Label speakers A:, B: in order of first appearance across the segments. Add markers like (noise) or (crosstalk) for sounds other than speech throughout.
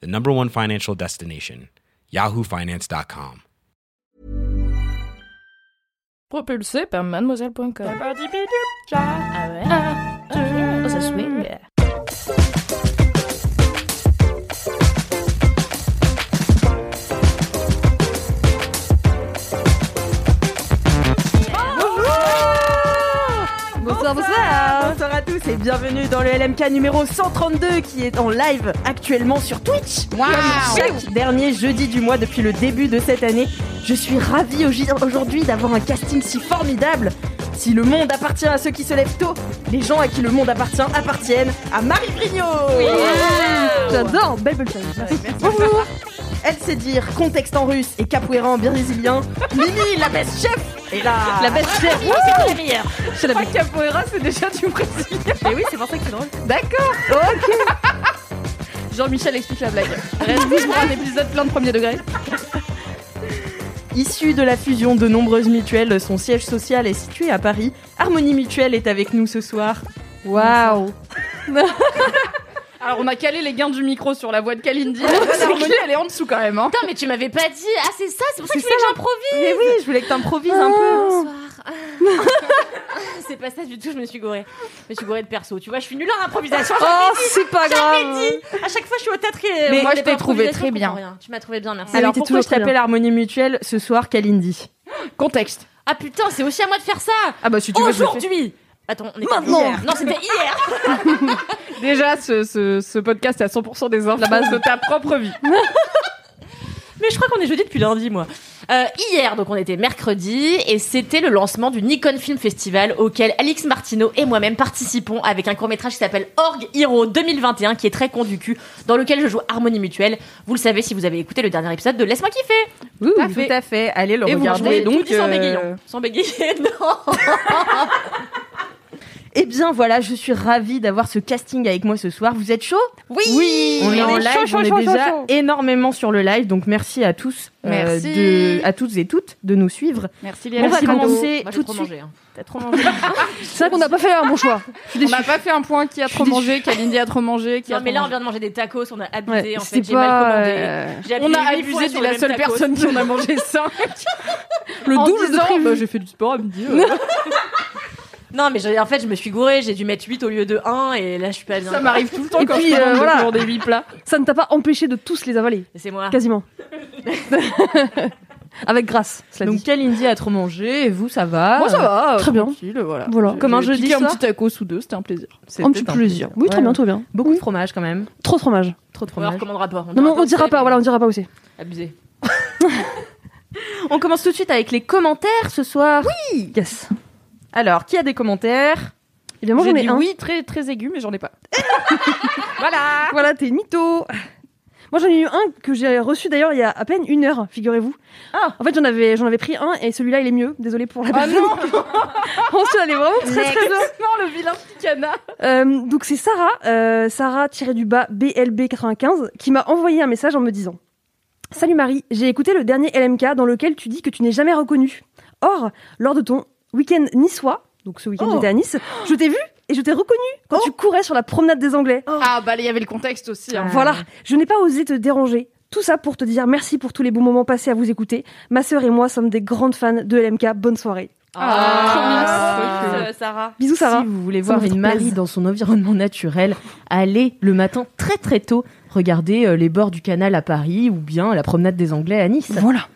A: the number one financial destination, yahoofinance.com.
B: Propulsé par mademoiselle.com. Ah ouais Oh, ça swing.
C: Bonsoir, bonsoir Bonsoir à tous et bienvenue dans le LMK numéro 132 qui est en live actuellement sur Twitch Comme Chaque dernier jeudi du mois depuis le début de cette année, je suis ravie au- aujourd'hui d'avoir un casting si formidable Si le monde appartient à ceux qui se lèvent tôt, les gens à qui le monde appartient appartiennent à Marie Brignot
D: J'adore, belle belle chose.
C: Bonjour Elle sait dire contexte en russe et capoeira en brésilien, Mimi, la best chef est là
D: La best chef.
C: c'est la meilleure
D: C'est la best.
B: Capoeira, c'est déjà du Brésil.
C: Mais Eh oui, c'est pour ça que c'est drôle
B: D'accord. Ok. Jean-Michel explique la blague. Reste pour un épisode plein de premier degré.
C: Issue de la fusion de nombreuses mutuelles, son siège social est situé à Paris. Harmonie Mutuelle est avec nous ce soir.
D: Waouh.
B: Alors on a calé les gains du micro sur la voix de Kalindi. La voix d'harmonie, elle est en dessous quand même. Hein.
E: Putain, mais tu m'avais pas dit. Ah, c'est ça, c'est pour ça que
C: C'est
E: tu voulais
C: ça.
E: que j'improvise.
C: Mais oui, je voulais que t'improvises un peu.
D: Oh.
E: Bonsoir. c'est pas ça du tout, je me suis gourée. Je me suis gourée de perso. Tu vois, je suis nulle en improvisation.
D: Oh, c'est pas grave.
E: J'avais dit. À chaque fois, je suis au théâtre et
B: Mais
E: euh,
B: moi,
E: les
B: je t'ai trouvé
E: improvisations,
B: très
E: je
B: bien.
E: comprends rien. Tu m'as trouvé bien, merci.
D: Ah oui,
C: Alors
D: t'es
C: pourquoi
D: toujours
C: je
D: très
C: t'appelle Harmonie Mutuelle ce soir, Kalindi
B: Contexte.
E: Ah putain, c'est aussi à moi de faire ça.
B: Ah bah si tu veux. je le fais.
E: Aujourd'hui. Attends, on est
D: Ah
E: pas
C: Maintenant.
E: hier. Non, c'était hier.
B: Déjà, ce, ce, ce podcast est à 100% des infos de ta propre vie.
E: Mais je crois qu'on est jeudi depuis lundi, moi. Euh, hier, donc on était mercredi, et c'était le lancement du Nikon Film Festival auquel Alix Martineau et moi-même participons avec un court-métrage qui s'appelle Org Hero 2021, qui est très conducu, dans lequel je joue Harmonie Mutuelle. Vous le savez si vous avez écouté le dernier épisode de Laisse-moi kiffer.
B: Tout à
C: Tout
B: fait.
C: à fait, allez le
B: Et vous
C: regarder.
B: jouez
E: Tout
B: donc,
E: dit sans
B: euh,
E: bégayant. (laughs) Sans bégayer, non.
C: Eh bien voilà, je suis ravie d'avoir ce casting avec moi ce soir. Vous êtes chaud
D: Oui.
C: On est en
D: est
C: live,
D: chaud, chaud,
C: on est
D: chaud,
C: déjà
D: chaud, chaud.
C: énormément sur le live, donc merci à tous, euh,
B: Merci.
C: de, à toutes et toutes de nous suivre.
B: Merci
C: On va commencer
E: Moi, j'ai
C: tout de
E: trop
C: suite.
E: mangé, hein.
C: T'as trop mangé.
D: C'est vrai qu'on n'a pas fait un bon choix.
B: On n'a pas fait un point qui a trop mangé, Kalindi a trop mangé, qui a
E: Non, mais
B: trop
E: là, on
B: mangé.
E: vient de manger des tacos, on a abusé,
D: Ouais,
E: en fait,
D: c'était
E: j'ai mal
D: pas.
E: commandé.
D: euh,
E: J'ai
B: On a
E: appuyé mille fois
B: abusé,
E: sur
B: t'es
E: le
B: la
E: même
B: seule
E: tacos.
B: personne qui en a (laughs) mangé 5.
D: Le
B: En
D: double de
B: disant,
D: prévu.
B: bah, j'ai fait du sport à midi. euh.
E: Non, mais j'ai- en fait, je me suis gourée, j'ai dû mettre 8 au lieu de 1, et là, je suis pas bien.
B: Ça m'arrive tout le temps
D: Et
B: quand
D: puis,
B: je
D: euh,
B: commande
D: voilà.
B: le jour des 8 plats.
D: Ça ne t'a pas empêché de tous les avaler,
E: C'est moi.
D: quasiment. (laughs) Avec grâce, cela
C: Donc
D: dit.
C: Kalindi a trop mangé, et vous ça va
B: Moi, ça va. euh,
D: Très bien.
B: tranquille, Voilà.
D: Voilà.
B: J'ai-
C: Comme un
B: j'ai
C: jeudi
B: piqué un
C: soir.
B: petit taco sous deux, c'était un plaisir.
D: Un petit plaisir. Oui, très
C: Ouais,
D: bien,
C: ouais.
D: très bien.
C: Beaucoup de fromage quand même.
D: Trop de fromage.
C: Trop de
E: On leur
C: fromage.
E: commandera pas.
D: Non, mais
E: aura
D: on dira
E: vous
D: pas,
E: savez,
D: voilà, on dira pas aussi.
E: Abusé.
C: On commence tout de suite avec les commentaires ce soir. Oui
D: Yes.
C: Alors, qui a des commentaires
D: Eh bien, moi,
B: J'ai
D: j'en ai
B: dit
D: un.
B: oui, très, très aigu, mais j'en ai pas.
C: Voilà
D: (laughs) Voilà, t'es mytho. Moi j'en ai eu un que j'ai reçu d'ailleurs il y a à peine une heure, figurez-vous.
C: Ah.
D: En fait j'en avais j'en avais pris un et celui-là il est mieux. Désolé pour la
B: Ah
D: personne. (laughs) Ensuite elle est vraiment très très bien.
B: Non, le vilain petit canard.
D: Euh, donc c'est Sarah, euh, Sarah tirée du bas BLB95 qui m'a envoyé un message en me disant Salut Marie, j'ai écouté le dernier LMK dans lequel tu dis que tu n'es jamais reconnue. Or lors de ton week-end niçois, donc ce week-end
C: Oh.
D: j'étais à Nice, je t'ai vu et je t'ai reconnue quand
B: Oh.
D: tu courais sur la promenade des Anglais.
B: Ah, bah, il y avait le contexte aussi.
C: Euh,
B: hein.
D: Voilà, je n'ai pas osé te déranger. Tout ça pour te dire merci pour tous les bons moments passés à vous écouter. Ma sœur et moi sommes des grandes fans de LMK. Bonne soirée.
B: Ah,
C: trop mignon.
E: Euh, Sarah.
D: Bisous Sarah.
C: Si vous voulez
D: Ça
C: voir
D: me fait
C: une Marie
D: plaisir.
C: dans son environnement naturel, allez le matin très très tôt regarder euh, les bords du canal à Paris ou bien la promenade des Anglais à Nice.
D: Voilà.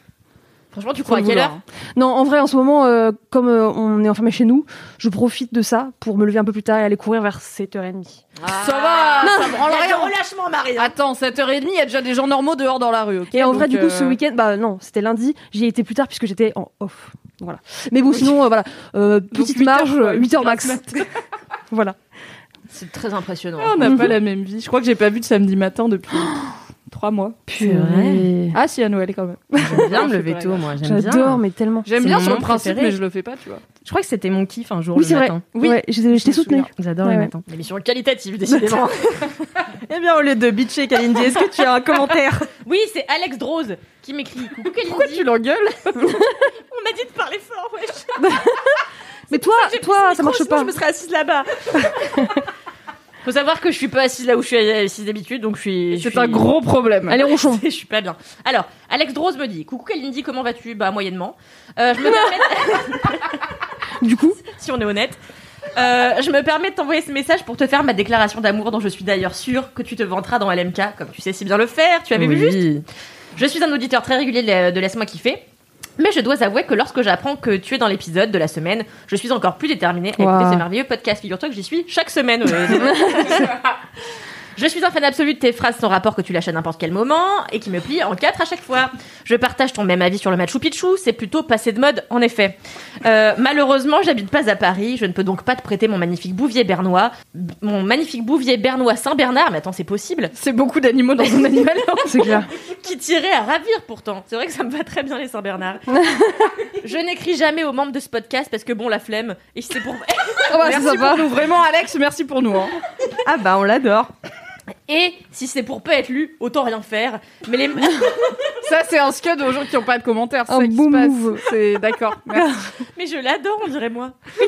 E: Franchement, tu crois à quelle heure
D: Non, en vrai, en ce moment, euh, comme euh, on est enfermé chez nous, je profite de ça pour me lever un peu plus tard et aller courir vers 7h30.
B: Ça va, ça
E: Ah. (laughs) Il
B: branle
E: y a
B: rien.
E: du relâchement, Marie. hein.
B: Attends, 7h30, il y a déjà des gens normaux dehors dans la rue. ok
D: Et en
B: Donc,
D: vrai, du coup,
B: euh,
D: ce week-end, bah non, c'était lundi, j'y ai été plus tard puisque j'étais en off. Voilà. Mais bon, sinon, euh, voilà, euh, petite
B: huit heures,
D: marge,
B: quoi,
D: 8h
B: huit
D: max.
B: heures
D: (laughs) voilà.
E: C'est très impressionnant.
C: Ah,
B: Ah, On n'a pas la même vie. Je crois que j'ai pas vu de samedi matin depuis. Trois mois.
F: Purée.
B: Ah si, à Noël quand même.
D: (laughs)
F: J'aime bien me
B: Je
F: lever
B: suis
F: tôt, moi. J'aime bien.
D: J'adore, mais tellement.
B: J'aime
F: C'est
B: bien
F: mon
B: sur le
F: moment
B: principe,
F: préféré.
B: mais je le fais pas, tu vois.
F: Je crois que c'était mon kiff un jour
D: Oui,
F: le
D: c'est vrai.
F: matin.
D: Oui, ouais, je, je t'ai soutenu.
F: J'adore
D: Ouais,
F: le
D: ouais.
F: matin.
E: L'émission qualitative, décidément.
C: Eh bien, au lieu de bitcher, Kalindi, est-ce que tu as un commentaire
E: (laughs) oui, c'est Alex Drose qui m'écrit. Coucou Kalindi.
B: Tu l'engueules
E: (laughs) On m'a dit de parler fort, wesh.
D: Mais toi, toi, ça marche pas.
E: Je me serais assise là-bas. Faut savoir que je suis pas assise là où je suis euh, assise d'habitude, donc je suis. je
B: C'est
E: suis-
B: un gros problème.
D: Allez, ronchon.
E: (laughs) Je suis pas bien. Alors, Alex Drose me dit Coucou Kalindi, comment vas-tu Bah, moyennement. Euh, je me permets.
D: (laughs) Du coup,
E: (laughs) si on est honnête. Euh, je me permets de t'envoyer ce message pour te faire ma déclaration d'amour dont je suis d'ailleurs sûre que tu te vanteras dans LMK, comme tu sais si bien le faire, tu avais vu juste.
F: Oui.
E: Je suis un auditeur très régulier de de Laisse-moi kiffer, mais je dois avouer que lorsque j'apprends que tu es dans l'épisode de la semaine, je suis encore plus déterminée à
D: Waouh.
E: écouter ce merveilleux podcast. Figure-toi que j'y suis chaque semaine. euh, Je suis un fan absolu de tes phrases sans rapport que tu lâches à n'importe quel moment et qui me plient en quatre à chaque fois. Je partage ton même avis sur le Machu Picchu, c'est plutôt passé de mode en effet. Euh, malheureusement, j'habite pas à Paris, je ne peux donc pas te prêter mon magnifique bouvier bernois, B- mon magnifique bouvier bernois Saint-Bernard, mais attends, c'est possible,
B: C'est beaucoup d'animaux dans un animal.
D: c'est clair.
B: (laughs)
E: qui tirait à ravir pourtant. C'est vrai que ça me va très bien
B: (laughs)
E: les Saint-Bernard. je n'écris jamais aux membres de ce podcast parce que bon, la flemme, et c'est
B: (laughs)
E: pour...
B: merci pour nous, vraiment, Alex, merci pour nous. hein.
C: Ah bah, on l'adore.
E: Et si c'est pour pas être lu, autant rien faire.
B: (laughs)
E: Mais les...
B: Ça, c'est un scud aux gens qui n'ont pas de commentaires. c'est
D: Un
B: ça qui
D: beau
B: se passe.
D: move.
B: C'est d'accord. merci.
E: mais je l'adore, on dirait moi. Euh,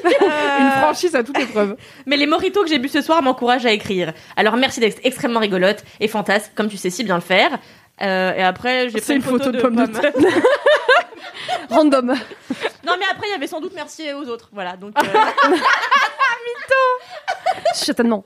B: Une franchise à toute épreuve.
E: Mais les moritos que j'ai bu ce soir m'encouragent à écrire. Alors merci d'être extrêmement rigolote et fantasque, comme tu sais si bien le faire. Euh, et après, j'ai pris
B: C'est une photo de pomme de terre.
D: Random. (laughs)
E: Non, mais après, il y avait sans doute merci aux autres. Voilà,
B: (laughs)
E: donc. euh,
B: Ah,
D: Certainement.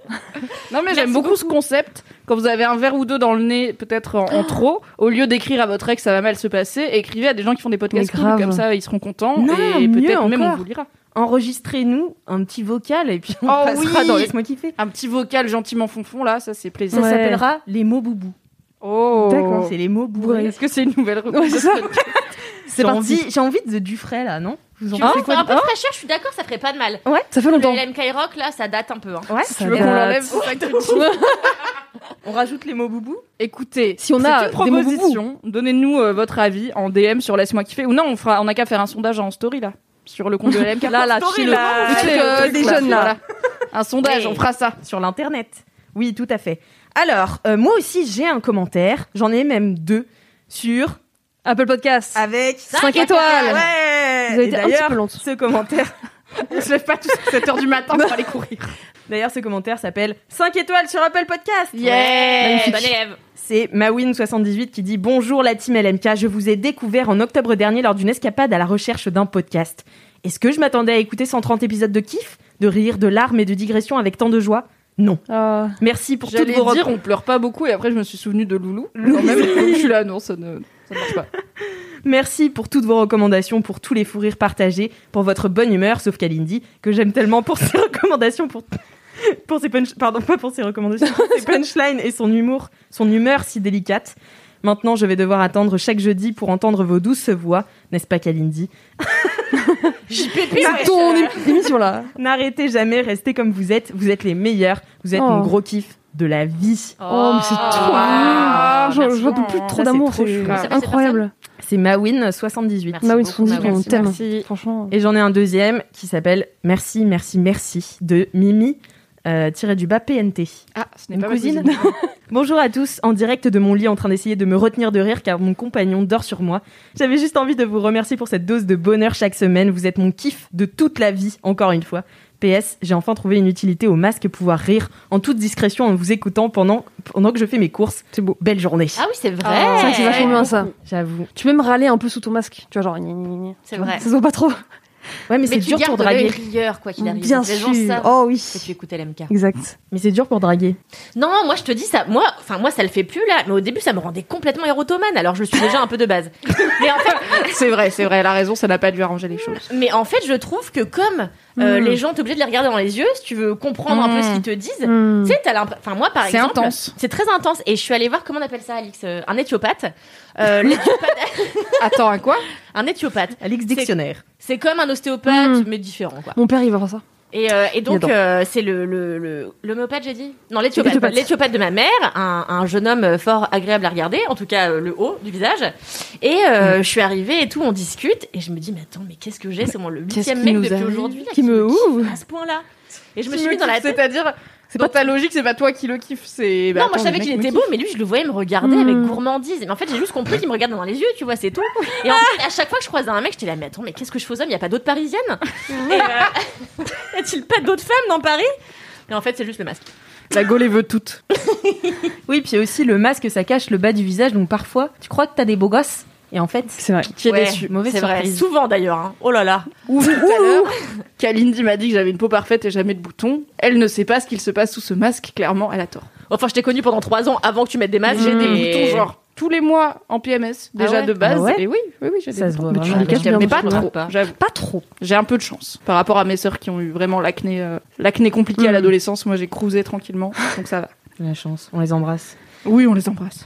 B: Non, mais j'aime beaucoup, ce concept. Quand vous avez un verre ou deux dans le nez, peut-être en, en trop, au lieu d'écrire à votre ex, ça va mal se passer, écrivez à des gens qui font des podcasts
D: Mais
B: cool,
D: grave.
B: comme ça, ils seront contents.
C: Non,
B: et
C: mieux
B: peut-être même on
C: encore.
B: vous lira.
C: Enregistrez-nous un petit vocal et puis on
B: Oh
C: passera
B: oui
C: dans Laisse-moi kiffer.
B: Un petit vocal gentiment fonfon, là, ça c'est plaisir.
C: Ça
D: Ouais.
C: s'appellera Les mots boubou.
B: Oh
C: D'accord, c'est les mots bourrés.
B: Est-ce que c'est une nouvelle reprise
D: Ouais, c'est ça.
C: C'est
F: parti.
C: J'ai envie de Dufray là, non Vous en
E: tu
C: pensez
E: vois,
C: quoi
E: un peu de fraîcheur, je suis d'accord, ça ferait pas de mal.
D: Ça fait
E: Le
D: longtemps.
E: LMK Rock, là, ça date un peu. hein.
C: Ouais,
B: Tu
D: Ah,
B: veux qu'on l'enlève c'est ça que tu dis
C: on rajoute les mots boubou
B: Écoutez,
D: Si on
B: c'est
D: a
B: une
D: des mots boubous.
B: proposition, donnez-nous euh, votre avis en DM sur Laisse-moi kiffer. Ou non, on fera, on a qu'à faire un sondage en story là, sur le compte de LMK.
C: Là, là,
B: Story,
C: chez le-
B: (laughs) là,
C: chez
B: chez
C: le
B: le
C: truc,
B: des
C: là.
B: jeunes là. Un sondage,
E: Ouais.
B: on fera ça.
C: sur l'internet. Oui, tout à fait. Alors, euh, moi aussi j'ai un commentaire, j'en ai même deux sur
D: Apple Podcast.
C: avec
E: Cinq
D: 5 étoiles.
C: Ouais.
D: Vous avez
C: Et
D: été un petit
C: d'ailleurs,
D: peu lente.
C: ce commentaire,
B: On se lève pas tous à 7h du matin pour aller courir.
C: d'ailleurs ce commentaire s'appelle 5 étoiles sur Apple Podcast.
E: Yeah! Bon élève!
C: C'est Mawin78 qui dit Bonjour la team LMK, je vous ai découvert en octobre dernier lors d'une escapade à la recherche d'un podcast. Est-ce que je m'attendais à écouter 130 épisodes de kiff, de rire, de larmes et de digressions avec tant de joie Non.
D: Ah.
C: Merci pour toutes
B: J'allais
C: vos
B: dire,
C: recommandations.
B: on pleure pas beaucoup et après je me suis souvenu de Loulou. Quand même, je suis là, non, ça ne ça ne marche pas.
C: Merci pour toutes vos recommandations, pour tous les fous rires partagés, pour votre bonne humeur, sauf Kalindi, que j'aime tellement pour ses (laughs) recommandations, pour, pour ses punch, pardon, pas pour ses recommandations,
E: (laughs)
C: pour ses punchlines et son humour, son humeur si délicate. Maintenant, je vais devoir attendre chaque jeudi pour entendre vos douces voix, n'est-ce
E: (laughs)
C: pas Kalindi
D: C'est ton
E: euh.
D: é- émission là.
C: N'arrêtez jamais, restez comme vous êtes, vous êtes les meilleurs, vous êtes
D: Oh.
C: mon gros kiff de la vie.
D: Oh, mais c'est trop
E: Ah,
D: mignon. Je-
E: merci.
D: Je vois plus
C: Ça,
D: trop
C: c'est
D: d'amour.
C: trop
D: C'est
C: chou.
D: c'est incroable.
C: C'est Mawin78.
E: Merci
D: Bah oui,
E: beaucoup,
D: on dit
E: Mawin.
D: qu'on t'aime.
C: Merci.
D: Franchement.
C: Et j'en ai un deuxième qui s'appelle Merci, merci, merci de Mimi euh, tiré du bas PNT.
B: Ah, ce n'est
C: Une
B: pas
C: cousine.
B: ma cousine.
C: Bonjour à tous, en direct de mon lit en train d'essayer de me retenir de rire car mon compagnon dort sur moi. J'avais juste envie de vous remercier pour cette dose de bonheur chaque semaine, vous êtes mon kiff de toute la vie, encore une fois. PS, j'ai enfin trouvé une utilité au masque, pouvoir rire en toute discrétion en vous écoutant pendant, pendant que je fais mes courses. C'est beau. Belle journée.
E: Ah oui, c'est vrai!
D: C'est vrai que c'est vachement bien ça.
C: J'avoue.
D: Tu peux même râler un peu sous ton masque. Tu vois, genre. gna, gna, gna.
E: C'est vrai.
D: Ça se voit pas trop.
C: Ouais, mais c'est
E: Mais tu
C: dur pour
E: gardes l'œil
C: draguer.
E: rieur, quoi qu'il arrive.
D: Bien
E: Les gens
D: sûr.
E: savent
D: Oh oui.
E: que tu écoutes LMK.
D: Exact.
C: Mais c'est dur pour draguer.
E: Non, moi je te dis ça, moi, enfin moi ça le fait plus là, mais au début ça me rendait complètement érotomane, alors je le suis déjà un peu de
D: (laughs)
E: base. Mais en fait,
B: (laughs) C'est vrai, c'est vrai, elle a raison, ça n'a pas dû arranger les choses.
E: mais en fait je trouve que comme euh,
D: Mm.
E: les gens t'obligent de les regarder dans les yeux, si tu veux comprendre un peu ce qu'ils te disent,
D: Hmm.
E: tu sais, t'as l'impression, enfin moi par
B: C'est
E: exemple,
B: intense.
E: c'est très intense, et je suis allée voir comment on appelle ça, Alix, euh, un éthiopathe,
D: (laughs)
E: Euh, l'éthiopathe-
B: Attends, à quoi
E: un éthiopathe,
C: Alex Dictionnaire.
E: c'est comme un ostéopathe
D: Mm.
E: mais différent quoi.
D: Mon père, il va voir ça.
E: Et, euh, et donc,
D: J'adore.
E: euh, c'est le, le, le- l'homéopathe, j'ai dit Non, l'éthiopathe.
D: L'éthiopathe.
E: L'éthiopathe de ma mère, un, un jeune homme fort agréable à regarder, en tout cas euh, le haut du visage. Et euh, je suis arrivée et tout, on discute. Et je me dis, mais attends, mais qu'est-ce que j'ai C'est mon le
G: Qu'est-ce
E: huitième
G: qui
E: mec
G: nous
E: depuis
G: arrive
E: aujourd'hui. là,
D: Qui me
E: kiffe
D: ouvre.
E: À ce point-là. Et je me
B: Qui
E: suis
B: me
E: mis dans la
B: kiffe,
E: tête.
B: C'est-à-dire, c'est pas
E: Donc-
B: ta logique, c'est pas toi qui le kiffes, c'est. bah,
E: non, moi je
B: attends,
E: savais
B: le
E: qu'il
B: mec me
E: était
B: kiffe.
E: beau, mais lui je le voyais me regarder
D: Hmm.
E: avec gourmandise. Mais en fait, j'ai juste compris qu'il me regardait dans les yeux, tu vois, c'est tout. Et en fait, à chaque fois que je croisais un mec, j'étais là, mais attends, mais qu'est-ce que je fais aux hommes Il n'y a pas d'autres parisiennes Et, euh, (laughs) Y a-t-il pas d'autres femmes dans Paris Et en fait, c'est juste le masque.
B: La Gaule les veut toutes.
G: Oui, puis aussi le masque, ça cache le bas du visage, donc parfois tu crois que t'as des beaux gosses, et en fait,
D: C'est vrai.
G: tu es
E: Ouais,
G: déçu. Mauvaise
E: C'est vrai,
G: surprise.
E: souvent d'ailleurs. hein. Oh là là.
B: Ou tout à l'heure, Kalindi m'a dit que j'avais une peau parfaite et jamais de boutons. Elle ne sait pas ce qu'il se passe sous ce masque, clairement, elle a tort.
E: Enfin, je t'ai connu pendant trois ans avant que tu mettes des masques.
B: J'ai des
E: et-
B: boutons, genre, tous les mois en PMS, déjà
E: ouais
B: de base.
G: Ah ouais
B: et oui, oui, oui, j'ai des
G: Ça se
B: boutons.
G: voit
D: Mais tu
G: vraiment.
D: les caches
G: Je
D: bien,
B: Mais
G: t'aime
B: pas
D: je
B: trop, hein, j'avoue.
D: Pas trop.
B: J'ai un peu de chance par rapport à mes sœurs qui ont eu vraiment l'acné euh, l'acné compliqué à
G: Mhm.
B: l'adolescence. Moi, j'ai cruisé tranquillement, donc ça va.
G: La chance, on les embrasse.
B: Oui, on les embrasse.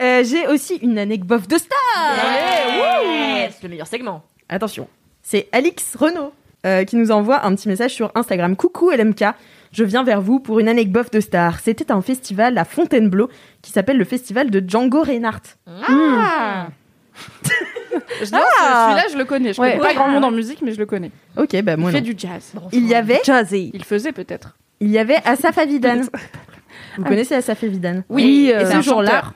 C: Euh, J'ai aussi une anecdote de star.
E: Yes, le meilleur segment.
C: Attention, c'est Alix Renault euh, qui nous envoie un petit message sur Instagram. Coucou LMK, je viens vers vous pour une anecdote de star. C'était un festival à Fontainebleau qui s'appelle le festival de Django Reinhardt.
B: Ah (laughs) Je- non,
C: Ah.
B: Celui-là, je le connais. Je
D: Ouais.
B: connais pas
E: Ouais.
B: grand monde en musique, mais je le connais.
C: Ok, bah
B: Il
C: moi
B: fait
C: non.
B: du jazz.
C: Eh Il y avait,
D: Jazzy.
B: Il faisait peut-être.
C: il y avait Asaf Avidan. (laughs) Vous connaissez Asaf Avidan
B: Oui,
C: et
B: euh,
C: ce
B: un
C: jour-là,
B: chanteur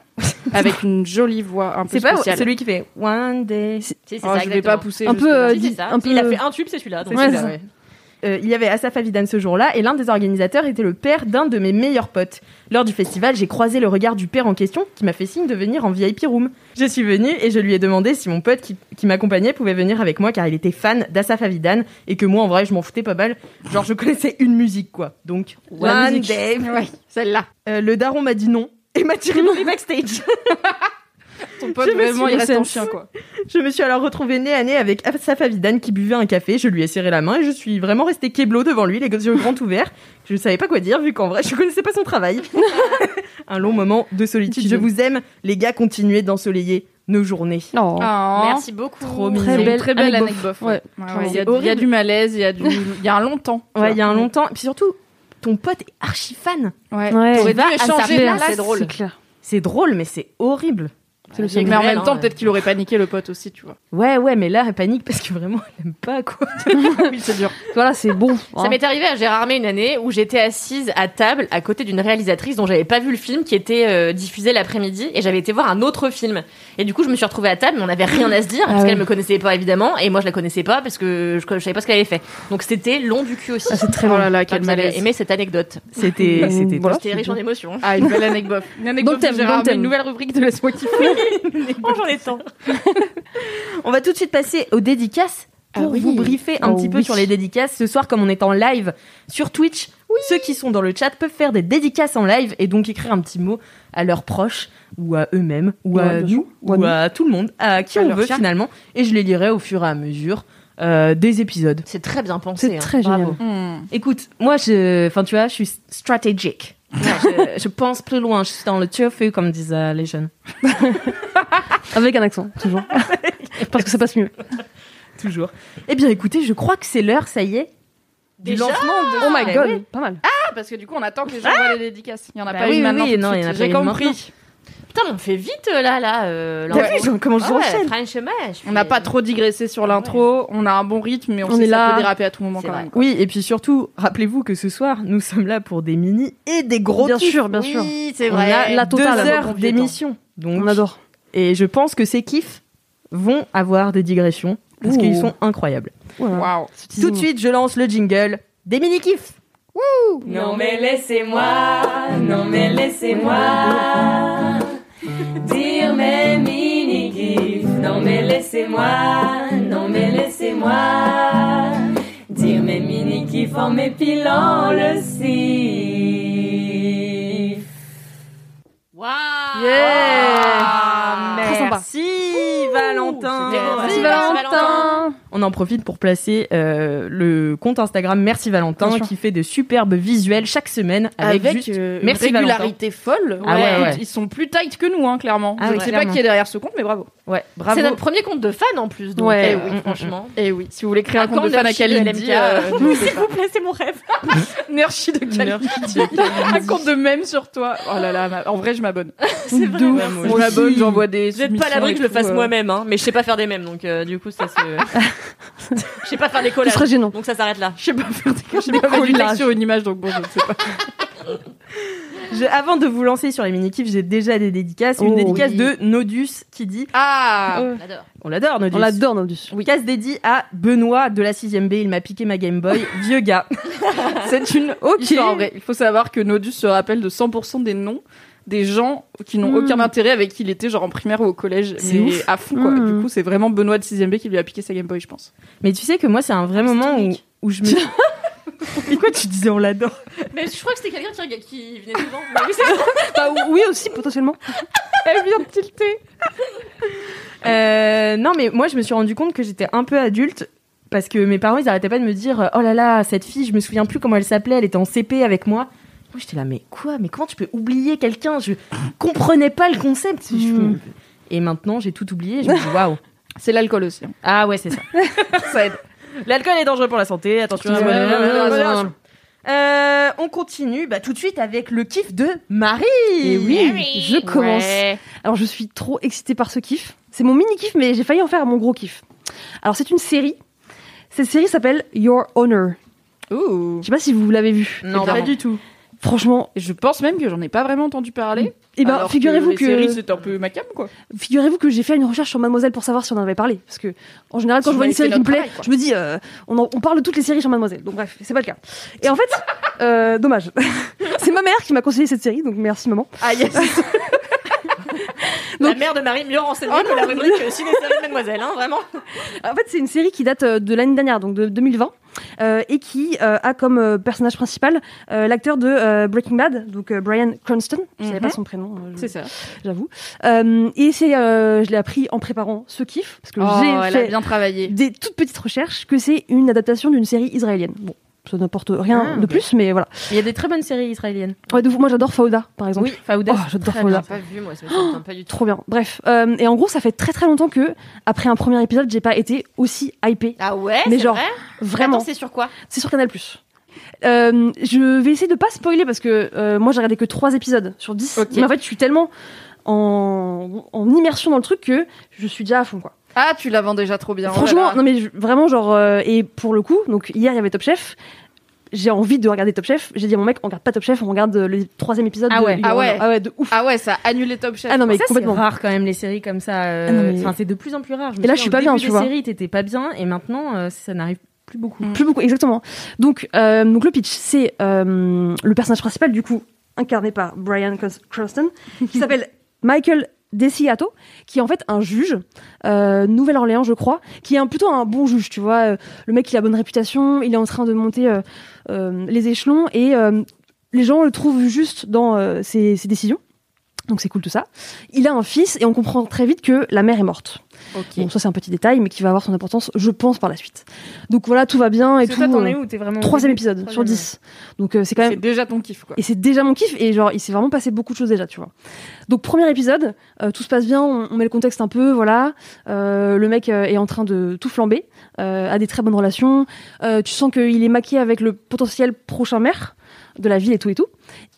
B: avec une jolie voix (laughs) un peu
C: c'est pas
B: spéciale.
C: celui qui fait One Day.
E: Si, c'est
B: Oh,
E: ça,
B: je vais pas
E: exactement.
B: pousser.
D: Un peu,
B: jusque-là.
D: euh,
E: Si, c'est
D: dit-
E: ça.
D: un peu-
E: Il a fait un tube, c'est celui-là. donc
C: C'est
E: c'est
C: ça,
E: ça.
C: ouais. Euh, il y avait Asaf Avidan ce jour-là et l'un des organisateurs était le père d'un de mes meilleurs potes. Lors du festival, j'ai croisé le regard du père en question qui m'a fait signe de venir en VIP room. Je suis venue et je lui ai demandé si mon pote qui, qui m'accompagnait pouvait venir avec moi car il était fan d'Asaf Avidan et que moi en vrai je m'en foutais pas mal. Genre je connaissais une musique quoi. Donc
B: La
C: One
B: musique.
C: Day.
B: Ouais, celle-là.
C: Euh, le daron m'a dit non et m'a (laughs) tiré dans les backstage.
B: Ton pote,
C: Je me suis
B: vraiment, il reste en
C: laissée.
B: chien, quoi.
C: Je me suis alors retrouvée nez à nez avec Asaf Avidan qui buvait un café. Je lui ai serré la main et je suis vraiment restée kéblo devant lui, les yeux grands ouverts. Je ne savais pas quoi dire vu qu'en vrai je connaissais pas son (laughs) travail. un long moment de solitude. Je vous aime, les gars. Continuez d'ensoleiller nos journées.
D: Non.
B: Ah,
E: Merci beaucoup.
C: Trop
E: C'est
C: mignon.
B: Très belle, très belle
D: anecdote.
B: anecdote.
D: Ouais.
B: ouais, il y a-
C: C'est
B: il y, a du malaise, il y a (laughs) du, il y a un longtemps.
C: Ouais, il y a un longtemps. Et puis surtout, ton pote est archi fan.
B: Ouais.
D: Ouais.
B: T'aurais
D: Tu
B: dû échanger de
E: place,
B: place.
E: c'est drôle.
D: C'est clair.
C: C'est drôle, mais c'est horrible.
E: le seul
B: Mais en
E: réel,
B: même temps,
E: hein.
B: peut-être qu'il aurait paniqué le pote aussi, tu vois.
C: Ouais, ouais, mais là, elle panique parce que vraiment, elle aime pas quoi.
B: (laughs) Oui, c'est dur.
D: Voilà, c'est bon. hein.
E: Ça m'est arrivé à Gérardmer une année où j'étais assise à table à côté d'une réalisatrice dont j'avais pas vu le film qui était euh, diffusé l'après-midi et j'avais été voir un autre film. Et du coup, je me suis retrouvée à table, mais on n'avait rien à se dire parce
D: ouais.
E: qu'elle me connaissait pas évidemment et moi je la connaissais pas parce que je, je savais pas ce qu'elle avait fait. Donc c'était long du cul aussi.
D: Ah, c'est très
B: Oh
D: long.
B: là là,
E: Enfin,
B: quel
E: vous avez
B: malaise.
E: aimé cette anecdote. (laughs)
C: (laughs) C'était, c'était.
D: Voilà.
E: C'était riche en émotions.
B: Ah, une belle anecdote. Une anecdote
D: Bon thème,
B: de Gérard,
D: bon
B: mais
D: thème.
B: Une nouvelle rubrique de Laisse-moi kiffer.
E: Oh, j'en ai tant.
C: On va tout de suite passer aux dédicaces pour
D: Ah oui.
C: vous briefer un
D: Oh
C: petit peu
D: oui.
C: sur les dédicaces. Ce soir, comme on est en live sur Twitch, ceux qui sont dans le chat peuvent faire des dédicaces en live et donc écrire un petit mot à leurs proches ou à eux-mêmes ou
D: Ouais,
C: à
D: bien
C: nous
D: Ou à
C: ou à tout le monde, à qui
B: À
C: on
B: leur
C: veut
B: chat.
C: finalement. Et je les lirai au fur et à mesure euh, des épisodes.
E: C'est très bien pensé.
D: C'est
E: hein.
D: très génial.
C: Bravo.
B: Hmm.
C: Écoute, moi, je, enfin, tu vois, je suis stratégique. je, je pense plus loin, je suis dans le turfu comme disent euh, les jeunes.
D: Avec un accent, toujours. Parce que ça passe mieux.
C: Toujours. Eh bien, écoutez, je crois que c'est l'heure, ça y est, du
E: Déjà
C: lancement de.
D: Oh my
C: Ouais,
D: god,
C: ouais.
D: pas mal.
B: Ah, parce que du coup, on attend que les gens voient les dédicaces. Il y en a
C: Bah
B: pas
C: oui,
B: une
C: oui,
B: maintenant.
C: oui,
B: tout de
C: non, il y en a
B: suite. J'ai
C: pas une
B: compris.
E: Putain, mais on fait vite euh, là, là. Euh,
C: T'as
E: l'intro.
C: vu genre, comment
E: Ah
C: je
E: ouais,
C: enchaîne
E: franchement, je fais-
B: On n'a pas trop digressé sur l'intro. On a un bon rythme, mais on,
D: On
B: sait
D: est
B: que ça
D: là.
B: peut déraper à tout moment
E: C'est
B: quand
E: vrai.
B: même. quoi.
C: Oui, et puis surtout, rappelez-vous que ce soir, nous sommes là pour des mini et des gros
D: Bien
C: kiffs.
D: sûr, bien sûr.
E: Oui, c'est
D: On
E: vrai.
D: a la
C: Deux
D: totale.
C: heures d'émission. Donc,
D: On adore.
C: Et je pense que ces kiffs vont avoir des digressions parce
D: Ouh.
C: qu'ils sont incroyables.
B: Waouh.
C: Tout de suite, je lance le jingle des mini kiffs. Non mais laissez-moi, non mais laissez-moi dire mes mini kiffs. Non mais laissez-moi, non mais laissez-moi dire mes mini kiffs en m'épilant le si.
E: Waouh.
D: Yeah.
E: Ah,
D: Très sympa.
C: Merci Valentin.
E: c'était beau.
D: Merci
E: Merci,
D: Valentin.
C: on en profite pour placer euh, le compte Instagram Merci Valentin
B: Bien sûr.
C: qui fait de superbes visuels chaque semaine avec,
B: avec,
C: juste-
B: euh,
C: Merci,
B: une régularité folle. Ouais,
C: Ah ouais, ouais.
B: écoute, Ils sont plus tight que nous, hein, clairement.
C: Ah
B: je
C: oui,
B: ne sais pas
C: clairement.
B: qui est derrière ce compte, mais bravo.
C: Ouais, bravo.
E: C'est notre premier compte de fan en plus. Donc,
B: Ouais.
E: eh oui,
C: Ah, Mm, mm,
E: franchement.
B: Et oui, si vous voulez créer un,
E: Un
B: compte de
E: compte
B: fan à
E: d'archi de
B: Kalindi,
E: LMK,
B: euh, (laughs)
E: euh,
B: n'hésitez pas.
E: plaît, c'est mon rêve.
B: Une archi de Kalindi. (laughs) un compte de même sur toi. Oh là là, ma- en vrai, je m'abonne.
E: C'est vrai.
B: De ouf.
E: merci.
B: Je m'abonne, j'envoie des.
E: Vous êtes pas à l'abri que je le
D: euh.
E: fasse
B: moi-même
E: moi-même, hein, mais je sais pas faire des mèmes, donc euh, du coup, ça
D: (laughs)
E: se. je sais pas faire des
D: Ce
E: collages.
D: serait gênant.
E: Donc ça s'arrête là.
B: Je sais pas (laughs) faire des J'ai pas fait du texte sur une image, donc bon, je ne sais pas.
C: Je- avant de vous lancer sur les mini-kifs, j'ai déjà des dédicaces. Une
D: Oh,
C: dédicace
E: oui.
C: de Nodus qui dit
B: Ah
C: On l'adore, Nodus.
D: On l'adore, Nodus.
C: Casse dédiée à Benoît de la 6ème B. Il m'a piqué ma Game
D: (laughs)
C: Boy. Vieux gars.
B: C'est (laughs) une histoire vraie. Il faut savoir que Nodus se rappelle de 100% des noms des gens qui n'ont
D: Hmm.
B: aucun intérêt avec qui il était, genre en primaire ou au collège.
C: C'est
B: Mais
C: ouf.
B: à fond, quoi.
D: Mm.
B: Du coup, c'est vraiment Benoît de 6ème B qui lui a piqué sa Game Boy, je pense.
C: Mais tu sais que moi, c'est un vrai moment où, où je
D: (laughs)
C: me. Pourquoi tu disais on l'adore
E: Mais je crois que c'était quelqu'un qui, qui venait souvent. Mais oui,
D: (laughs) Bah, oui, aussi, potentiellement.
B: Elle vient de tilter.
C: (laughs) Euh, Non, mais moi, je me suis rendu compte que j'étais un peu adulte. Parce que mes parents, ils arrêtaient pas de me dire Oh là là, cette fille, je me souviens plus comment elle s'appelait, elle était en CP avec moi. Moi, j'étais là, mais quoi Mais comment tu peux oublier quelqu'un Je comprenais pas le concept. Je-
D: Mm.
C: Et maintenant, j'ai tout oublié. Je me dis Waouh
B: C'est l'alcool aussi. hein.
C: Ah ouais, c'est ça. (laughs) Ça aide. L'alcool est dangereux pour la santé, attention.
B: Ouais, ouais, ouais, ouais, ouais.
C: Euh, on continue bah, tout de suite avec le kiff de Marie.
D: Et oui, je commence.
E: Ouais.
D: Alors, je suis trop excitée par ce kiff. C'est mon mini kiff, mais j'ai failli en faire mon gros kiff. Alors, c'est une série. Cette série s'appelle Your Honor.
B: Ouh.
D: Je sais pas si vous l'avez
B: Mm.
D: vue.
C: Non, pas du
B: tout.
D: Franchement,
B: Je pense même que j'en ai pas vraiment entendu parler.
D: eh ben,
B: Alors
D: figurez-vous
B: les séries,
D: que,
B: c'est un peu macam, quoi.
D: figurez-vous que j'ai fait une recherche sur Mademoiselle pour savoir si on en avait parlé. Parce que, en général, quand
B: Si
D: je
B: vous
D: vois une
B: avez fait
D: série qui me
B: notre
D: plaît,
B: travail, quoi.
D: je me dis, euh, on, en- on parle de toutes les séries sur Mademoiselle. Donc, bref, c'est pas le cas. Et
B: (laughs)
D: en fait, euh, dommage. (laughs) c'est ma mère qui m'a conseillé cette série, donc merci, maman.
E: Ah yes. La
D: Donc- Oh
E: mère de Marie mieux renseignée que la rubrique euh, ciné-série de Mademoiselle, hein, vraiment.
D: En fait, c'est une série qui date euh, de l'année dernière, donc de 2020, euh, et qui euh, a comme euh, personnage principal euh, l'acteur de euh, Breaking Bad, donc euh, Brian Cranston. Je savais
B: Mhm.
D: pas son prénom, euh, je-
B: C'est ça.
D: j'avoue. Euh, et c'est, euh, je l'ai appris en préparant ce kiff, parce que j'ai
B: Oh, elle a
D: fait
B: bien travaillé.
D: des toutes petites recherches que c'est une adaptation d'une série israélienne. Bon, ça n'apporte rien
C: Ah,
D: de
C: ok.
D: plus, mais voilà.
C: Il y a des très bonnes séries israéliennes.
D: Ouais, de vous, moi, j'adore Fauda, par exemple.
C: Oui, Faouda.
D: Oh, j'adore
C: très bien.
D: Fauda.
E: Pas vu moi, ça me pas du tout.
D: Trop bien. Bref. Euh, et en gros, ça fait très très longtemps que, après un premier épisode, j'ai pas été aussi hypée.
E: Ah ouais,
D: Mais
E: c'est
D: genre,
E: vrai
D: Vraiment.
E: Attends, c'est sur quoi
D: C'est sur Canal+. Euh, je vais essayer de pas spoiler parce que euh, moi j'ai regardé que 3 épisodes sur 10.
B: Ok.
D: Mais en fait, je suis tellement en, en immersion dans le truc que je suis déjà à fond quoi.
B: Ah, tu la vends déjà trop bien.
D: Franchement, non mais je- vraiment genre euh, et pour le coup, donc hier il y avait Top Chef. J'ai envie de regarder Top Chef. J'ai dit à mon mec, on regarde pas Top Chef, on regarde euh, le troisième épisode.
C: Ah
D: de
C: ouais.
D: Your
B: Ah ouais.
D: Honor. Ah ouais, de ouf.
B: Ah ouais, ça a annulé Top Chef.
D: Ah non mais
C: ça, c'est
D: complètement.
C: rare quand même les séries comme ça. euh,
D: Ah non, mais-
C: enfin, c'est de plus en plus rare. me
D: Et là,
C: souviens,
D: je suis
C: au
D: pas
C: début
D: bien,
C: des
D: tu vois.
C: séries, t'étais pas bien, et maintenant, euh, ça n'arrive plus beaucoup.
D: Plus beaucoup, exactement. Donc, euh, donc le pitch, c'est euh, le personnage principal, du coup, incarné par Brian Cran- Cranston,
C: (laughs)
D: qui s'appelle Michael Desiato, qui est en fait un juge, euh, Nouvelle-Orléans, je crois, qui est un, plutôt un bon juge, tu vois. Euh, Le mec, il a bonne réputation, il est en train de monter euh, euh, les échelons et euh, les gens le trouvent juste dans euh, ses, ses décisions. Donc c'est cool tout ça. Il a un fils et on comprend très vite que la mère est morte. Bon, ça c'est un petit détail, mais qui va avoir son importance, je pense, par la suite. Donc voilà, tout va bien et
C: Parce
D: tout.
C: que toi, t'en
D: euh,
C: es où T'es vraiment.
D: Troisième épisode sur
C: Mhm. Troisième,
D: dix. Donc euh, c'est quand
B: C'est
D: même.
B: déjà ton kiff, quoi.
D: Et c'est déjà mon kiff, et genre, il s'est vraiment passé beaucoup de choses déjà, tu vois. Donc, premier épisode, euh, tout se passe bien, on, on met le contexte un peu, voilà. Euh, le mec euh, est en train de tout flamber, euh, a des très bonnes relations. Euh, tu sens qu'il est maqué avec le potentiel prochain maire de la ville et tout et tout.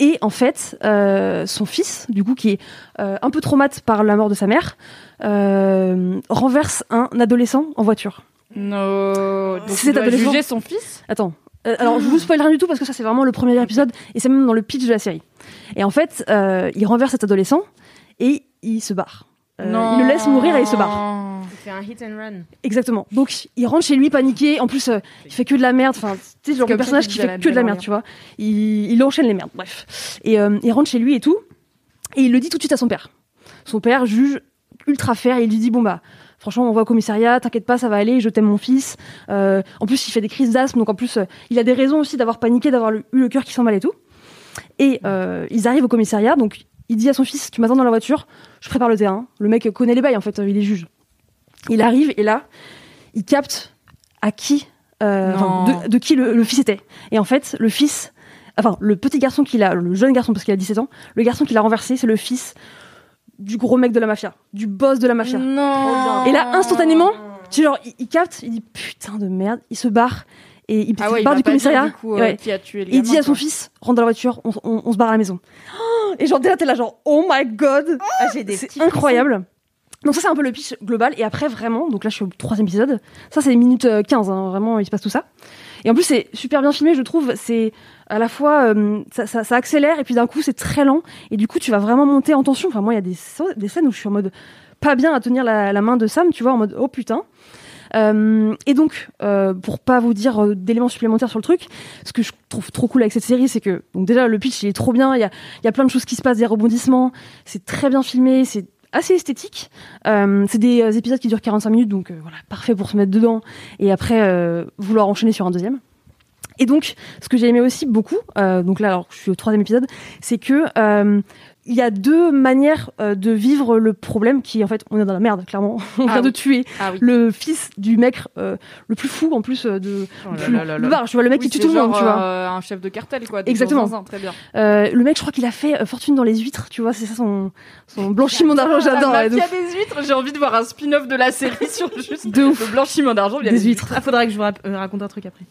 D: Et en fait, euh, son fils, du coup, qui est euh, un peu traumatisé par la mort de sa mère, euh, renverse un adolescent en voiture.
B: No. Donc,
D: C'est
B: il doit
D: adolescent.
B: juger son fils
D: Attends. Euh, alors, je vous spoil rien du tout parce que ça, c'est vraiment le premier épisode et c'est même dans le pitch de la série. Et en fait, euh, il renverse cet adolescent et il se barre. Euh, Il le laisse mourir et il se barre.
C: Tu fais un hit and run.
D: Exactement. Donc, il rentre chez lui paniqué. En plus, euh, il fait que de la merde. Enfin, tu sais, genre
B: comme
D: le personnage
B: ça
D: qui
B: qu'il
D: fait
B: disait
D: que de
B: la
D: la
B: hein.
D: merde, tu vois. Il, il enchaîne les merdes, bref. Et euh, il rentre chez lui et tout. Et il le dit tout de suite à son père. Son père juge ultra fer et il lui dit Bon, bah, franchement, on va au commissariat, t'inquiète pas, ça va aller, je t'aime mon fils. Euh, en plus, il fait des crises d'asthme, donc en plus, euh, il a des raisons aussi d'avoir paniqué, d'avoir le- eu le cœur qui s'emballe et tout. Et euh, ils arrivent au commissariat, donc il dit à son fils Tu m'attends dans la voiture, je prépare le terrain. Le mec connaît les bails, en fait, euh, il est juge. Il arrive et là, il capte à qui, euh,
B: Non.
D: enfin, de, de qui le, le fils était. Et en fait, le fils, enfin, le petit garçon qu'il a, le jeune garçon parce qu'il a 17 ans, le garçon qu'il a renversé, c'est le fils du gros mec de la mafia, du boss de la mafia.
E: Non.
D: Et là, instantanément,
B: Ah.
D: tu sais, genre, il, il capte, il dit putain de merde, il se barre et il,
B: Ah
D: il
B: ouais, il
D: part
B: va
D: du
B: pas dire,
D: commissariat.
B: du coup, euh,
D: Ouais.
B: qui a tué le gamin,
D: Il dit à son
B: quoi.
D: fils, rentre dans la voiture, on, on- on se barre à la maison. (gasps) Et genre, dès là, t'es là, genre, oh my god,
H: Ah, j'ai des
D: c'est
H: petits
D: incroyable. Donc ça, c'est un peu le pitch global. Et après, vraiment, donc là, je suis au troisième épisode. Ça, c'est minute euh, 15, hein, vraiment, il se passe tout ça. Et en plus, c'est super bien filmé, je trouve. C'est à la fois, euh, ça, ça- ça accélère, et puis d'un coup, c'est très lent. Et du coup, tu vas vraiment monter en tension. Enfin, moi, il y a des, sc- des scènes où je suis en mode pas bien à tenir la, la main de Sam, tu vois, en mode oh putain. Euh, et donc, euh, pour pas vous dire euh, d'éléments supplémentaires sur le truc, ce que je trouve trop cool avec cette série, c'est que donc déjà le pitch il est trop bien, il y a, il y a plein de choses qui se passent, des rebondissements, c'est très bien filmé, c'est assez esthétique. Euh, c'est des euh, épisodes qui durent 45 minutes, donc euh, voilà, parfait pour se mettre dedans et après euh, vouloir enchaîner sur un deuxième. Et donc, ce que j'ai aimé aussi beaucoup, euh, donc là alors que je suis au troisième épisode, c'est que euh, il y a deux manières euh, de vivre le problème qui en fait on est dans la merde clairement, (laughs) on
B: Ah
D: vient de
B: oui.
D: tuer
B: Ah oui.
D: le fils du mec euh, le plus fou en plus euh, de
B: Oh là
D: plus-
B: là là là.
D: le barge, tu vois le mec
B: Oui,
D: qui tue
B: c'est
D: tout le monde
B: genre,
D: tu vois
B: euh, un chef de cartel, quoi. des
D: Exactement.
B: zinzins, très bien.
D: Euh, le mec je crois qu'il a fait euh, fortune dans les huîtres tu vois c'est ça son, son blanchiment d'argent j'adore
B: La
D: ouais, de
B: Ah, mafia
D: ouf.
B: des huîtres, j'ai envie de voir un spin-off de la série sur juste
D: De ouf.
B: le blanchiment d'argent via
D: Des
B: les huîtres.
C: Ah, faudra que je vous rap- euh, raconte un truc après.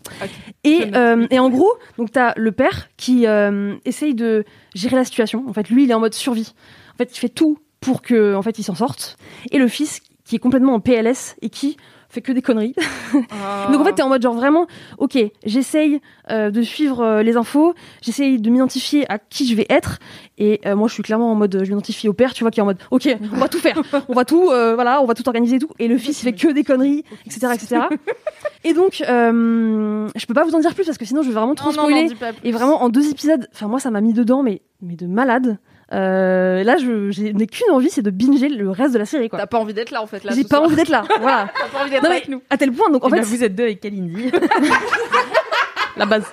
D: et, euh, et en gros donc t'as le père qui euh, essaye de gérer la situation en fait lui il est en mode survie en fait il fait tout pour que en fait il s'en sorte et le fils qui est complètement en PLS et qui fait que des conneries (laughs)
B: Ah.
D: Donc en fait, t'es en mode genre vraiment, ok, j'essaye euh, de suivre euh, les infos, j'essaye de m'identifier à qui je vais être, et euh, moi je suis clairement en mode, euh, je m'identifie au père, tu vois, qui est en mode, ok, on va tout
B: (laughs)
D: faire, on va tout, euh, voilà, on va tout organiser et tout, et le fils il fait que des conneries, etc., etc. Et donc, euh, je peux pas vous en dire plus parce que sinon je vais vraiment trop
B: Non, non,
D: spoiler.
B: non, dis pas plus.
D: Et vraiment, en deux épisodes, enfin moi, ça m'a mis dedans, mais, mais de malade. Euh, là, je j'ai- n'ai qu'une envie, c'est de binger le reste de la série, quoi.
B: T'as pas envie d'être là en fait. là,
D: J'ai
B: ce
D: pas
B: soir.
D: envie
C: (laughs)
D: d'être là, voilà.
B: T'as pas envie d'être
D: Non,
B: avec
D: mais
B: nous.
D: à tel point, donc en
C: En
D: fait,
C: ben, vous êtes deux avec Kalindi. La base.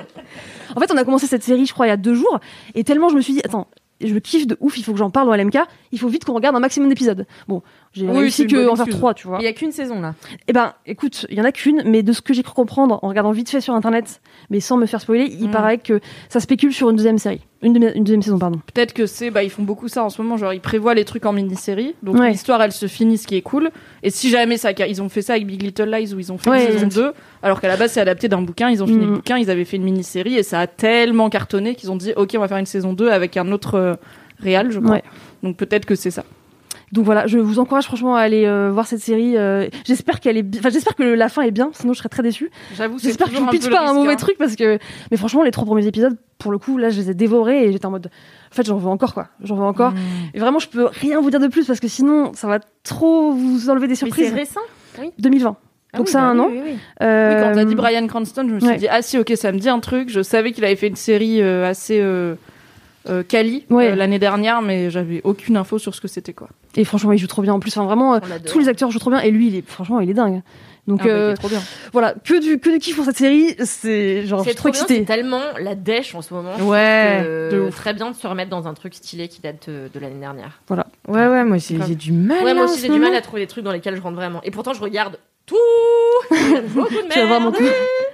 D: En fait, on a commencé cette série, je crois, il y a deux jours, et tellement je me suis dit, attends, je kiffe de ouf, il faut que j'en parle dans LMK, il faut vite qu'on regarde un maximum d'épisodes. Bon, j'ai
C: Oui, c'est
D: réussi
C: une
D: que
C: bonne
D: en faire
C: excuse.
D: trois, tu vois.
C: Il y a qu'une saison là.
D: Eh ben, écoute, il y en a qu'une, mais de ce que j'ai cru comprendre en regardant vite fait sur internet, mais sans me faire spoiler, il
C: Mm.
D: paraît que ça spécule sur une deuxième série, une, demi- une deuxième saison, pardon.
B: Peut-être que c'est, bah, ils font beaucoup ça en ce moment. Genre, ils prévoient les trucs en mini-série. Donc,
D: Ouais.
B: l'histoire, elle se finit, ce qui est cool. Et si jamais ça, ils ont fait ça avec Big Little Lies, où ils ont fait
D: Ouais,
B: une saison
D: ouais.
B: 2, alors qu'à la base, c'est adapté d'un bouquin. Ils ont fini
D: Mhm.
B: le bouquin, ils avaient fait une mini-série, et ça a tellement cartonné qu'ils ont dit, OK, on va faire une saison 2 avec un autre euh, réal, je crois.
D: Ouais.
B: Donc, peut-être que c'est ça.
D: Donc voilà, je vous encourage franchement à aller euh, voir cette série. euh, j'espère qu'elle est, bi- enfin j'espère que la fin est bien, sinon je serais très déçue.
B: J'avoue, c'est
D: J'espère que je
B: toujours
D: vous
B: un
D: pitch
B: peu le
D: pas un
B: risque,
D: mauvais
B: hein.
D: truc parce que. Mais franchement, les trois premiers épisodes, pour le coup, là, je les ai dévorés et j'étais en mode. En fait, j'en veux encore quoi. J'en veux encore.
B: Hmm.
D: Et vraiment, je peux rien vous dire de plus parce que sinon, ça va trop vous enlever des surprises.
C: récent.
D: 2020.
E: Ah
D: Donc ça,
E: bah
D: un an.
B: Ah bah Oui,
D: Euh,
B: quand t'as dit Brian Cranston, je me suis
D: ouais.
B: dit, ah si, ok, ça me dit un truc. Je savais qu'il avait fait une série euh, assez euh, euh, quali
D: Ouais.
B: euh, l'année dernière, mais j'avais aucune info sur ce que c'était quoi.
D: Et franchement, il joue trop bien. En plus, enfin, vraiment, euh, tous les acteurs jouent trop bien. Et lui, il est franchement, il est dingue. Donc
B: Ah, bah, il est
D: euh,
B: trop bien.
D: voilà, que du que du kiff pour cette série. C'est genre, je
E: C'est
D: suis trop
E: trop bien, c'est
D: excitée.
E: tellement la dèche en ce moment.
C: Ouais.
E: Euh,
B: de ouf.
E: très bien de se remettre dans un truc stylé qui date euh, de l'année dernière.
C: Ouais, ouais, moi j'ai j'ai du mal.
E: ouais,
C: Ah là,
E: moi
C: en
E: aussi
C: ce
E: j'ai du
C: moment.
E: mal à trouver des trucs dans lesquels je rentre vraiment. Et pourtant je regarde tout. (laughs) Beaucoup de
D: Tu vas voir mon
E: merde.
D: coup.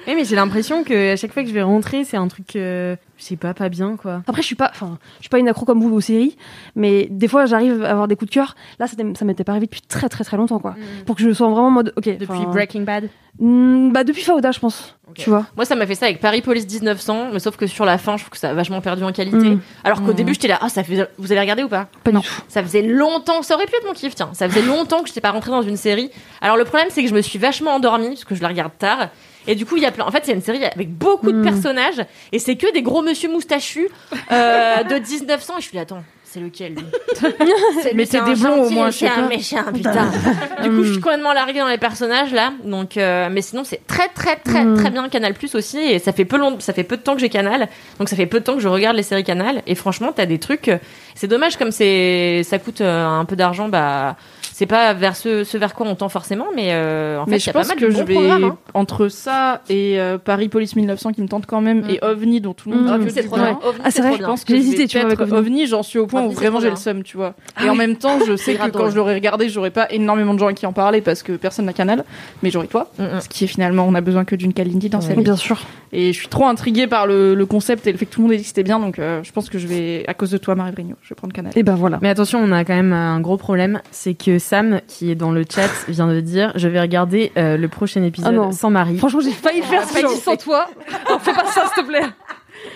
C: Oui, mais j'ai l'impression que à chaque fois que je vais rentrer, c'est un truc, euh, je sais pas, pas bien quoi.
D: Après, je suis pas, enfin, je suis pas une accro comme vous aux séries, mais des fois, j'arrive à avoir des coups de cœur. Là, ça, ça m'était pas arrivé depuis très très très longtemps, quoi. Pour que je sois vraiment en mode, ok.
C: Depuis
D: enfin,
C: Breaking Bad.
D: Hmm, bah depuis Faouda, je pense.
E: Ok.
D: Tu vois.
E: Moi ça m'a fait ça avec Paris Police 1900, mais sauf que sur la fin je trouve que ça a vachement perdu en qualité.
D: Mm.
E: Alors qu'au
B: Mm.
E: début j'étais là, ah ça fait, vous avez regardé ou pas
D: Pas
B: Non.
D: du tout.
E: Ça faisait longtemps, ça aurait pu être mon kiff, tiens. Ça faisait longtemps que j'étais pas rentrée dans une série. Alors le problème, c'est que je me suis vachement endormie parce que je la regarde tard. Et du coup, il y a plein. En fait, c'est une série avec beaucoup de
D: Hmm.
E: personnages et c'est que des gros monsieur moustachus euh, de 1900. Et je suis là, attends, c'est lequel
B: (laughs)
E: lui C'est-
B: Mais
E: c'est
B: t'es
E: un
B: des blonds, au
E: gentil,
B: moins, je sais
E: C'est
B: pas.
E: un
B: Hmm.
E: méchant, putain. du coup, je suis complètement larguée dans les personnages là. Donc, euh, mais sinon, c'est très, très, très,
D: Hmm.
E: très bien Canal Plus aussi. Et ça fait peu long, ça fait peu de temps que j'ai Canal. Donc, ça fait peu de temps que je regarde les séries Canal. Et franchement, t'as des trucs. C'est dommage comme c'est ça coûte euh, un peu euh, d'argent bah C'est pas vers ce, ce vers quoi on tend forcément, mais euh, en fait,
B: mais
E: il y
B: je
E: a pas
B: pense
E: mal
B: que
E: de
B: je
E: bons
B: vais
E: programmes, hein.
B: entre ça et euh, Paris Police 1900 qui me tente quand même
E: Mm.
B: et OVNI dont tout le monde
D: Mm.
B: dit
D: Ah,
B: que
D: mais
E: c'est
B: je
E: trop
B: dis
E: bien.
B: non.
E: OVNI,
D: Ah,
E: c'est
D: c'est vrai,
E: trop
B: Je
E: bien.
B: pense que
D: J'ai
B: je
D: hésité,
B: vais
D: tu vois,
B: peut-être
D: avec
B: OVNI. j'en suis au point
E: OVNI,
B: où
E: c'est
B: vraiment
E: trop
B: j'ai le
E: bien.
B: seum, tu vois.
D: Ah
B: et en
D: oui.
B: même temps, je sais
E: (laughs) C'est
B: que
E: grave
B: quand je l'aurais regardé, j'aurais pas énormément de gens à qui en parlaient parce que personne n'a canal, mais j'aurais toi.
E: Mm, mm.
B: Ce qui est finalement, on a besoin que d'une Kalindi dans sa vie.
D: Bien sûr.
B: Et je suis trop intriguée par le, le concept et le fait que tout le monde ait dit que c'était bien, donc euh, je pense que je vais, à cause de toi, Marie Brigno, je vais prendre canal.
D: Et ben voilà.
C: Mais attention, on a quand même euh, un gros problème, c'est que Sam, qui est dans le chat, vient de dire je vais regarder euh, le prochain épisode
D: Ah non.
C: sans Marie.
D: Franchement, j'ai failli
E: Ah,
D: faire ce
E: pas
D: que
E: dit.
D: sans toi. Non, fais pas ça, s'il te plaît.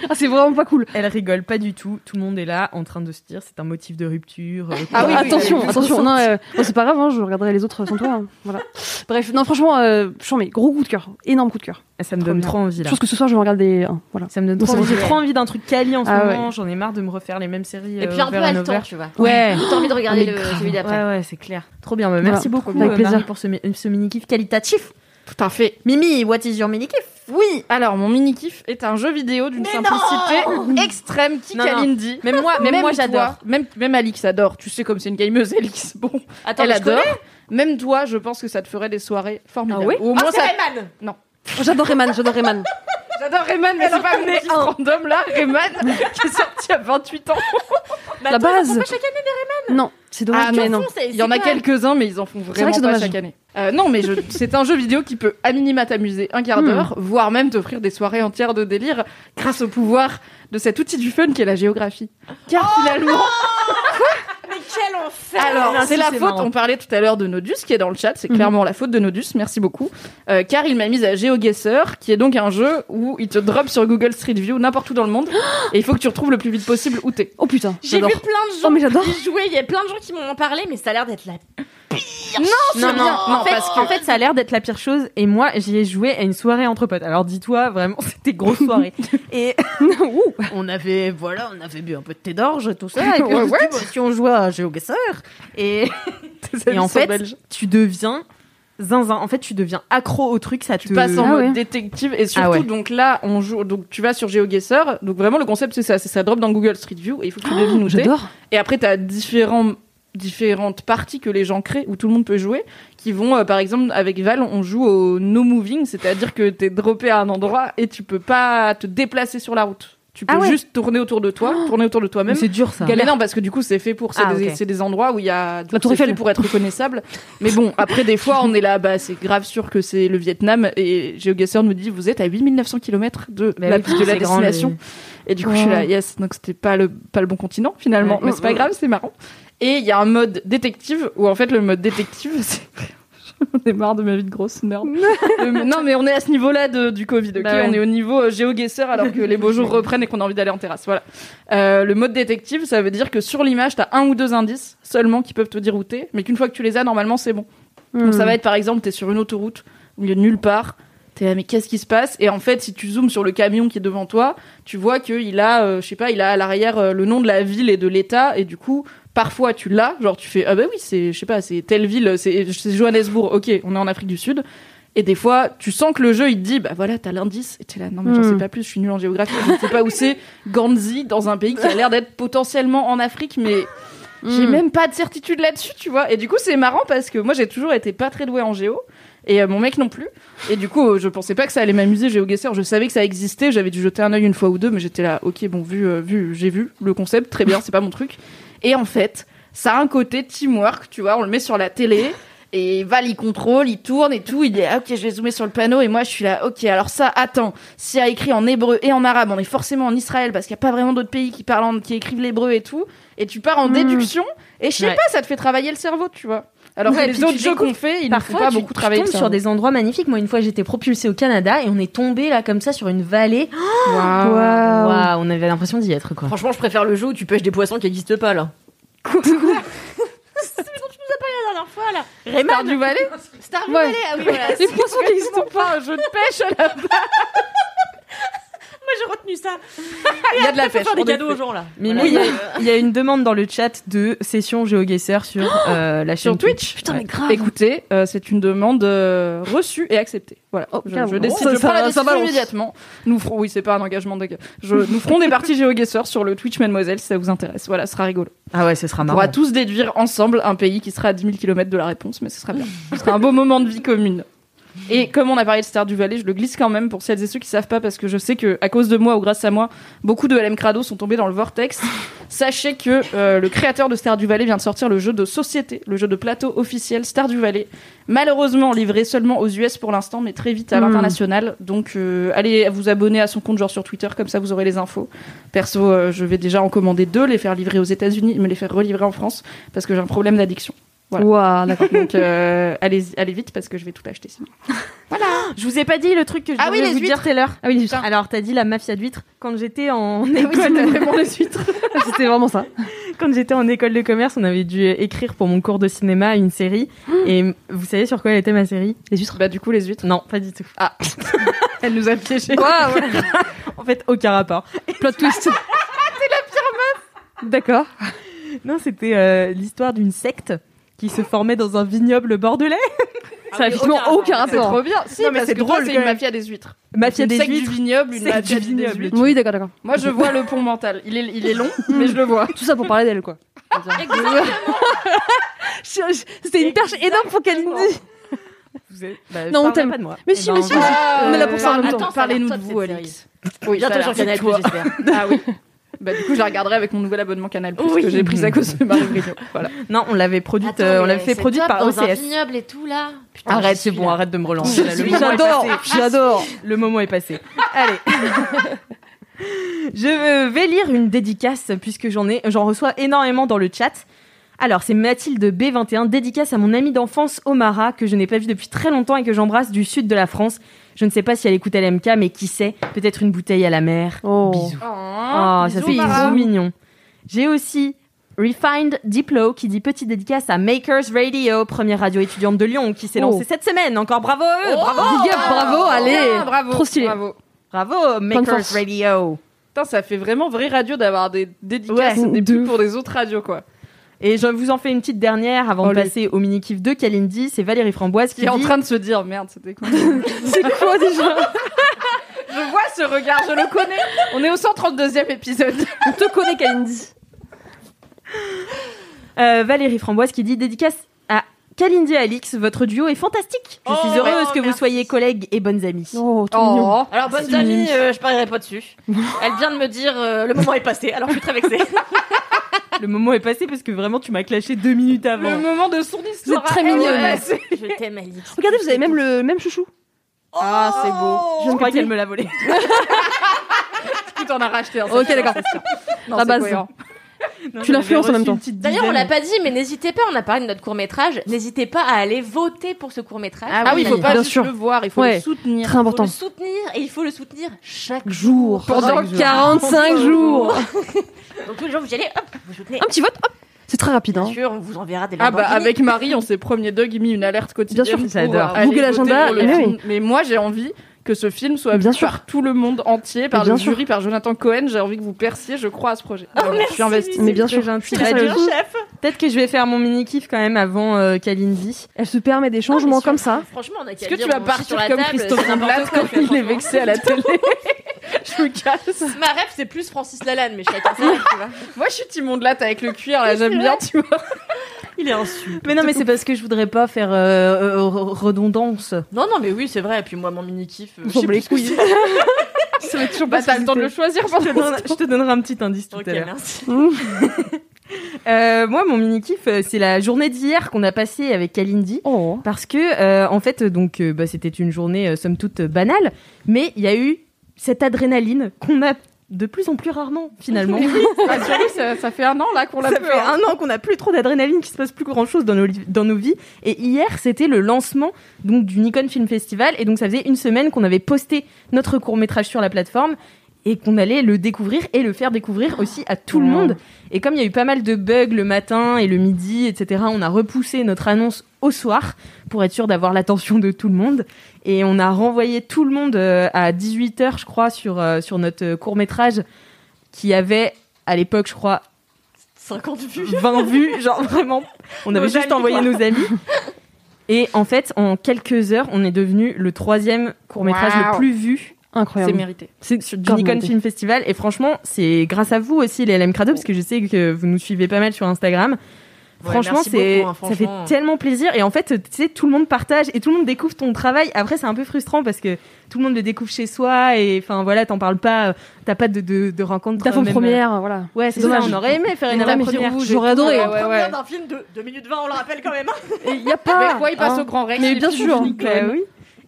D: Ah, c'est vraiment pas cool.
C: Elle rigole pas du tout. Tout le monde est là en train de se dire c'est un motif de rupture. euh,
D: Ah
C: quoi.
D: oui, attention, attention. Non, euh, bon, c'est pas grave, hein, je regarderai les autres sans toi. hein. Voilà. Bref, non, franchement, euh, chant, mais gros coup de cœur, énorme coup de cœur.
C: Ça me donne
D: bien.
C: trop envie
D: Je
C: là.
D: pense que ce soir, je vais en regarder un. Voilà.
C: Ça me donne
D: Non,
C: trop
D: ça
C: envie.
D: me
C: J'ai trop envie d'un truc quali en ce
D: Ah ouais.
C: moment. J'en ai marre de me refaire les mêmes séries.
E: Et
C: euh,
E: puis un peu
C: over and over.
E: haletant, tu vois.
C: Ouais.
E: T'as envie de regarder
C: Mais
E: le,
C: grave.
E: celui d'après.
C: Ouais, ouais, c'est clair. Trop bien. bah, Merci beaucoup,
D: bien. Avec
C: euh,
D: plaisir.
C: Marie, pour ce, mi- ce mini-kiff qualitatif.
B: Tout à fait.
C: Mimi, what is your mini-kiff
B: Oui. Alors, mon mini kiff est un jeu vidéo d'une simplicité extrême qui
C: Non, non.
B: Kalindi.
C: Même moi, même, moi
B: toi,
C: j'adore.
B: Même, même Alix adore. Tu sais comme c'est une gameuse, Alix. (laughs) Bon,
E: Attends,
B: Mm. elle
E: mais je
B: adore. Même toi, je pense que ça te ferait des soirées formidables.
D: Ah oui
B: Ou au
E: connais-
B: moins
E: Ah, c'est
B: ça.
E: Rayman
D: J'adore Rayman, j'adore Rayman.
B: J'adore Rayman, mais c'est pas mon kiff random là. Rayman, qui est sorti à 28 ans.
E: Bah,
D: La base. Non, c'est dommage.
B: Ah,
D: mais
B: non.
D: non.
B: Il y en a quelques-uns, mais ils en font
D: C'est vrai
B: vraiment
D: que c'est
B: pas
D: dommage.
B: chaque année. Euh, non, mais je- c'est un jeu vidéo qui peut à minima t'amuser un quart
D: Hmm.
B: d'heure, voire même t'offrir des soirées entières de délire grâce au pouvoir de cet outil du fun qui est la géographie. Car finalement,
E: Quel enfer
B: Alors,
C: Ah, Merci,
B: c'est la
C: c'est
B: faute,
C: marrant. Mhm.
B: on parlait tout à l'heure de Nodus qui est dans le chat, c'est clairement la faute de Nodus, merci beaucoup. Euh, car il m'a mise à GeoGuessr, qui est donc un jeu où il te drop sur Google Street View n'importe où dans le monde et il faut que tu retrouves le plus vite possible où t'es.
D: Oh putain,
E: J'ai vu plein
D: j'adore.
E: de gens
D: Oh, mais j'adore.
E: y jouer, il y a plein de gens qui m'ont en parlé, mais ça a l'air d'être la
C: Non, non, en, fait,
E: parce que-
C: en fait, ça a l'air d'être la pire chose. Et moi, j'y ai joué à une soirée entre potes. Alors, dis-toi, vraiment, (laughs) c'était grosse soirée. et
D: Ouh.
C: on avait, voilà, on avait bu un peu de thé d'orge, tout ça. Et puis, on
B: Ouais,
C: se dit, bon, si on jouait à GeoGuessr. Et, et en fait, tu deviens zinzin. En fait, tu deviens accro au truc. Ça
B: tu
C: te...
B: passes en
D: Ah
B: mode
D: ouais.
B: détective et surtout
C: Ah ouais.
B: donc là on joue donc tu vas sur GeoGuessr, donc vraiment le concept c'est ça, c'est ça drop dans Google Street View et il faut que tu devines où
C: (gasps)
B: t'es.
D: J'adore.
B: Et après, tu as différents, différentes parties que les gens créent où tout le monde peut jouer. Qui vont, euh, par exemple, avec Val, on joue au no moving, c'est-à-dire que t'es droppé à un endroit et tu peux pas te déplacer sur la route. Tu peux
C: Ah ouais. Oh,
B: juste tourner autour de toi, tourner autour de
C: Mais
B: toi-même.
C: C'est dur, ça.
B: Mais non, parce que du coup, c'est fait pour. C'est
C: Ah,
B: des,
C: ok.
B: c'est des endroits où il y a.
D: La Tour
B: c'est fait
D: Eiffel.
B: pour être reconnaissable. (laughs) Mais bon, après, des fois, on est là, bah, c'est grave sûr que c'est le Vietnam. Et GeoGuessr nous dit, vous êtes à 8900 km de
C: Mais
B: la,
C: Bah oui,
B: de la
C: c'est grand, le- Oh.
B: destination. Et du coup, je suis là, yes, donc c'était pas le, pas le bon continent finalement.
C: Ouais. Mm,
B: Mais c'est pas grave, c'est marrant. Et il y a un mode détective où en fait, le mode détective, (laughs) c'est. (laughs) On est marre de ma vie de grosse nerd. (laughs) Euh, non, mais on est à ce niveau-là de- du Covid, ok
C: Bah ouais.
B: On est au niveau euh, GeoGuessr alors que les beaux (laughs) jours reprennent et qu'on a envie d'aller en terrasse. Voilà. Euh, le mode détective, ça veut dire que sur l'image, t'as un ou deux indices seulement qui peuvent te dire où t'es, mais qu'une fois que tu les as, normalement, c'est bon. Donc
D: Hmm.
B: ça va être par exemple, t'es sur une autoroute, au milieu de nulle part, t'es là, mais qu'est-ce qui se passe Et en fait, si tu zoomes sur le camion qui est devant toi, tu vois qu'il a, euh, je sais pas, il a à l'arrière euh, le nom de la ville et de l'État, et du coup, parfois tu l'as, genre tu fais, ah bah oui, c'est, je sais pas, c'est telle ville, c'est c'est Johannesburg, ok, on est en Afrique du Sud. Et des fois, tu sens que le jeu, il te dit, bah voilà, t'as l'indice, et t'es là, non mais j'en
D: Mm.
B: sais pas plus, je suis nul en géographie, je ne sais pas où c'est, Ganzi, dans un pays qui a l'air d'être potentiellement en Afrique, mais j'ai
D: Mm.
B: même pas de certitude là-dessus, tu vois. Et du coup, c'est marrant parce que moi, j'ai toujours été pas très douée en géo. Et euh, mon mec non plus. Et du coup, euh, je pensais pas que ça allait m'amuser, GeoGuessr. Je savais que ça existait. J'avais dû jeter un œil une fois ou deux, mais j'étais là, ok, bon, vu, euh, vu, j'ai vu le concept, très bien, c'est pas mon truc. Et en fait, ça a un côté teamwork, tu vois. On le met sur la télé. Et Val, il contrôle, il tourne et tout. Il dit, ah, ok, je vais zoomer sur le panneau. Et moi, je suis là, ok, alors ça, attends. S'il y a écrit en hébreu et en arabe, on est forcément en Israël parce qu'il n'y a pas vraiment d'autres pays qui parlent, en- qui écrivent l'hébreu et tout. Et tu pars en
D: Mm.
B: déduction. Et je sais
C: Hmm. Ouais.
B: pas, ça te fait travailler le cerveau, tu vois. Alors
C: Ouais,
B: que
C: puis
B: les autres
C: tu
B: jeux
C: découvres-
B: qu'on fait, ils ne font
C: Parfois,
B: pas
C: tu,
B: beaucoup
C: tu
B: travailler
C: tombes
B: le
C: sur des endroits magnifiques. Moi, une fois, j'étais propulsée au Canada et on est tombé là comme ça sur une vallée.
B: cerveau. Waouh.
D: Waouh.
C: Waouh, on avait l'impression d'y être quoi.
E: Franchement, je préfère le jeu où tu pêches des poissons qui n'existent pas là. (laughs) C'est dont tu nous as parlé la dernière fois là.
B: Star (laughs) du Valais
E: Star
D: Ouais.
E: Valley, ah oui voilà.
B: (laughs) Les poissons qui n'existent pas, un jeu de pêche à la
E: Moi j'ai retenu retenu ça.
B: Il y a de la
E: Faut
B: pêche.
E: faire des
B: on est
E: cadeaux aux
B: fait.
E: gens là.
C: Mais
E: Voilà.
C: oui, il y a- il y, a une demande dans le chat de session GeoGuessr (gasps) sur euh, la chaîne
B: Sur Twitch.
D: Putain, mais grave.
B: Écoutez, euh, c'est une demande euh, reçue et acceptée. Voilà. je,
D: Oh, carrément.
B: je décide,
D: Ça-
B: je
D: ça-
B: prends la
D: ça
B: décision
D: balance.
B: immédiatement. Nous ferons, oui, c'est pas un engagement de. Je, nous ferons des parties GeoGuessr sur le Twitch Mademoiselle si ça vous intéresse. Voilà, ce sera rigolo.
C: Ah ouais, ce sera
B: On
C: marrant.
B: pourra tous déduire ensemble un pays qui sera à 10 000 km de la réponse, mais ce sera bien. ce sera un beau moment de vie commune. Et comme on a parlé de Star du Valais, je le glisse quand même pour celles et ceux qui savent pas, parce que je sais que à cause de moi ou grâce à moi, beaucoup de LM Crado sont tombés dans le vortex. Sachez que euh, le créateur de Star du Valais vient de sortir le jeu de société, le jeu de plateau officiel Star du Valais. Malheureusement livré seulement aux US pour l'instant, mais très vite à
D: Mm.
B: l'international. Donc euh, allez vous abonner à son compte genre sur Twitter, comme ça vous aurez les infos. Perso, euh, je vais déjà en commander deux, les faire livrer aux États-Unis, me les faire relivrer en France, parce que j'ai un problème d'addiction. Voilà.
D: Ouah, d'accord.
B: Donc euh, (laughs) allez, allez vite parce que je vais tout acheter sinon.
C: Je vous ai pas dit le truc que je
E: Ah oui,
C: voulais
E: les
C: vous dire tout à l'heure. Ah oui, Ah
B: Putain.
C: Alors, t'as dit la mafia d'huîtres. Quand j'étais en
B: École,
C: école,
B: vraiment les huîtres.
D: (laughs) C'était vraiment ça.
C: (laughs) quand j'étais en école de commerce, on avait dû écrire pour mon cours de cinéma une série. (gasps) Et vous savez sur quoi elle était ma série
B: Les huîtres Bah du coup les huîtres.
C: Non, pas du tout.
B: Elle nous a piégés.
C: En fait, aucun rapport.
D: (laughs) Plot twist. (laughs) T'es la pire meuf. D'accord.
C: Non, c'était euh, l'histoire d'une secte qui se formait dans un vignoble bordelais.
D: Ça
E: Ah oui,
D: a effectivement
E: aucun
D: aucun
B: C'est
D: rapport.
B: trop bien. Si,
C: Non,
B: mais
C: mais
B: c'est
C: c'est drôle,
B: drôle. C'est
C: quand
B: une
C: même.
B: mafia des huîtres.
C: Mafia
B: Une
C: des
B: secte
C: huîtres.
B: du vignoble, une
C: secte
B: mafia
C: du
B: des
C: vignoble.
B: huîtres.
D: Oui, d'accord, d'accord.
B: Moi je vois le pont mental. Il est, il est long, mais je le vois.
D: Mm. Tout ça pour parler d'elle, quoi. Je- je- (laughs) C'était une perche énorme pour qu'elle nous dise.
C: Vous êtes- bah,
D: Non, on
C: parlez
D: t'aime.
C: pas de moi.
D: Mais
C: Eh
D: si,
C: ben,
D: mais si,
C: on-
D: mais si.
B: On
D: Ah, est là pour ça en même temps.
B: Parlez-nous de vous, Alix. Oui, ça a
E: Bientôt
B: l'air
E: sur Canal+,
B: de toi.
E: j'espère.
B: Ah oui. Bah du coup, je la regarderai avec mon nouvel abonnement Canal Plus que j'ai pris à cause de Marie Brignon. Voilà.
C: Non, on l'avait produite,
E: Attends,
C: euh, on
E: mais
C: l'avait fait
E: c'est
C: produire
E: top,
C: par
E: dans un
C: OCS.
E: vignoble et tout là. Putain,
C: Arrête,
E: j'y suis
C: c'est bon,
E: là.
C: arrête de me relancer. Ah, là, le moment est
D: J'adore,
C: passé.
D: j'adore.
C: (laughs) Le moment est passé. Allez. Je vais lire une dédicace puisque j'en ai, j'en reçois énormément dans le chat. Alors, c'est Mathilde B21, dédicace à mon amie d'enfance Omara, que je n'ai pas vue depuis très longtemps et que j'embrasse du sud de la France. Je ne sais pas si elle écoute LMK, mais qui sait, peut-être une bouteille à la mer.
D: Oh.
C: Bisous.
B: Ah,
C: Ah, ça c'est trop mignon. J'ai aussi Refined Diplo qui dit petite dédicace à Makers Radio, première radio étudiante de Lyon qui s'est
D: Oh.
C: lancée cette semaine. Encore bravo à eux, bravo,
D: Big up, bravo, allez.
B: Oh, bravo,
D: Trop stylé.
B: Bravo.
C: bravo
D: de
C: Makers
D: force.
C: Radio.
B: Putain, ça fait vraiment vraie radio d'avoir des dédicaces,
D: Ouais,
B: des
D: de
B: pubs
D: ouf.
B: pour des autres radios, quoi.
C: Et je vous en fais une petite dernière avant de
D: Allez.
C: passer au mini kiff de Kalindi. C'est Valérie Framboise qui,
B: Qui est en
C: dit-
B: train de se dire, merde, c'était
D: (laughs)
B: quoi
D: C'est quoi déjà
B: Je vois ce regard, je le connais. On est au 132e épisode.
D: On te connaît, Kalindi.
C: Euh, Valérie Framboise qui dit dédicace à Kalindi et Alix. Votre duo est fantastique. Je
E: Oh,
C: suis heureuse
E: ouais,
C: que vous
E: merci.
C: soyez collègues et bonnes amies.
D: Oh, trop mignon.
B: Oh.
E: Alors, bonne amie, euh, je parierai pas dessus. Elle vient de me dire euh, le moment est passé, alors je suis très vexée.
C: Le moment est passé parce que vraiment tu m'as clashé deux minutes avant.
B: Le moment de son histoire.
D: Vous êtes très
B: à elle,
D: mignonne.
B: ouais, c'est-
E: je t'aime, Alix.
D: Regardez, vous avez même le même chouchou.
E: Oh
C: Ah, c'est beau. Je
D: Je
C: crois
D: me
C: qu'elle me l'a volé.
B: Du coup, t'en as racheté un. ça,
D: Ok,
B: c'est
D: d'accord.
B: Non,
D: La
B: c'est
D: base.
B: cohérent.
C: Non,
D: Tu l'influences
C: j'avais
D: en même
C: reçu
D: temps.
C: une petite
E: D'ailleurs, on
C: dizaine.
E: l'a pas dit, mais n'hésitez pas, on a parlé de notre court-métrage, n'hésitez pas à aller voter pour ce court-métrage.
B: Ah oui, il faut
D: oui,
B: pas
D: bien
B: juste
D: sûr.
B: le voir, il faut
D: Ouais.
B: le soutenir.
E: Il
D: Très
E: faut
D: important.
E: le soutenir, et il faut le soutenir chaque
D: Jour.
B: Pendant
D: 45 jours.
E: jour. Donc tous les jours, vous y allez, hop, vous soutenez.
D: Un petit vote, hop. C'est très rapide,
E: Bien
D: hein.
E: sûr, on vous enverra des
B: Ah bah
E: Lamborghini.
B: avec Marie, on s'est premier dog mis une alerte quotidienne.
D: Bien sûr,
B: pour,
C: j'adore.
B: euh, aller
D: Google
B: voter
D: Agenda,
B: pour le
D: mais
B: film.
D: eh oui.
B: Mais moi j'ai envie que ce film soit
D: Bien
B: vu
D: sûr.
B: par tout le monde entier, par
D: Mais bien
B: le
D: sûr. Oh,
B: jury, par Jonathan Cohen. J'ai envie que vous perciez, je crois, à ce projet. Voilà, je suis investie.
D: Mais bien
C: C'est
D: sûr.
C: gentil.
D: Je suis très
C: Très
D: jalouse.
C: Peut-être que je vais faire mon mini kiff quand même avant euh, Kalindi.
D: Elle se permet
E: Non,
D: des
E: mais
D: changements
E: sur-
D: comme ça.
E: Franchement, on a qu'à
B: Est-ce que
E: dire,
B: tu vas
E: on
B: partir
E: sur la
B: comme
E: table,
B: Christophe
E: c'est n'importe
B: (laughs) Lamblat
E: quoi,
B: quand il est
E: franchement.
B: vexé à la
E: (laughs)
B: télé Je me casse.
E: Ma rêve, c'est plus Francis Lalanne, mais (laughs) chacun sa rêve, tu vois.
B: Moi je suis Timon de latte avec le cuir, là j'aime bien, tu vois.
E: Il est insu.
C: Mais non, mais c'est parce que je voudrais pas faire euh, euh, re- redondance.
E: Non, non, mais oui, c'est vrai. Et puis moi, mon mini-kiff. euh, je sais
D: semble
E: plus ce que
D: couilles.
E: c'est.
B: (laughs) Ça va toujours pas. Bah, T'as le temps de le choisir
C: Je
B: (laughs)
C: te, donne- je te donnerai un petit indice tout
E: Ok,
C: à
E: (laughs)
C: l'heure.
E: merci.
C: Euh, moi, mon mini kiff, euh, c'est la journée d'hier qu'on a passée avec Kalindi.
D: Oh.
C: Parce que, euh, en fait, donc, euh, bah, c'était une journée euh, somme toute euh, banale, mais il y a eu cette adrénaline qu'on a de plus en plus rarement, (laughs) finalement.
B: Ah, surtout, ça, ça fait un an là qu'on l'a
C: Ça
B: fait. hein.
C: fait un an qu'on n'a plus trop d'adrénaline, qu'il se passe plus grand chose dans nos, li- dans nos vies. Et hier, c'était le lancement donc du Nikon Film Festival. Et donc, ça faisait une semaine qu'on avait posté notre court métrage sur la plateforme. et qu'on allait le découvrir et le faire découvrir aussi à tout le monde. Et comme il y a eu pas mal de bugs le matin et le midi, etc., on a repoussé notre annonce au soir pour être sûr d'avoir l'attention de tout le monde. Et on a renvoyé tout le monde euh, à 18h, je crois, sur, euh, sur notre court-métrage qui avait, à l'époque, je crois,
E: 50 vues.
C: 20 vues, genre vraiment. On avait
E: Nos
C: juste
E: amis,
C: envoyé
E: quoi.
C: nos amis. Et en fait, en quelques heures, on est devenu le troisième court-métrage le
E: Waouh.
C: plus vu
B: C'est
D: Incroyable.
B: mérité.
C: c'est sur du
D: Grave
C: Nikon
D: monté.
C: Film Festival. Et franchement, c'est grâce à vous aussi, les LM Crado, parce que je sais que vous nous suivez pas mal sur Instagram.
E: Ouais,
C: franchement,
E: merci
C: c'est
E: beaucoup, hein,
C: ça fait
E: franchement.
C: tellement plaisir. Et en fait, tu sais, tout le monde partage et tout le monde découvre ton travail. Après, c'est un peu frustrant parce que tout le monde le découvre chez soi. Et enfin, voilà, t'en parles pas. euh, T'as pas de, de, de rencontre.
D: Ta
C: euh, même,
D: première, voilà.
C: euh, Ouais, c'est
D: Dommage.
C: ça. On aurait aimé faire une
D: Une
C: avant
D: dame
C: première.
D: rouge. J'aurais adoré.
E: La
B: ouais,
E: première
B: ouais.
E: d'un film de 2 minutes 20, on le rappelle quand même. hein.
D: Il y
B: Mais
D: a pas.
B: quoi, il passe
D: hein.
B: au grand Rex.
D: Mais
B: il
D: bien
B: est
D: sûr.
B: fini.
C: Bah oui.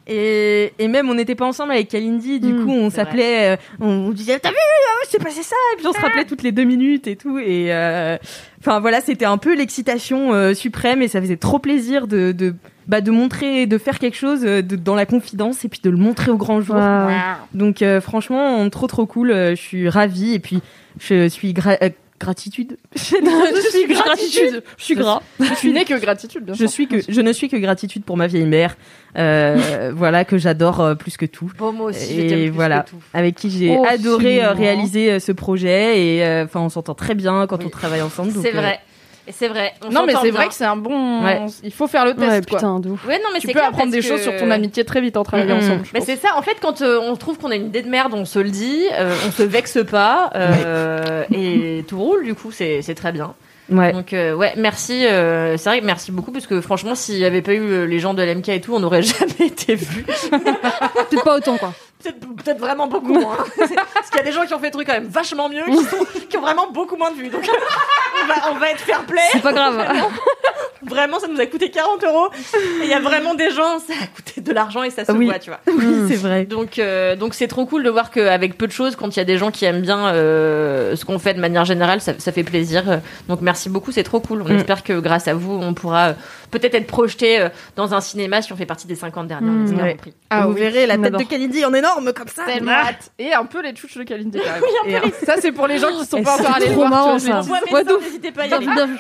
C: Et, et même on n'était pas ensemble avec Kalindi, du
D: Mm.
C: coup on
E: C'est vrai.
C: s'appelait, euh, on disait t'as vu, ah, c'est passé ça, et puis on se rappelait toutes les deux minutes et tout. Et euh, enfin voilà, c'était un peu l'excitation euh, suprême et ça faisait trop plaisir de, de bah de montrer, de faire quelque chose euh, de- dans la confidence et puis de le montrer au grand jour.
D: Waouh.
B: Ah. (laughs)
C: Donc euh, franchement, trop trop cool. euh, je suis ravie et puis je suis gra- euh, gratitude.
B: Je suis
C: gratitude. Je suis gras.
B: Je suis née que gratitude, bien
C: Je
B: sûr.
C: suis que je ne suis que gratitude pour ma vieille mère, euh, (laughs) voilà que j'adore euh, plus que tout.
E: Bon, moi aussi,
C: Et
E: je t'aime plus
C: voilà.
E: que tout.
C: avec qui j'ai
B: Oh,
C: adoré euh,
B: absolument.
C: réaliser euh, ce projet et euh, enfin on s'entend très bien quand
E: Oui.
C: on travaille ensemble. donc,
E: C'est
C: euh,
E: vrai. Et c'est vrai. On
B: Non, mais
E: s'entend
B: c'est
E: bien.
B: vrai que c'est un bon.
C: Ouais.
B: Il faut faire le test,
D: Ouais,
B: quoi.
D: putain, de ouf.
E: Ouais, non, mais
B: tu
E: c'est
B: peux
E: clair
B: apprendre
E: parce
B: des
E: que-
B: choses sur ton amitié très vite en travaillant
C: Mhm.
B: ensemble. je
E: Mais
B: pense.
E: c'est ça, en fait, quand euh, on trouve qu'on a une idée de merde, on se le dit, euh, on se vexe pas, euh, et tout roule, du coup, c'est c'est très bien.
C: Ouais.
E: Donc, euh, ouais, merci, euh, c'est vrai, que merci beaucoup, parce que franchement, s'il y avait pas eu euh, les gens de l'MK et tout, on n'aurait (laughs) jamais été vus.
D: Peut-être pas autant, quoi.
E: Peut-être peut-être vraiment beaucoup moins. hein. (laughs) parce qu'il y a des gens qui ont fait des trucs quand même vachement mieux, qui, sont- qui ont vraiment beaucoup moins de vues. Donc, (laughs) on va, on va être fair play.
C: C'est pas grave.
E: Vraiment, ça nous a coûté 40 euros. Et il y a vraiment des gens, ça a coûté de l'argent et ça se
C: Oui.
E: voit, tu vois.
C: (laughs) oui, c'est vrai.
E: Donc, euh, donc c'est trop cool de voir qu'avec peu de choses, quand il y a des gens qui aiment bien euh, ce qu'on fait de manière générale, ça, ça fait plaisir. Euh, Donc, merci beaucoup, c'est trop cool. On
C: Mm.
E: espère que grâce à vous, on pourra euh, peut-être être projeté euh, dans un cinéma si on fait partie des 50 dernières.
D: Mm,
E: on espère,
C: ouais.
E: on prie.
B: Ah
C: Vous
B: oui.
C: verrez la
D: on
C: tête de
D: adore.
C: Kennedy en énorme comme ça.
B: Tellement
C: Ah.
B: hâte. Et un peu les tchouches de Kalindi, quand même.
C: Et euh, un-
B: Ça, c'est pour les gens qui sont pas
D: c'est
B: encore allés le
D: trop hein.
B: voir.
D: marrant,
B: tu vois,
D: ça.
B: mais-
E: Ouais, mais
D: Ouais,
E: ça,
D: d'ouf.
E: n'hésitez pas à y
D: Bien
E: aller.
D: vu, bien vu.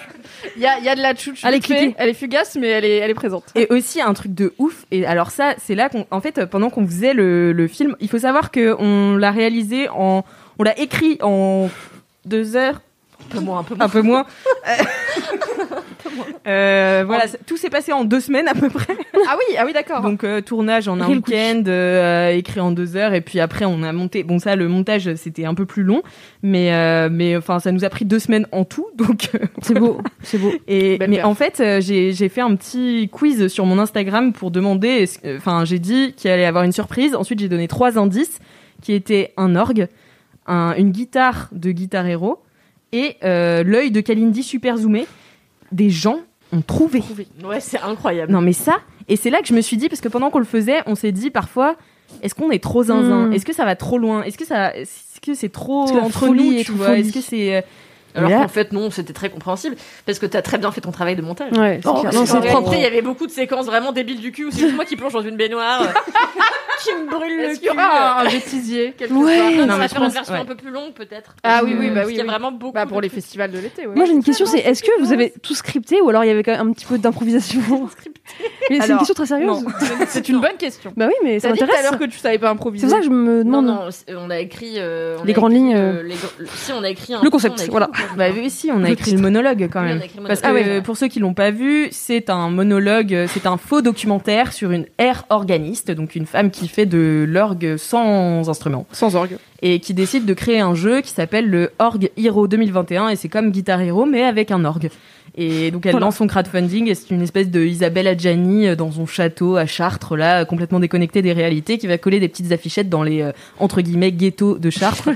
B: Il y a, il y a de la tchouche.
D: Allez,
B: vite fait.
D: cliquez.
B: Elle est fugace, mais elle est, elle est présente.
C: Et aussi un truc de ouf. Et alors ça, c'est là qu'on, en fait, euh, pendant qu'on faisait le, le film, il faut savoir que on l'a réalisé en, on l'a écrit en deux heures,
E: Un peu moins, un peu moins.
C: un peu moins. (laughs) Euh, voilà, c'est- tout s'est passé en deux semaines à peu près.
B: Ah oui, ah oui, d'accord.
C: Donc euh, tournage en un
D: Écrit le coup.
C: week-end, euh, écrit en deux heures, et puis après on a monté. Bon ça, le montage c'était un peu plus long, mais euh, mais enfin ça nous a pris deux semaines en tout. (laughs) Donc euh,
D: C'est beau, c'est beau.
C: et
B: Belle
C: mais
B: perf.
C: en fait euh, j'ai j'ai fait un petit quiz sur mon Instagram pour demander. est-ce que- Enfin j'ai dit qu'il allait y avoir une surprise. Ensuite j'ai donné trois indices qui étaient un orgue, un- une guitare de Guitar Hero et euh, l'œil de Kalindi super zoomé. Des gens ont trouvé.
E: Ouais, c'est incroyable.
C: Non mais ça, et c'est là que je me suis dit, parce que pendant qu'on le faisait, on s'est dit parfois, est-ce qu'on est trop zinzin
D: Mm.
C: Est-ce que ça va trop loin Est-ce que ça, est-ce que c'est trop
D: Est-ce que la
C: entre
D: folie
C: nous,
D: est
C: tu
D: une
C: vois
D: folie
C: Est-ce que c'est euh,
E: Alors
C: là-
E: qu'en fait, non, c'était très compréhensible parce que t'as très bien fait ton travail de montage.
D: Ouais, c'est
E: Non,
D: clair.
E: parce
D: Non,
E: qu'en
D: c'est
E: réalité,
D: propre.
E: Il y avait beaucoup de séquences vraiment débiles du cul où c'est juste moi qui plonge dans une baignoire, euh, qui me brûle le
B: Est-ce
E: cul.
B: qu'il y aura un bêtisier quelque
D: Ouais.
B: part
E: Non,
C: Non,
E: on
C: mais
E: va
C: je
E: faire une
C: pense-
E: version
C: ouais.
E: un peu plus longue peut-être.
B: Ah oui, oui, bah
E: Parce
B: oui,
E: qu'il y a
B: oui.
E: vraiment beaucoup.
B: Bah, pour
E: de
B: les festivals de l'été, ouais.
D: Moi j'ai une
E: c'est ça,
D: question, c'est est-ce que vous avez tout scripté ou alors il y avait quand même un petit peu (laughs) d'improvisation Mais c'est une
C: Alors,
D: question très sérieuse.
B: C'est une bonne question.
D: Bah oui, mais ça
B: T'as dit tout à
D: m'intéresse.
B: l'heure que tu savais pas
D: C'est
B: improviser.
D: pour ça que je me
E: Non,
D: demande.
E: non, c'est- euh, on a écrit. euh, on
D: Les
E: a
D: grandes
E: écrit,
D: lignes,
E: euh, les gr- Si, on a écrit un.
D: Le concept,
E: si, on a écrit
D: voilà.
E: le concept.
C: Bah oui, si, on a
D: Le
C: écrit le monologue quand
E: Oui, on
C: même.
E: a écrit le Ah
C: Parce que
E: monologue.
C: euh, pour ceux qui l'ont pas vu, c'est un monologue, euh, c'est un faux documentaire sur une air organiste, donc une femme qui fait de l'orgue sans instrument
B: Sans orgue.
C: et qui décide de créer un jeu qui s'appelle le Org Hero 2021 et c'est comme Guitar Hero mais avec un orgue. Et donc elle
D: Voilà.
C: lance son crowdfunding et c'est une espèce de Isabelle Adjani euh, dans son château à Chartres là, euh, complètement déconnectée des réalités, qui va coller des petites affichettes dans les euh, entre guillemets ghettos de
D: (laughs)
C: Chartres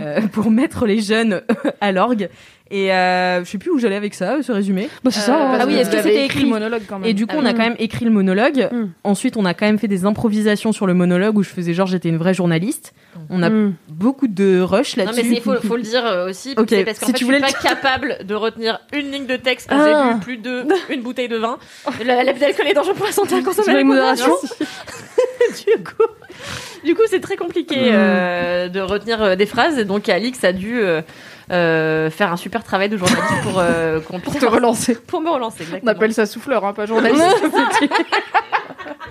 C: euh, pour mettre les jeunes euh, à l'orgue. Et euh, je sais plus où j'allais avec ça, euh, ce résumé.
D: Bah c'est ça.
E: Euh,
D: ouais.
E: ah oui, est-ce que
B: Vous avez
C: c'était écrit
B: le monologue quand même
C: Et du coup,
E: Ah
C: on a
D: oui.
C: quand même écrit le monologue.
D: Mm.
C: Ensuite, on a quand même fait des improvisations sur le monologue où je faisais genre j'étais une vraie journaliste. On a
D: Hmm.
C: beaucoup de rush
E: Non,
C: là-dessus.
E: mais il faut, faut le dire euh, aussi.
C: Ok,
E: c'est parce qu'en
C: si
E: fait, je suis
C: tu voulais
E: pas
C: le
E: capable de retenir une ligne de texte quand
D: Ah.
E: j'ai bu plus de une bouteille de vin. La, la, l'alcool est dangereux pour la santé à consommer
D: Sur la
E: avec
D: modération
E: modération. du coup, Du coup, c'est très compliqué euh, de retenir euh, des phrases. Et donc, Alix a dû euh, euh, faire un super travail de journaliste pour euh, qu'on puisse-
B: Pour te relancer.
E: pour me relancer.
B: On
E: Exactement.
B: appelle ça souffleur, hein, pas journaliste. (laughs)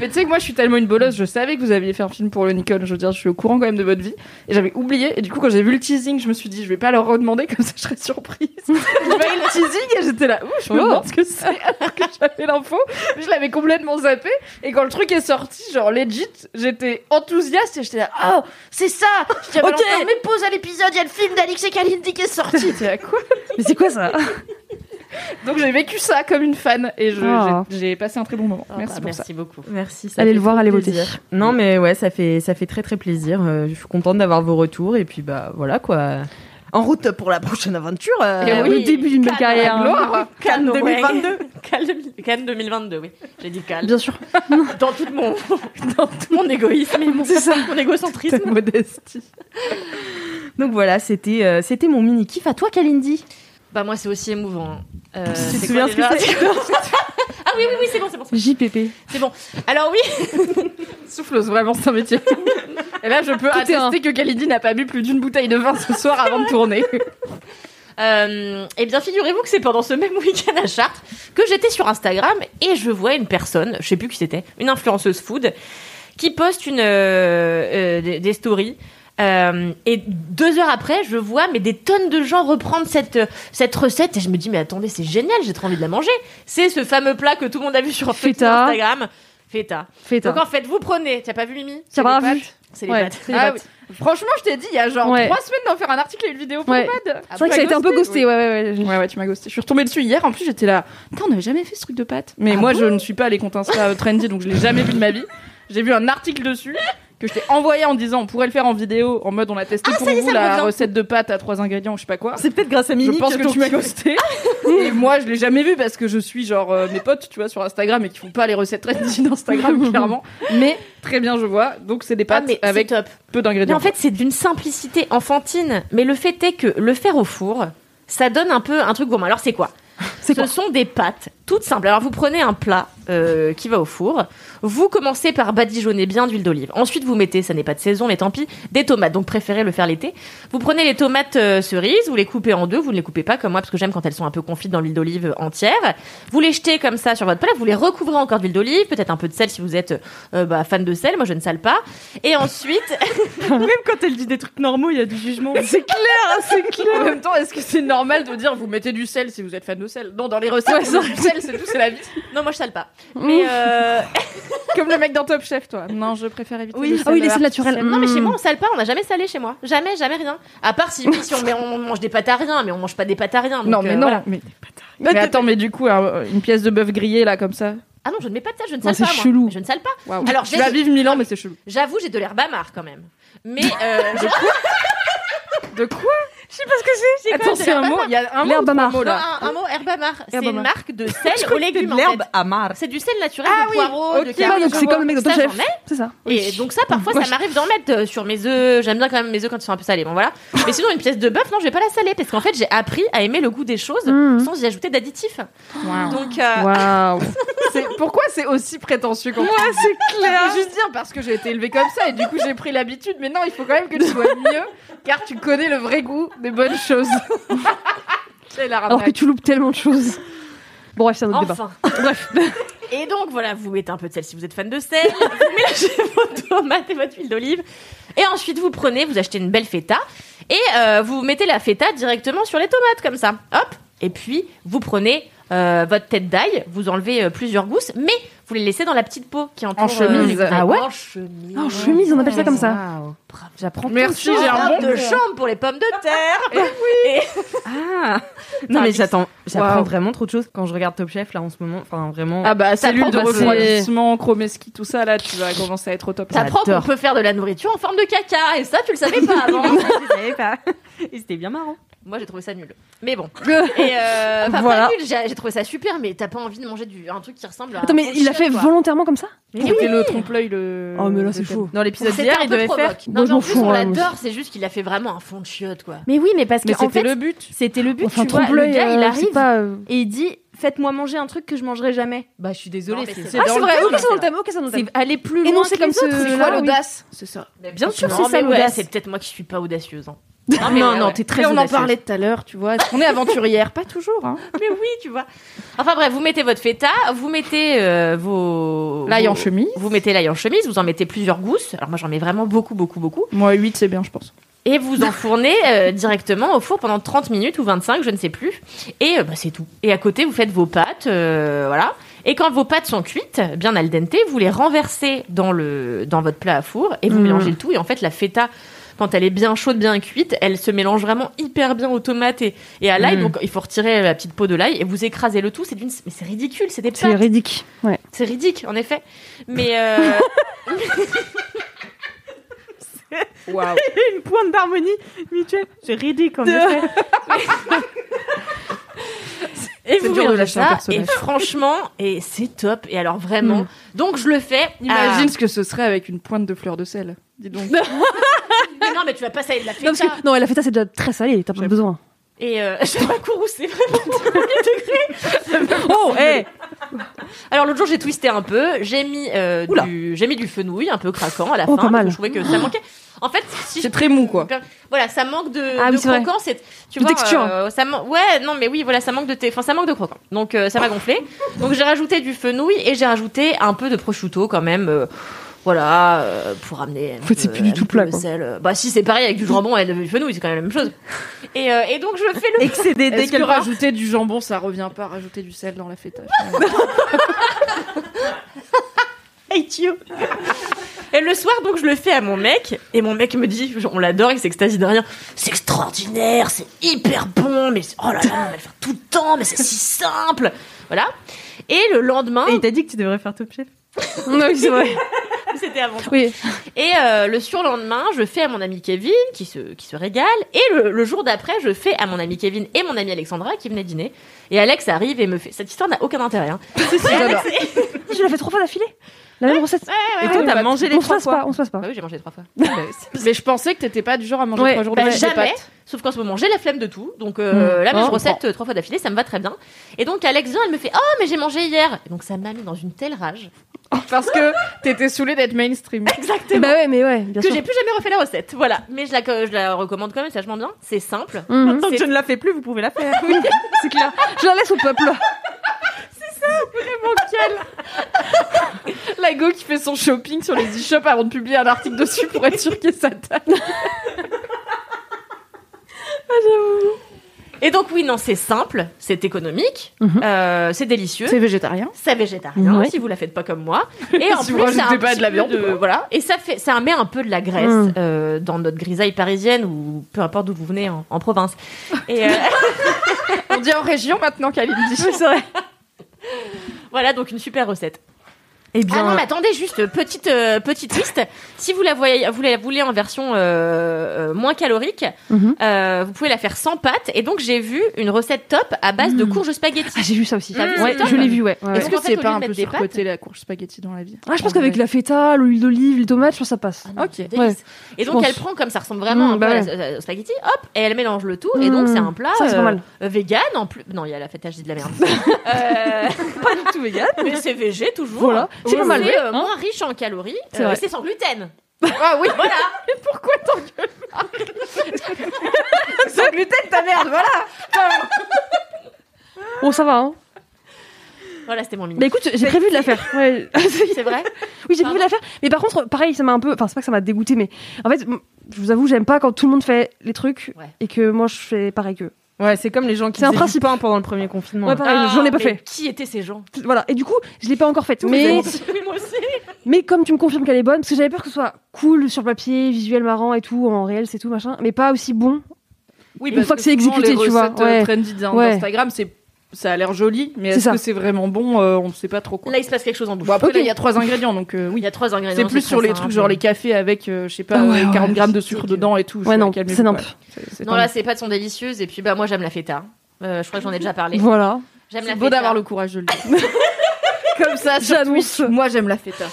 B: Mais tu sais que moi, je suis tellement une bolosse, je savais que vous aviez fait un film pour le Nikon. Je veux dire, je suis au courant quand même de votre vie. Et j'avais oublié. Et du coup, quand j'ai vu le teasing, je me suis dit, je vais pas leur redemander, comme ça, je serais surprise.
E: (laughs)
B: j'ai vu le teasing et j'étais là, ouh, je me
E: Oh.
B: demande ce que c'est, alors que j'avais l'info. Je l'avais complètement zappé. Et quand le truc est sorti, genre, legit, j'étais enthousiaste et j'étais là, oh, c'est ça! Je dis à
E: Ok.
B: Valentin, mais pose à l'épisode, il y a le film d'Alix et Kalindi qui est sorti. J'étais là, quoi
D: Mais c'est quoi ça
B: donc j'ai vécu ça comme une fan et je-
D: Ah.
B: j'ai j'ai passé un très bon moment.
E: Ah,
B: (laughs) merci
E: Oh. bah,
B: pour ça.
E: merci beaucoup.
C: Merci. ça
D: Allez
C: fait
D: le voir,
C: trop
D: allez voter.
C: plaisir. Non, mais ouais, ça fait, ça fait très très plaisir. Euh, je suis contente d'avoir vos retours. Et puis, bah voilà quoi. En route pour la prochaine aventure. euh,
B: Et
D: Euh,
B: oui,
D: le début d'une belle carrière.
B: Gloire.
E: Cannes
C: Cannes, ouais. (laughs)
E: (laughs) 2022. Cannes, Cannes 2022, oui. J'ai dit Cannes.
D: Bien sûr.
E: Dans tout
C: (laughs)
E: mon, dans tout mon égoïsme et mon, mon égocentrisme.
B: modestie.
C: Donc voilà, c'était euh, c'était mon mini kiff. À toi, Kalindi.
E: Bah moi c'est aussi émouvant. Euh,
C: tu te
E: c'est
C: souviens
E: quoi
C: ce que
E: déjà
C: c'est
E: (laughs) Ah oui oui oui c'est bon c'est bon c'est bon.
D: JPP.
E: c'est bon. Alors oui
B: Souffleuse, vraiment, c'est un (laughs) métier. Et là, je peux
D: est un.
B: attester que Kalidi n'a pas bu plus d'une bouteille de vin ce soir avant de tourner.
E: Euh, eh bien, figurez-vous que c'est pendant ce même week-end à Chartres que j'étais sur Instagram et je vois une personne, je sais plus qui c'était, une influenceuse food, qui poste une, euh, euh, des, des stories. Euh, et deux heures après, je vois mais des tonnes de gens reprendre cette cette recette et je me dis mais attendez c'est génial, j'ai trop envie de la manger. C'est ce fameux plat que tout le monde a vu sur
D: Feta.
E: Instagram, feta.
D: Fais
E: Donc en fait vous prenez, t'as pas vu Mimi
D: Ça
E: C'est
D: va
E: les pâtes.
D: vu.
E: C'est les
D: Ouais,
E: pâtes.
D: c'est les
B: Ah
D: pattes.
B: oui. (laughs) Franchement, je t'ai dit il y a genre
D: Ouais.
B: trois semaines d'en faire un article et une vidéo pour
D: Ouais.
B: le pad.
D: C'est vrai que ça a été un peu ghosté. Ouais, ouais, ouais.
B: Ah Ouais, ouais, tu m'as ghosté. Je suis retombée dessus hier. En plus, j'étais là. Putain, on n'avait jamais fait ce truc de pâte. Ah Mais moi, je ne suis pas les comptes Insta euh, trendy, donc je l'ai jamais vu de ma vie. J'ai vu un article dessus que je t'ai envoyé en disant on pourrait le faire en vidéo, en mode on a testé pour vous
E: me
B: la
E: revient.
B: recette de pâte à trois ingrédients, je sais pas quoi.
C: C'est peut-être grâce à
B: Je
C: Mimi
B: pense que,
C: ton
B: tu m'as (laughs)
C: kiff-
B: ghosté. et moi, je l'ai jamais vu parce que je suis genre euh, mes potes, tu vois, sur Instagram et qui font pas les recettes trendy d'Instagram, (laughs) clairement. Mais très bien, je vois. Donc, c'est des
E: Ah,
B: pâtes
E: mais c'est
B: avec
E: top.
B: peu
E: Mais
B: d'ingrédients.
E: en fait, c'est d'une simplicité enfantine. Mais le fait est que le faire au four, ça donne un peu un truc gourmand. Alors, c'est quoi
D: (laughs) C'est
E: Ce
D: quoi
E: sont des pâtes toutes simples. Alors, vous prenez un plat euh, qui va au four. Vous commencez par badigeonner bien d'huile d'olive. Ensuite, vous mettez, ça n'est pas de saison, mais tant pis, des tomates. Donc, préférez le faire l'été. Vous prenez les tomates euh, cerises, vous les coupez en deux. Vous ne les coupez pas comme moi, parce que j'aime quand elles sont un peu confites dans l'huile d'olive entière. Vous les jetez comme ça sur votre plat. Vous les recouvrez encore d'huile d'olive, peut-être un peu de sel si vous êtes euh, bah, fan de sel. Moi, je ne sale pas. Et ensuite,
C: Même quand elle dit des trucs normaux, il y a du jugement.
B: C'est clair, (laughs) c'est clair. En même temps, est-ce que c'est normal de dire vous mettez du sel si vous êtes fan de sel Non, dans les recettes, on met du sel, c'est tout, c'est la vie.
E: Non, moi je sale pas. Mais euh,
B: (laughs)
D: Ah,
B: Comme le mec dans Top Chef, toi. Non, je préfère éviter.
D: Oui, ah oui, les sels naturels.
E: non, mais chez
D: Mm.
E: moi on sale pas, on n'a jamais salé chez moi. Jamais, jamais rien. À part si, oui, si on, mais on mange des pâtes à rien, mais on mange pas des pâtes à rien. donc,
B: Non, mais
E: euh,
B: non.
E: voilà.
B: Mais, mais attends, mais du coup, un- une pièce de bœuf grillé là comme ça.
E: Ah non, je ne mets pas de sel, je ne
D: Non,
E: sale pas.
D: c'est
E: moi.
D: chelou.
E: Je ne sale pas.
B: Waouh.
E: Alors,
B: je
E: j'ai-
B: la vive mille ans, mais c'est chelou.
E: J'avoue, j'ai de l'herbe amare quand même. Mais euh, je-
B: De quoi
E: j'ai quand même
B: Attends,
E: de
B: c'est un
E: l'herbe
B: mot.
E: amare.
B: Il y a un mot.
D: L'herbe
B: ou trois
D: amare.
B: mots,
E: Non,
B: là.
E: un, un mot herbe amare. C'est
D: Herbe
E: une
D: amare.
E: marque
D: (laughs)
E: de sel aux légumes. en fait.
C: amare.
E: C'est du sel naturel
B: Ah
E: de
B: oui,
E: poireaux, de
B: ok.
E: carottes,
D: Ouais, donc c'est
E: j'en
D: comme le mec dans
E: vois.
D: Top
E: Ça, j'en
D: Chef.
E: mets.
D: C'est ça.
E: Et donc ça, parfois,
D: Moi,
E: ça m'arrive d'en mettre euh, sur mes œufs. J'aime bien quand même mes œufs quand ils sont un peu salés. Bon voilà. Mais sinon, une pièce de bœuf, non, je vais pas la saler parce qu'en fait, j'ai appris à aimer le goût des choses
D: Mhm.
E: sans y ajouter d'additifs.
B: Waouh.
E: Donc euh,
D: Waouh.
B: C'est- Pourquoi c'est aussi prétentieux quand
C: Ah, c'est
B: Je veux juste dire parce que j'ai été élevée comme ça et du coup j'ai pris l'habitude. Mais non, il faut quand même que tu sois mieux car tu connais le vrai goût des bonnes (laughs) choses. Quelle
D: Alors que
B: arnaque.
D: tu loupes tellement de choses. Bon, bref, c'est un autre débat.
E: euh,
D: (laughs)
E: Enfin. (laughs) Et donc voilà, vous mettez un peu de sel si vous êtes fan de sel, (laughs) vous mélangez vos tomates et votre huile d'olive. Et ensuite, vous prenez, vous achetez une belle feta et euh, vous mettez la feta directement sur les tomates comme ça. Hop. Et puis, vous prenez euh, votre tête d'ail, vous enlevez euh, plusieurs gousses, mais vous les laissez dans la petite peau qui entoure. euh,
B: En chemise.
E: les-
B: Ah
D: ouais
E: En chemise.
D: Ah, en chemise, on appelle ça comme ça.
E: Bravo.
C: J'apprends.
B: Merci,
E: J'ai un
B: bon
E: de chambre pour les pommes de terre.
C: Ah Non, mais j'attends. J'apprends
B: Waouh.
C: vraiment trop de choses quand je regarde Top Chef là en ce moment. Enfin, vraiment. (laughs)
B: Ah bah c'est l'huile de
C: bah, c'est-
B: refroidissement, chromeski, tout ça là, tu vas commencer à être au top.
E: T'apprends qu'on
C: J'adore.
E: peut faire de la nourriture en forme de caca et ça, tu le savais pas avant.
D: (laughs)
C: Et c'était bien marrant.
E: Moi, j'ai trouvé ça nul. Mais bon. Et euh, enfin, pas
C: Voilà.
E: nul, j'ai j'ai trouvé ça super, mais t'as pas envie de manger du, un truc qui ressemble à.
D: Attends, mais il l'a fait volontairement comme ça
B: C'était le trompe-l'œil le.
C: Oh,
B: le thème.
C: Dans l'épisode d'hier, il devait faire.
E: Non,
D: Moi,
E: mais
D: je m'en
E: en plus,
D: fous,
E: on
D: ouais, moi
E: l'adore, c'est juste qu'il a fait vraiment un fond de chiotte, quoi.
C: Mais oui, mais parce
B: Mais
C: que en
B: c'était
C: fait,
B: le but.
C: c'était le but.
D: Enfin,
C: tu vois, le
D: trompe-l'œil,
C: gars, il
D: euh, c'est
C: arrive
D: pas. euh,
C: et il dit faites-moi manger un truc que je mangerai jamais. Bah, je suis désolée.
E: Non, mais
C: c'est-
E: c'est
C: Ah,
D: Ah,
B: dans
D: c'est
B: le
D: vrai,
B: thème,
D: ok, c'est dans le thème, ok, c'est dans le thème.
C: c'est aller plus loin
D: Énoncer
C: que les
D: comme
C: autres.
D: ce-
B: C'est quoi
C: tu vois, oui.
B: l'audace C'est ça.
E: Mais bien sûr,
C: Non,
E: c'est ça
C: mais ouais,
E: l'audace.
C: c'est
E: C'est peut-être moi qui suis pas audacieuse. hein.
C: Non, non, t'es très
B: Et on en
C: audacieuse.
B: parlait tout à l'heure, tu vois. Est-ce qu'on est aventurière Pas toujours. Hein.
E: Mais oui, tu vois. Enfin bref, vous mettez votre feta, vous mettez euh, vos
B: L'ail en
E: vos-
B: chemise.
E: Vous mettez l'ail en chemise, vous en mettez plusieurs gousses. Alors moi j'en mets vraiment beaucoup, beaucoup, beaucoup.
B: Moi, 8, c'est bien, je pense.
E: Et vous enfournez euh, directement au four pendant 30 minutes ou 25, je ne sais plus. Et euh, bah, c'est tout. Et à côté, vous faites vos pâtes, euh, voilà. Et quand vos pâtes sont cuites, eh bien al dente, vous les renversez dans, le, dans votre plat à four et vous
C: Mm.
E: mélangez le tout. Et en fait, la feta, quand elle est bien chaude, bien cuite, elle se mélange vraiment hyper bien aux tomates et, et à l'ail.
C: Mm.
E: Donc, il faut retirer la petite peau de l'ail et vous écrasez le tout. C'est d'une... Mais c'est ridicule, c'est des
D: C'est
E: pâtes.
D: ridicule. Ouais.
E: C'est ridicule, en effet. Mais... euh,
B: Waouh.
C: une pointe d'harmonie mutuelle. C'est ridicule.
E: Et
B: C'est
E: vous
B: dur de
E: verrez
B: lâcher un
E: ça,
B: personnage.
E: et franchement, et c'est top. Et alors vraiment,
B: Mm.
E: donc je le fais.
B: (laughs)
E: Ah.
B: Imagine
E: à-
B: ce que ce serait avec une pointe de fleur de sel. Dis donc.
E: Mais non, mais tu vas pas saler de la feta.
D: Non, parce que, non, la feta, c'est déjà très salé, t'as pas besoin.
E: Et euh, (laughs) je vais pas courroucer vraiment.
D: Oh, hé
E: Alors l'autre jour, j'ai twisté un peu. J'ai mis euh,
D: Oula.
E: du, j'ai mis du fenouil un peu craquant à la
D: Oh,
E: fin.
D: pas mal.
E: parce que Je trouvais que ça manquait. En fait, si je-
B: C'est très mou, quoi.
E: Voilà, ça manque de,
D: Ah
E: de
D: oui, c'est vrai.
E: croquant. C'est, tu
D: De
E: vois,
D: texture.
E: euh, ça man- ouais, non, mais oui, voilà, ça manque de, thé- enfin, ça manque de croquant. Donc euh, ça m'a gonflé. Donc j'ai rajouté du fenouil et j'ai rajouté un peu de prosciutto quand même. euh, voilà, euh, pour amener. un
D: fait, c'est
E: peu-
D: plus du
E: un
D: tout
E: peu
D: plat,
E: de
D: quoi.
E: sel, euh. Bah si, c'est pareil avec du jambon et du fenouil, c'est quand même la même
D: (laughs)
E: chose. Et, euh, et donc je fais le.
H: Excédé dès
B: Est-ce que
H: qu'elle part.
B: rajouter du jambon, ça revient pas à rajouter du sel dans la feta
E: Et le soir, donc, je le fais à mon mec. Et mon mec me dit, genre, on l'adore, il s'extasie de rien. C'est extraordinaire, c'est hyper bon, mais oh là là, on va le faire tout le temps, mais c'est si simple. Voilà. Et le lendemain,
C: Et il t'a dit que tu devrais faire top chef.
D: Non, oui,
B: (laughs)
D: c'est vrai.
E: (laughs) c'était avant. ça.
D: Oui.
E: Et euh, le surlendemain, je fais à mon ami Kevin, qui se, qui se régale. Et le, le jour d'après, je fais à mon ami Kevin et mon ami Alexandra, qui venaient dîner. Et Alex arrive et me fait. Cette histoire n'a aucun intérêt. Hein. Et Alex-
D: Je l'ai fait trois fois d'affilée. La même recette.
C: Et toi, t'as mangé les
D: on se
C: trois
D: passe
C: fois.
D: pas, on se passe pas.
E: Ah oui, j'ai mangé trois fois.
B: Mais je pensais que t'étais pas du genre à manger
D: Ouais,
B: trois jours
E: bah,
B: de suite des
E: jamais.
B: pâtes.
E: Sauf qu'en ce moment, j'ai la flemme de tout. Donc, euh, la
B: Oh,
E: même
B: je
E: recette euh, trois fois d'affilée, ça me va très bien. Et donc, Alex vient, elle me fait Oh, mais j'ai mangé hier. Et donc, ça m'a mis dans une telle rage
B: Parce que t'étais saoulée d'être mainstream.
D: Bah ouais, mais ouais, bien
E: que
D: sûr.
E: j'ai plus jamais refait la recette. Voilà. Mais je la, que- je la recommande quand même, c'est vachement bien. C'est simple.
D: (laughs)
B: Hmm.
D: Mhm.
C: Tant que
E: C'est-
C: je ne la fais plus, vous pouvez la faire.
D: C'est clair. Je la laisse au peuple. Ah,
B: La go qui fait son shopping sur les e-shops avant de publier un article dessus pour être sûr qu'il y ait sa taille.
E: Et donc, oui, non, c'est simple, c'est économique,
B: Hmm.
D: Mhm.
E: euh, c'est délicieux.
B: végétarien.
E: C'est végétarien
D: Ouais.
E: si vous la faites pas comme moi.
B: (laughs)
E: Et en
B: Si
E: plus,
B: vous
E: ça,
B: rajoutez
E: un
B: pas
E: petit
B: de la
E: peu
B: viande, quoi. Hmm.
E: voilà. Et ça fait, ça met un peu de la graisse
D: Mm.
E: euh, dans notre grisaille parisienne ou peu importe d'où vous venez en, en province. Et euh,
B: (laughs) On dit en région maintenant, Kalindi. (laughs)
E: (laughs) voilà donc une super recette.
C: Eh
E: Ah non,
C: bien,
E: mais attendez, juste euh, petite euh, petite twist. Si vous la voyez, vous la voulez en version euh, euh, moins calorique,
D: Mhm.
E: euh, vous pouvez la faire sans pâte. Et donc j'ai vu une recette top à base de courges spaghetti.
D: Ah, j'ai vu ça aussi.
E: T'as vu
D: Ouais,
E: cette
D: je
E: tome
D: l'ai vu, ouais. ouais, ouais.
B: Est-ce
E: Donc,
B: que
E: en fait,
B: c'est
E: au lieu
B: pas un
E: de
B: peu
E: mettre des
B: surcoté la courge spaghetti dans la vie
D: Ah, je pense qu'avec la feta, l'huile d'olive, les tomates, je pense que ça passe.
E: Ah non,
D: Ok.
E: délice.
D: Ouais.
E: Et
D: je
E: donc elle
D: pense.
E: prend comme ça ressemble vraiment
D: Mm,
E: un
D: bah
E: peu à
D: ouais.
E: la- à la- au spaghetti. Hop, et elle mélange le tout. Et donc
D: Mm.
E: c'est un plat
D: Ça, c'est pas mal.
E: euh, vegan en plus. Non, il y a la fête, je dis de la
D: (laughs)
E: merde. Euh,
C: pas du tout vegan.
E: (laughs) mais c'est végé toujours.
D: Voilà. C'est
E: C'est
D: pas mal. Hein
E: euh, moins riche en calories.
D: C'est
E: euh,
D: vrai.
E: c'est sans gluten.
D: (laughs)
B: Ah oui,
E: Voilà.
H: Sans gluten, ta merde, voilà.
D: Bon, ça va, hein.
E: voilà, c'était mon mini.
D: Bah écoute, j'ai prévu de la faire. (laughs) Ouais.
E: C'est vrai.
D: Oui, j'ai prévu de la faire. Mais par contre, pareil, ça m'a un peu. Enfin, c'est pas que ça m'a dégoûté, mais en fait, m- je vous avoue, j'aime pas quand tout le monde fait les trucs
E: Ouais.
D: et que moi je fais pareil que.
C: Ouais, c'est comme les gens qui
D: C'est un
C: faisaient du
D: principe.
C: pain pendant le premier confinement.
D: Ouais, pareil,
B: euh,
D: j'en ai pas
E: Ah, mais
D: fait.
E: Qui étaient ces (laughs) gens
D: Voilà. Et du coup, je l'ai pas encore faite.
E: Oui,
D: Mais,
E: moi aussi.
D: mais comme tu me confirmes qu'elle est bonne, parce que j'avais peur que ce soit cool sur papier, visuel marrant et tout, en réel, c'est tout, machin, mais pas aussi bon.
B: Oui,
D: Une
B: parce
D: fois que c'est
B: souvent,
D: exécuté,
B: les
D: tu vois,
B: recettes, euh,
D: ouais.
B: trendy d'in-
D: Ouais.
B: d'Instagram, c'est ça a l'air joli, mais
D: C'est
B: est-ce
D: ça.
B: que c'est vraiment bon euh, On ne sait pas trop quoi.
E: Là, il se passe quelque chose en bouche.
B: Bon, après,
D: Ok.
B: là, il y a trois ingrédients, donc euh,
E: Il
B: oui.
E: y a trois ingrédients.
B: C'est plus
E: très
B: sur les
E: simple.
B: trucs genre les cafés avec, euh, je sais pas,
D: Ah ouais,
B: euh,
D: ouais,
B: 40 grammes
D: c'est
B: de sucre
E: que-
B: dedans et tout. je
D: Ouais,
B: sais
D: non,
B: pas, calmez-vous,
D: c'est nimp.
B: quoi. C'est- c'est
E: Non,
B: pas
E: là,
B: mal.
E: ces pâtes sont délicieuses. Et puis, bah, moi, j'aime la feta. Euh, je crois que j'en ai déjà parlé.
D: Voilà.
E: J'aime la
B: C'est beau
E: feta.
B: d'avoir le courage de le dire. (laughs) Comme ça, sur
D: J'annonce.
B: Twitch, Moi, j'aime la feta.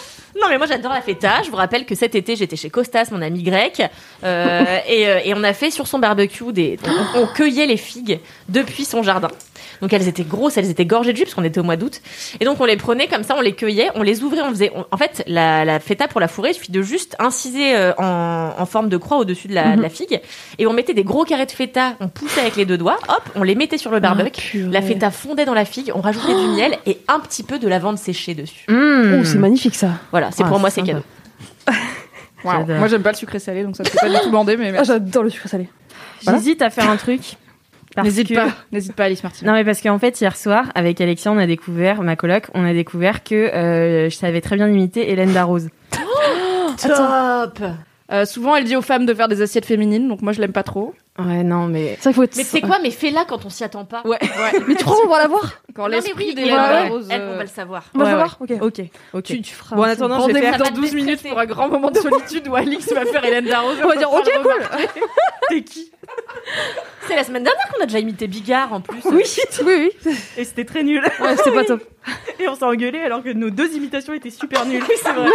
E: Non, mais moi, j'adore la feta. Je vous rappelle que cet été, j'étais chez Costas, mon ami grec. euh, et, euh, et on a fait sur son barbecue des. On, on cueillait les figues depuis son jardin. Donc elles étaient grosses, elles étaient gorgées de jus parce qu'on était au mois d'août. Et donc on les prenait comme ça, on les cueillait, on les ouvrait, on faisait. on- en fait, la, la feta pour la fourrer, il suffit de juste inciser euh, en, en forme de croix au-dessus de la,
C: Mhm.
E: de la figue. Et on mettait des gros carrés de feta, on poussait avec les deux doigts, hop, on les mettait sur le barbecue. la feta fondait dans la figue, on rajoutait du miel et un petit peu de lavande séchée dessus.
C: Mmh. Hmm.
D: Oh, c'est magnifique ça.
E: Voilà, c'est
C: Ah,
E: pour moi,
C: c'est
E: c'est cadeau.
C: sympa.
B: Waouh.
C: J'adore.
B: Moi, j'aime pas le sucré salé, donc ça me fait pas du tout bander, mais
D: Ah,
B: merci.
D: j'adore le sucre salé. Voilà.
C: J'hésite à faire un (laughs) truc. parce
B: N'hésite
C: que-
B: pas, n'hésite pas, Alice Martin.
C: Non mais parce qu'en fait hier soir avec Alexia on a découvert ma coloc on a découvert que euh, je savais très bien imiter Hélène (gasps) Darroze.
E: Top
B: Euh, souvent, elle dit aux femmes de faire des assiettes féminines, donc moi, je l'aime pas trop.
C: Ouais non mais
D: C'est vrai qu'il faut être.
E: Mais c'est quoi Mais fais-la quand on s'y attend pas. Ouais.
D: Mais tu crois, on va la voir
B: Quand
E: Non, mais
B: l'esprit
E: oui,
B: des
E: elle,
B: Laura
E: elle,
B: Rose,
E: elle,
B: euh,
E: on va le savoir.
D: On va
C: Ouais,
D: la
C: ouais.
D: voir Ok.
C: ok ok.
D: Tu, tu feras.
C: Bon en attendant je vais
B: Rendez-vous
C: faire
B: dans 12 minutes pour un grand moment de solitude où Alix va faire Hélène Darroze.
D: On va dire, ok, cool
C: t'es qui
E: C'est la semaine dernière qu'on a déjà imité Bigard en plus.
D: Oui, oui, oui.
C: Et c'était très nul
D: Ouais, c'était
C: (laughs)
D: pas top.
C: et on s'est engueulé alors que nos deux imitations étaient super nulles. c'est (laughs) vrai.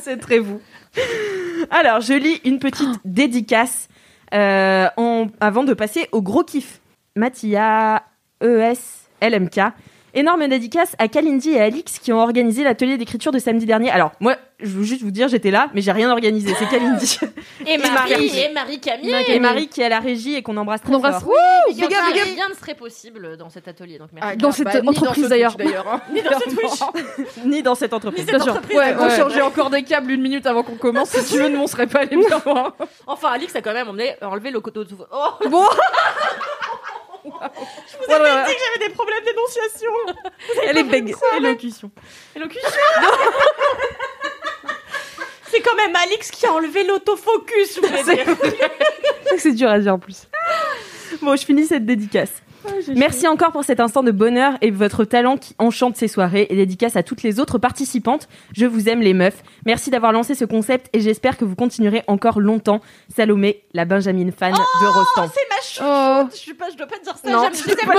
B: C'est très vous.
C: Alors, je lis une petite dédicace euh, en- avant de passer au gros kiff. E Mathia, ES, LMK. Énorme dédicace à Kalindi et Alix qui ont organisé l'atelier d'écriture de samedi dernier. Alors, moi, je veux juste vous dire, j'étais là, mais j'ai rien organisé. C'est Kalindi.
E: Et Marie,
C: Marie.
E: et Marie Camille.
C: et Marie qui est à la régie et qu'on embrasse très
D: On embrasse.
C: fort.
E: Il y en
D: big up,
E: a
D: big up.
E: rien ne serait possible dans cet atelier. Donc merci.
D: Dans cette entreprise, d'ailleurs.
B: Ni dans cette Twitch.
C: Ni dans cette entreprise.
E: cette
C: bien sûr.
E: entreprise,
B: Ouais, on
E: ouais.
B: changeait encore des câbles une minute avant qu'on commence. Si tu veux, nous on serait pas allés bien loin.
E: Enfin, Alix a quand même emmené- enlevé le coteau de souffle. Oh, (laughs)
B: Bon,
C: J'avais des problèmes (laughs) d'énonciation. Elle est bègue. Élocution.
E: élocution. C'est quand même Alix qui a enlevé l'autofocus, je voulais dire.
C: C'est vrai que C'est dur à dire en plus. Bon, je finis cette dédicace. Merci encore pour cet instant de bonheur et votre talent qui enchante ces soirées et dédicace à toutes les autres participantes. Je vous aime les meufs. Merci d'avoir lancé ce concept et j'espère que vous continuerez encore longtemps. Salomé, la Benjamin fan de Rostand.
E: C'est ma chou. Je, suis pas, je dois pas dire ça.
C: Non,
E: J'aime- je, les aime,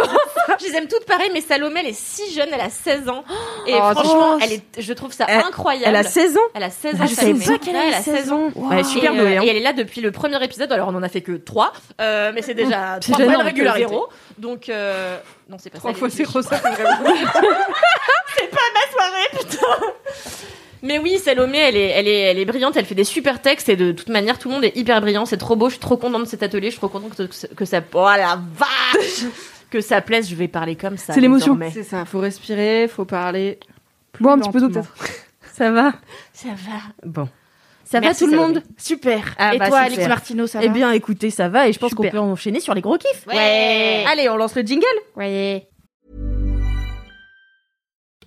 E: je les aime toutes pareilles, mais Salomé, elle est si jeune, elle a 16 ans. Et
B: Oh,
E: franchement,
C: c'est-
E: elle est, je trouve ça
C: Elle-
E: incroyable.
C: Elle a 16 ans
E: Elle a 16 ans.
C: Ah, je savais
E: Salomé.
C: pas
E: Ouais, elle a 16 ans.
C: Ouais,
E: Et,
C: super
E: euh,
C: douée. hein.
E: et elle est là depuis le premier épisode, alors on en a fait que 3, mais c'est déjà
C: C'est
E: 3 fois
C: déjà énorme,
E: régularité.
C: zéro.
E: Donc, euh, non, c'est pas
B: Trois
E: ça.
B: fois
E: les-
B: c'est
E: les-
B: Rosa.
E: (laughs) soirée, putain Mais oui, Salomé, elle est, elle, est, elle est brillante, elle fait des super textes, et de toute manière, tout le monde est hyper brillant, c'est trop beau, je suis trop contente de cet atelier, je suis trop contente que, ce- que ça... Oh la vache Que ça plaise, je vais parler comme ça.
D: C'est l'émotion.
E: désormais.
B: C'est ça, faut respirer, faut parler.
D: Bon, un petit peu d'eau
B: lentement.
D: peut-être.
C: Ça va
E: Ça va.
C: Bon. Ça
E: Merci,
C: va tout le
E: Salomé.
C: monde Super. Ah,
E: et
C: bah,
E: toi,
C: super.
E: Alex Martino, ça va
C: Eh bien, écoutez, ça va et je pense qu'on
E: Super.
C: peut enchaîner sur les gros kiffs.
E: Ouais.
C: Allez, on lance le jingle.
E: Ouais.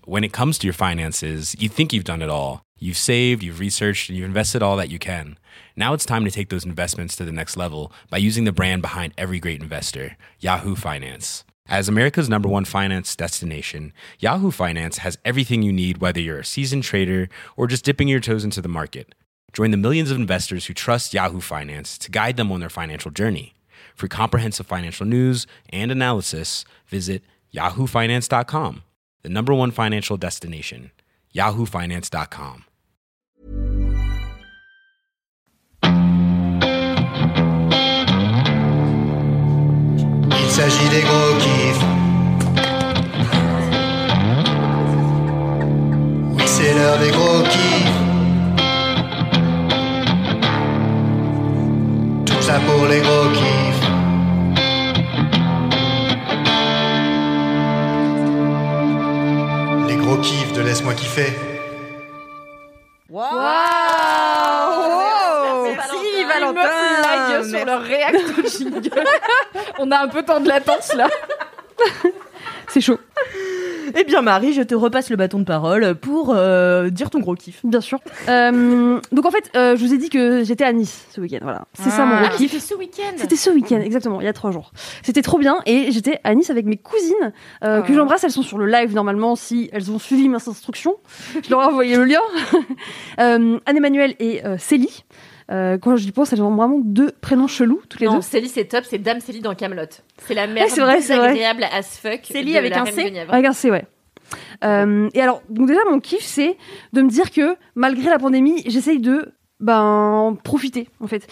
A: When it comes to your finances, you think you've done it all. You've saved, you've researched, and you've invested all that you can. Now it's time to take those investments to the next level by using the brand behind every great investor, Yahoo Finance. As America's number one finance destination, Yahoo Finance has everything you need, whether you're a seasoned trader or just dipping your toes into the market. Join the millions of investors who trust Yahoo Finance to guide them on their financial journey. For comprehensive financial news and analysis, visit yahoofinance.com, the number one financial destination, yahoofinance.com.
I: Il s'agit des gros kiffs. Oui, c'est l'heure des gros kiffs. Tout ça pour les gros kiffs. Les gros kiffs de Laisse-moi kiffer.
B: Les
C: Merci,
B: meufs like sur leur react au jingle. On a un peu temps de latence là.
D: C'est chaud.
C: Eh bien Marie, je te repasse le bâton de parole pour euh, dire ton gros kiff.
D: Bien sûr. Euh, donc en fait, euh, je vous ai dit que j'étais à Nice ce week-end. Voilà, c'est ça mon
B: Ah.
D: gros
E: Ah,
D: kiff.
E: c'était ce week-end
D: C'était ce week-end, exactement, il y a trois jours. C'était trop bien et j'étais à Nice avec mes cousines euh, que
B: Ah.
D: j'embrasse. Elles sont sur le live normalement si elles ont suivi mes instructions. Je leur ai envoyé le lien. (laughs) euh, Anne-Emmanuel et euh, Célie. Euh, quand je dis pense, elles ont vraiment deux prénoms chelous, toutes les
E: Non,
D: deux.
E: Célie, c'est top, c'est Dame Célie dans Camelot. C'est la mère
D: Ouais, c'est vrai, c'est vrai.
E: désagréable as fuck.
C: Célie
E: de
C: avec
E: la
C: un
E: Reine
C: C
E: de Nièvre.
D: Ah, Regarde, c'est ouais. Euh, et alors, donc déjà, mon kiff, c'est de me dire que malgré la pandémie, j'essaye de ben, profiter, en fait.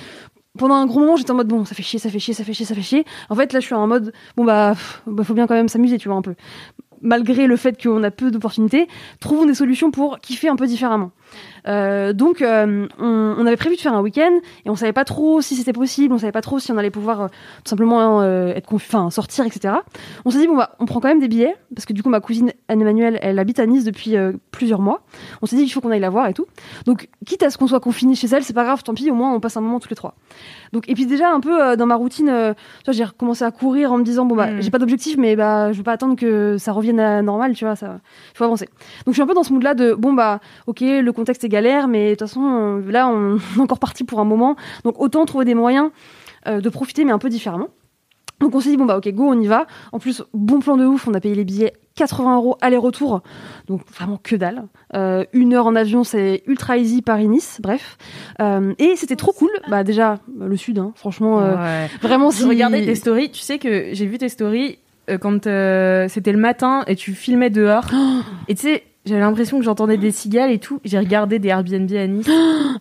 D: pendant un gros moment, j'étais en mode bon, ça fait chier, ça fait chier, ça fait chier, ça fait chier. En fait, là, je suis en mode bon bah, pff, bah, faut bien quand même s'amuser, tu vois un peu. Malgré le fait qu'on a peu d'opportunités, trouvons des solutions pour kiffer un peu différemment. Euh, donc, euh, on, on avait prévu de faire un week-end et on savait pas trop si c'était possible, on savait pas trop si on allait pouvoir euh, tout simplement euh, être confi- enfin, sortir, etc. On s'est dit bon bah, on prend quand même des billets parce que du coup ma cousine Anne Emmanuelle, elle habite à Nice depuis euh, plusieurs mois. On s'est dit il faut qu'on aille la voir et tout. Donc, quitte à ce qu'on soit confiné chez elle, c'est pas grave, tant pis, au moins on passe un moment tous les trois. Donc, et puis déjà un peu euh, dans ma routine, euh, tu vois, j'ai recommencé à courir en me disant bon bah
C: Mm.
D: j'ai pas d'objectif, mais bah je veux pas attendre que ça revienne à la normale, tu vois, ça il faut avancer. Donc je suis un peu dans ce mood là de bon bah ok le contexte est galère, mais de toute façon euh, là on (laughs) est encore parti pour un moment, donc autant trouver des moyens euh, de profiter mais un peu différemment. Donc on s'est dit bon bah ok go on y va. En plus bon plan de ouf, on a payé les billets 80 euros aller-retour, donc vraiment que dalle. Euh, une heure en avion, c'est ultra easy Paris-Nice, bref. Euh, et c'était trop cool. Bah déjà le sud, hein, franchement, euh, vraiment si
C: Je regardais tes stories, tu sais que j'ai vu tes stories euh, quand euh, c'était le matin et tu filmais dehors. et tu sais, j'avais l'impression que j'entendais des cigales et tout. J'ai regardé des Airbnb à Nice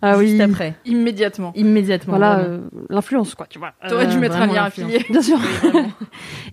D: ah oui,
C: juste après,
B: Immédiatement.
C: immédiatement.
D: voilà
C: vraiment.
D: euh, l'influence quoi, tu vois.
B: T'aurais dû
C: Euh,
B: mettre un
C: vraiment
B: lien
C: influent.
B: affilié.
D: Bien sûr. (laughs)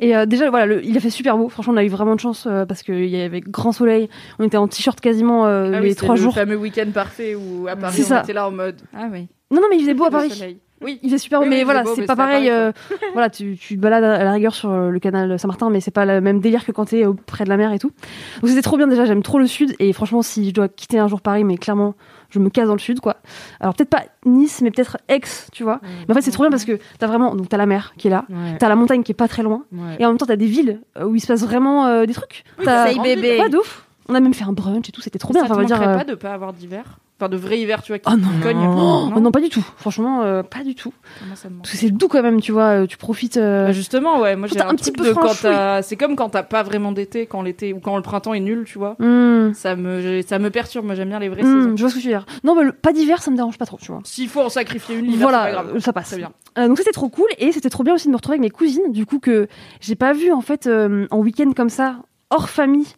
D: Et euh, déjà, voilà, le- il a fait super beau. Franchement, on a eu vraiment de chance euh, parce qu'il y avait grand soleil. On était en t-shirt quasiment euh,
B: Ah oui,
D: les
B: c'est
D: trois
B: le
D: jours.
B: fameux week-end parfait où à Paris
D: C'est
B: on
D: ça.
B: était là en mode ah oui.
D: Non, non, mais il faisait beau à
B: le
D: Paris.
B: soleil.
D: Oui, il faisait super beau,
B: Oui, oui, il faisait
D: mais voilà,
B: beau,
D: c'est
B: mais
D: pas
B: c'était à
D: pareil.
B: Paris,
D: euh,
B: (laughs)
D: (laughs) voilà, tu, tu te balades à la rigueur sur euh, le canal Saint-Martin, mais c'est pas le même délire que quand t'es auprès de la mer et tout. Donc c'était trop bien déjà. J'aime trop le sud et franchement, si je dois quitter un jour Paris, mais clairement, je me casse dans le sud, quoi. Alors peut-être pas Nice, mais peut-être Aix, tu vois. Mais en fait, c'est trop bien parce que t'as vraiment, donc t'as la mer qui est là,
C: Ouais,
D: t'as la montagne qui est pas très loin.
C: ouais.
D: Et en même temps, t'as des villes euh, où il se passe vraiment euh, des trucs. T'as-
H: Say bébé.
D: Ouais, de ouf. On a même fait un brunch et tout, c'était trop bien.
B: Ça
D: Enfin,
B: te
D: on va dire.
B: manquerait
D: euh,
B: pas de pas avoir d'hiver Enfin, de vrai hiver, tu vois, qui
D: Oh non.
B: cogne.
C: Non.
D: oh non, pas du tout. Franchement, euh, pas du tout.
B: Comment ça me manque
D: Parce que c'est doux quand même, tu vois. euh, Tu profites. euh,
B: Bah, justement, ouais, moi j'ai
D: Putain,
B: un,
D: un
B: petit
D: petit
B: peu
D: peu
B: de quand
D: franchouille.
B: t'as- c'est comme quand t'as pas vraiment d'été, quand l'été ou quand le printemps est nul, tu vois.
D: hmm,
B: Ça me, j'ai- ça me perturbe, moi j'aime bien les vraies
D: hmm,
B: saisons.
D: je vois ce que tu veux dire. Non, mais le- pas d'hiver, ça me dérange pas trop, tu vois.
B: S'il faut en sacrifier une, l'hiver, c'est pas
D: Voilà,
B: grave. Ah,
D: euh, ça passe.
B: Très bien.
D: Euh, donc c'était trop cool et c'était trop bien aussi de me retrouver avec mes cousines, du coup que j'ai pas vu en fait euh, en week-end comme ça, hors famille,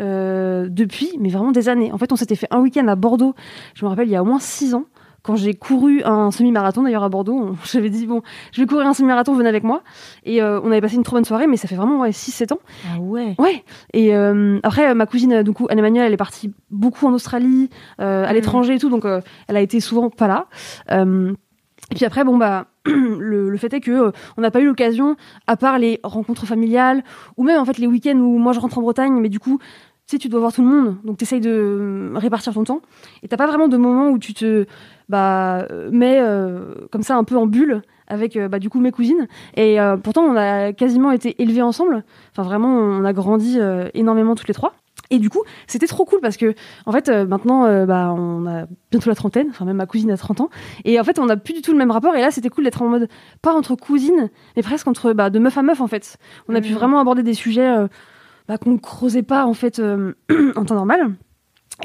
D: euh, depuis, mais vraiment des années. En fait, on s'était fait un week-end à Bordeaux, je me rappelle il y a au moins six ans, quand j'ai couru un semi-marathon d'ailleurs à Bordeaux, on- (laughs) j'avais dit bon, je vais courir un semi-marathon, venez avec moi. Et euh, on avait passé une trop bonne soirée, mais ça fait vraiment ouais, 6-7 ans.
C: Ah ouais.
D: Ouais. Et euh, après, euh, ma cousine, euh, du coup, Anne-Emmanuelle, elle est partie beaucoup en Australie, euh, à l'étranger et tout, donc euh, elle a été souvent pas là. Euh, et puis après, bon bah, (clears throat) le, le fait est que euh, on n'a pas eu l'occasion, à part les rencontres familiales ou même en fait les week-ends où moi je rentre en Bretagne, mais du coup, tu sais, tu dois voir tout le monde, donc t'essayes de euh, répartir ton temps. Et t'as pas vraiment de moment où tu te bah euh, mets euh, comme ça un peu en bulle avec euh, bah, du coup mes cousines. Et euh, pourtant, on a quasiment été élevés ensemble. Enfin, vraiment, on a grandi euh, énormément toutes les trois. Et du coup, c'était trop cool parce que, en fait, euh, maintenant, euh, bah, on a bientôt la trentaine, enfin, même ma cousine a 30 ans. Et en fait, on n'a plus du tout le même rapport. Et là, c'était cool d'être en mode, pas entre cousines, mais presque entre, bah, de meuf à meuf, en fait. On a pu vraiment aborder des sujets euh, bah, qu'on ne creusait pas, en fait, euh, (clears throat) en temps normal.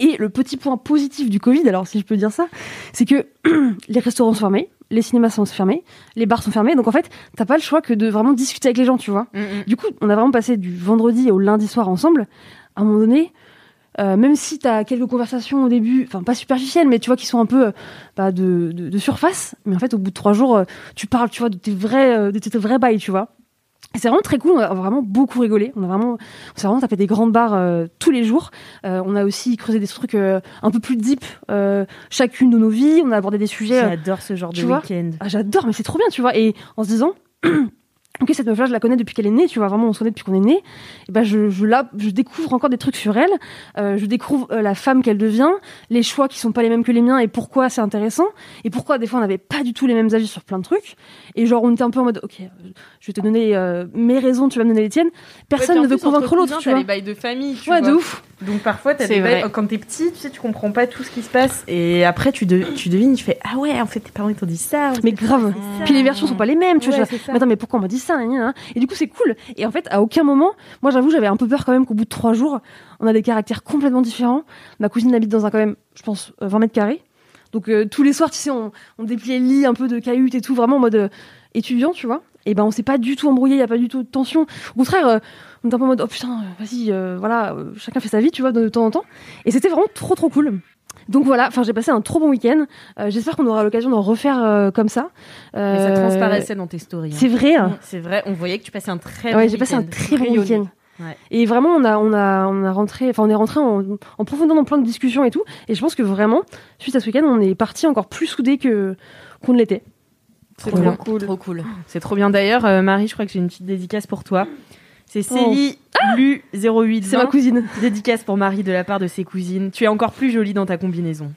D: Et le petit point positif du Covid, alors si je peux dire ça, c'est que (clears throat) les restaurants sont fermés, les cinémas sont fermés, les bars sont fermés. Donc en fait, t'as pas le choix que de vraiment discuter avec les gens, tu vois. Du coup, on a vraiment passé du vendredi au lundi soir ensemble. À un moment donné, euh, même si tu as quelques conversations au début, enfin pas superficielles, mais tu vois qui sont un peu euh, bah, de, de- de surface, mais en fait au bout de trois jours, euh, tu parles, tu vois, de tes vrais, euh, de tes vrais bails, tu vois. Et C'est vraiment très cool, on a vraiment beaucoup rigolé, on a vraiment, on s'est vraiment tapé des grandes barres euh, tous les jours. Euh, on a aussi creusé des trucs euh, un peu plus deep, euh, chacune de nos vies. On a abordé des sujets. euh,
C: J'adore ce genre
D: tu
C: de
D: vois
C: week-end.
D: ah, j'adore, mais c'est trop bien, tu vois. Et en se disant, (clears throat) ok, cette meuf-là, je la connais depuis qu'elle est née, tu vois, vraiment, on se connaît depuis qu'on est né. Et ben, je, je, la, je découvre encore des trucs sur elle. Euh, je découvre euh, la femme qu'elle devient, les choix qui sont pas les mêmes que les miens et pourquoi c'est intéressant. Et pourquoi, des fois, on n'avait pas du tout les mêmes avis sur plein de trucs. Et genre, on était un peu en mode, ok, euh, je vais te donner euh, mes raisons, tu vas me donner les tiennes. Personne ne veut convaincre l'autre, tu vois.
C: les bails de famille, tu
D: Ouais,
C: vois.
D: de ouf.
C: Donc parfois, t'as
E: C'est
C: des
E: vrai.
C: bails- quand t'es petit, tu sais, tu comprends pas tout ce qui se passe. Et après, tu, de- tu devines, tu fais Ah ouais, en fait, tes parents ils t'ont dit ça.
D: Mais grave.
C: Ça.
D: Puis les versions sont pas les mêmes, tu vois.
C: Ouais,
D: je-
C: c'est ça.
D: Mais attends, mais pourquoi on m'a dit ça, nan, nan, nan Et du coup, c'est cool. Et en fait, à aucun moment, moi, j'avoue, j'avais un peu peur quand même qu'au bout de trois jours, on a des caractères complètement différents. Ma cousine habite dans un, quand même, je pense, euh, 20 mètres carrés. Donc, euh, tous les soirs, tu sais, on, on dépliait le lit un peu de cahute et tout, vraiment en mode euh, étudiant, tu vois. Et ben, on s'est pas du tout embrouillé, il y a pas du tout de tension. Au contraire, euh, on était un peu en mode, oh putain, euh, vas-y, euh, voilà, euh, chacun fait sa vie, tu vois, de temps en temps. Et c'était vraiment trop, trop cool. Donc voilà, enfin j'ai passé un trop bon week-end. Euh, J'espère qu'on aura l'occasion d'en refaire euh, comme ça.
C: Mais ça
D: Euh,
C: transparaissait dans tes stories. hein.
D: C'est vrai. hein.
C: C'est vrai, on voyait que tu passais un très
D: Ouais,
C: bon
D: j'ai passé un
C: week-end.
D: très bon
C: Rayonnant.
D: week-end.
C: Ouais.
D: Et vraiment, on a, on a, on a rentré, enfin, on est rentré en, en profondeur dans plein de discussions et tout. Et je pense que vraiment, suite à ce week-end, on est parti encore plus soudés que qu'on ne l'était.
C: C'est
D: Trop
C: trop
D: bien.
C: cool.
E: Trop cool.
C: C'est trop bien. D'ailleurs, euh, Marie, je crois que j'ai une petite dédicace pour toi. C'est Célie Lu 08
D: Oh. Ah C'est ma cousine.
C: Dédicace pour Marie de la part de ses cousines. Tu es encore plus jolie dans ta combinaison.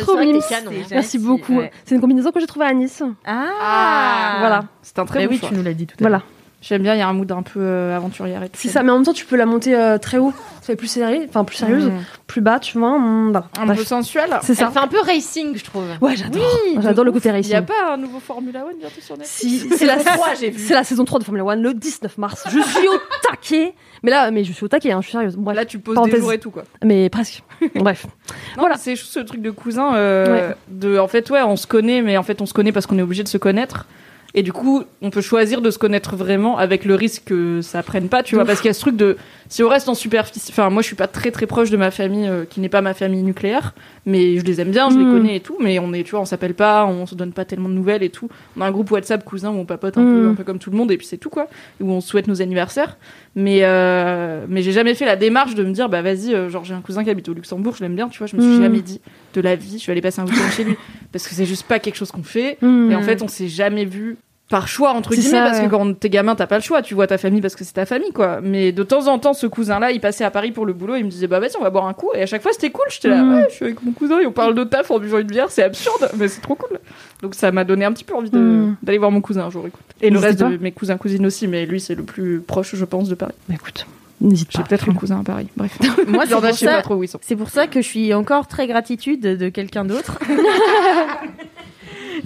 D: Trop
E: Oh, vrai que
D: mimes.
E: t'es canon, hein.
D: Merci beaucoup.
C: ouais.
D: C'est une combinaison que j'ai trouvée à Nice.
C: Ah,
B: Voilà, c'est un
C: Bah
B: très bon
C: oui,
B: choix.
C: tu nous l'as dit tout à l'heure.
D: Voilà.
B: J'aime bien, il y a un mood un peu euh, aventurière et tout.
D: C'est ça. Mais en même temps, tu peux la monter euh, très haut. Ça fait plus sérieux, enfin plus sérieuse,
B: Mmh.
D: plus bas, tu vois. mm, voilà.
B: Un peu
D: Bref,
B: sensuel.
D: C'est
E: Ça
D: ça.
E: fait un peu racing, je trouve.
D: Ouais, j'adore.
B: Oui,
D: J'adore
B: de
D: le
B: ouf.
D: côté
B: Il n'y a
D: racing.
B: pas un nouveau Formula One bientôt sur Netflix
D: Si, c'est la, c'est la saison 3 de Formula One le 19 mars. Je suis au taquet. Mais là, mais je suis au taquet, hein, je suis sérieuse. Bref,
B: Là, tu poses
D: Parenthèse.
B: des jours et tout, quoi.
D: mais presque. Bref.
B: Non,
D: Voilà.
B: mais C'est juste ce truc de cousin. euh, de, en fait, ouais, on se connaît, mais en fait, on se connaît parce qu'on est obligé de se connaître. Et du coup, on peut choisir de se connaître vraiment avec le risque que ça prenne pas, tu vois. Parce qu'il y a ce truc de. Si on reste en superficie. Enfin, moi, je suis pas très très proche de ma famille euh, qui n'est pas ma famille nucléaire. Mais je les aime bien, je les
D: Mm.
B: connais et tout. Mais on est, tu vois, on s'appelle pas, on se donne pas tellement de nouvelles et tout. On a un groupe WhatsApp cousin où on papote un, peu,
D: Mm.
B: un peu comme tout le monde et puis c'est tout, quoi. Où on se souhaite nos anniversaires. Mais, euh, mais j'ai jamais fait la démarche de me dire, bah vas-y, euh, genre j'ai un cousin qui habite au Luxembourg, je l'aime bien, tu vois, je me suis
D: Mm.
B: jamais dit de la vie, je vais aller passer un week-end chez lui. Parce que c'est juste pas quelque chose qu'on fait.
D: Mm.
B: Et en fait, on s'est jamais vu par choix, entre
D: C'est
B: guillemets,
D: ça,
B: parce
D: ouais.
B: que quand t'es gamin, t'as pas le choix, tu vois ta famille parce que c'est ta famille, quoi. Mais de temps en temps, ce cousin-là, il passait à Paris pour le boulot, il me disait, bah vas-y, on va boire un coup. Et à chaque fois, c'était cool, j'étais là,
D: Mm.
B: ouais, je suis avec mon cousin et on parle de taf en buvant une bière, c'est absurde, mais c'est trop cool. Donc ça m'a donné un petit peu envie de-
D: Mm.
B: d'aller voir mon cousin un jour, écoute. Et le
D: N'hésitez
B: reste
D: pas.
B: de mes cousins, cousines aussi, mais lui, c'est le plus proche, je pense, de Paris.
D: Bah écoute, n'hésite
B: J'ai
D: pas.
B: peut-être un cousin à Paris. Bref.
C: Moi,
B: Il y en a, (laughs) je sais pas trop où ils sont.
C: C'est pour ça que je suis encore très gratitude de quelqu'un d'autre. (laughs)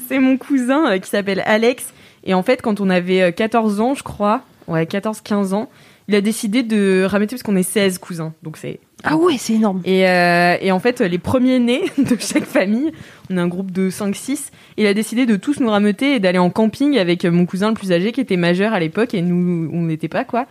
C: c'est mon cousin euh, qui s'appelle Alex. Et en fait, quand on avait euh, 14 ans, je crois, ouais, 14-15 ans, il a décidé de ramener, parce qu'on est 16 cousins, donc c'est...
D: Ah ouais,
J: (laughs)
D: c'est énorme.
C: Et, euh, et en fait, les premiers nés (laughs) de chaque famille, on a un groupe de 5-6, il a décidé de tous nous rameuter et d'aller en camping avec mon cousin le plus âgé qui était majeur à l'époque et nous, on n'était pas quoi.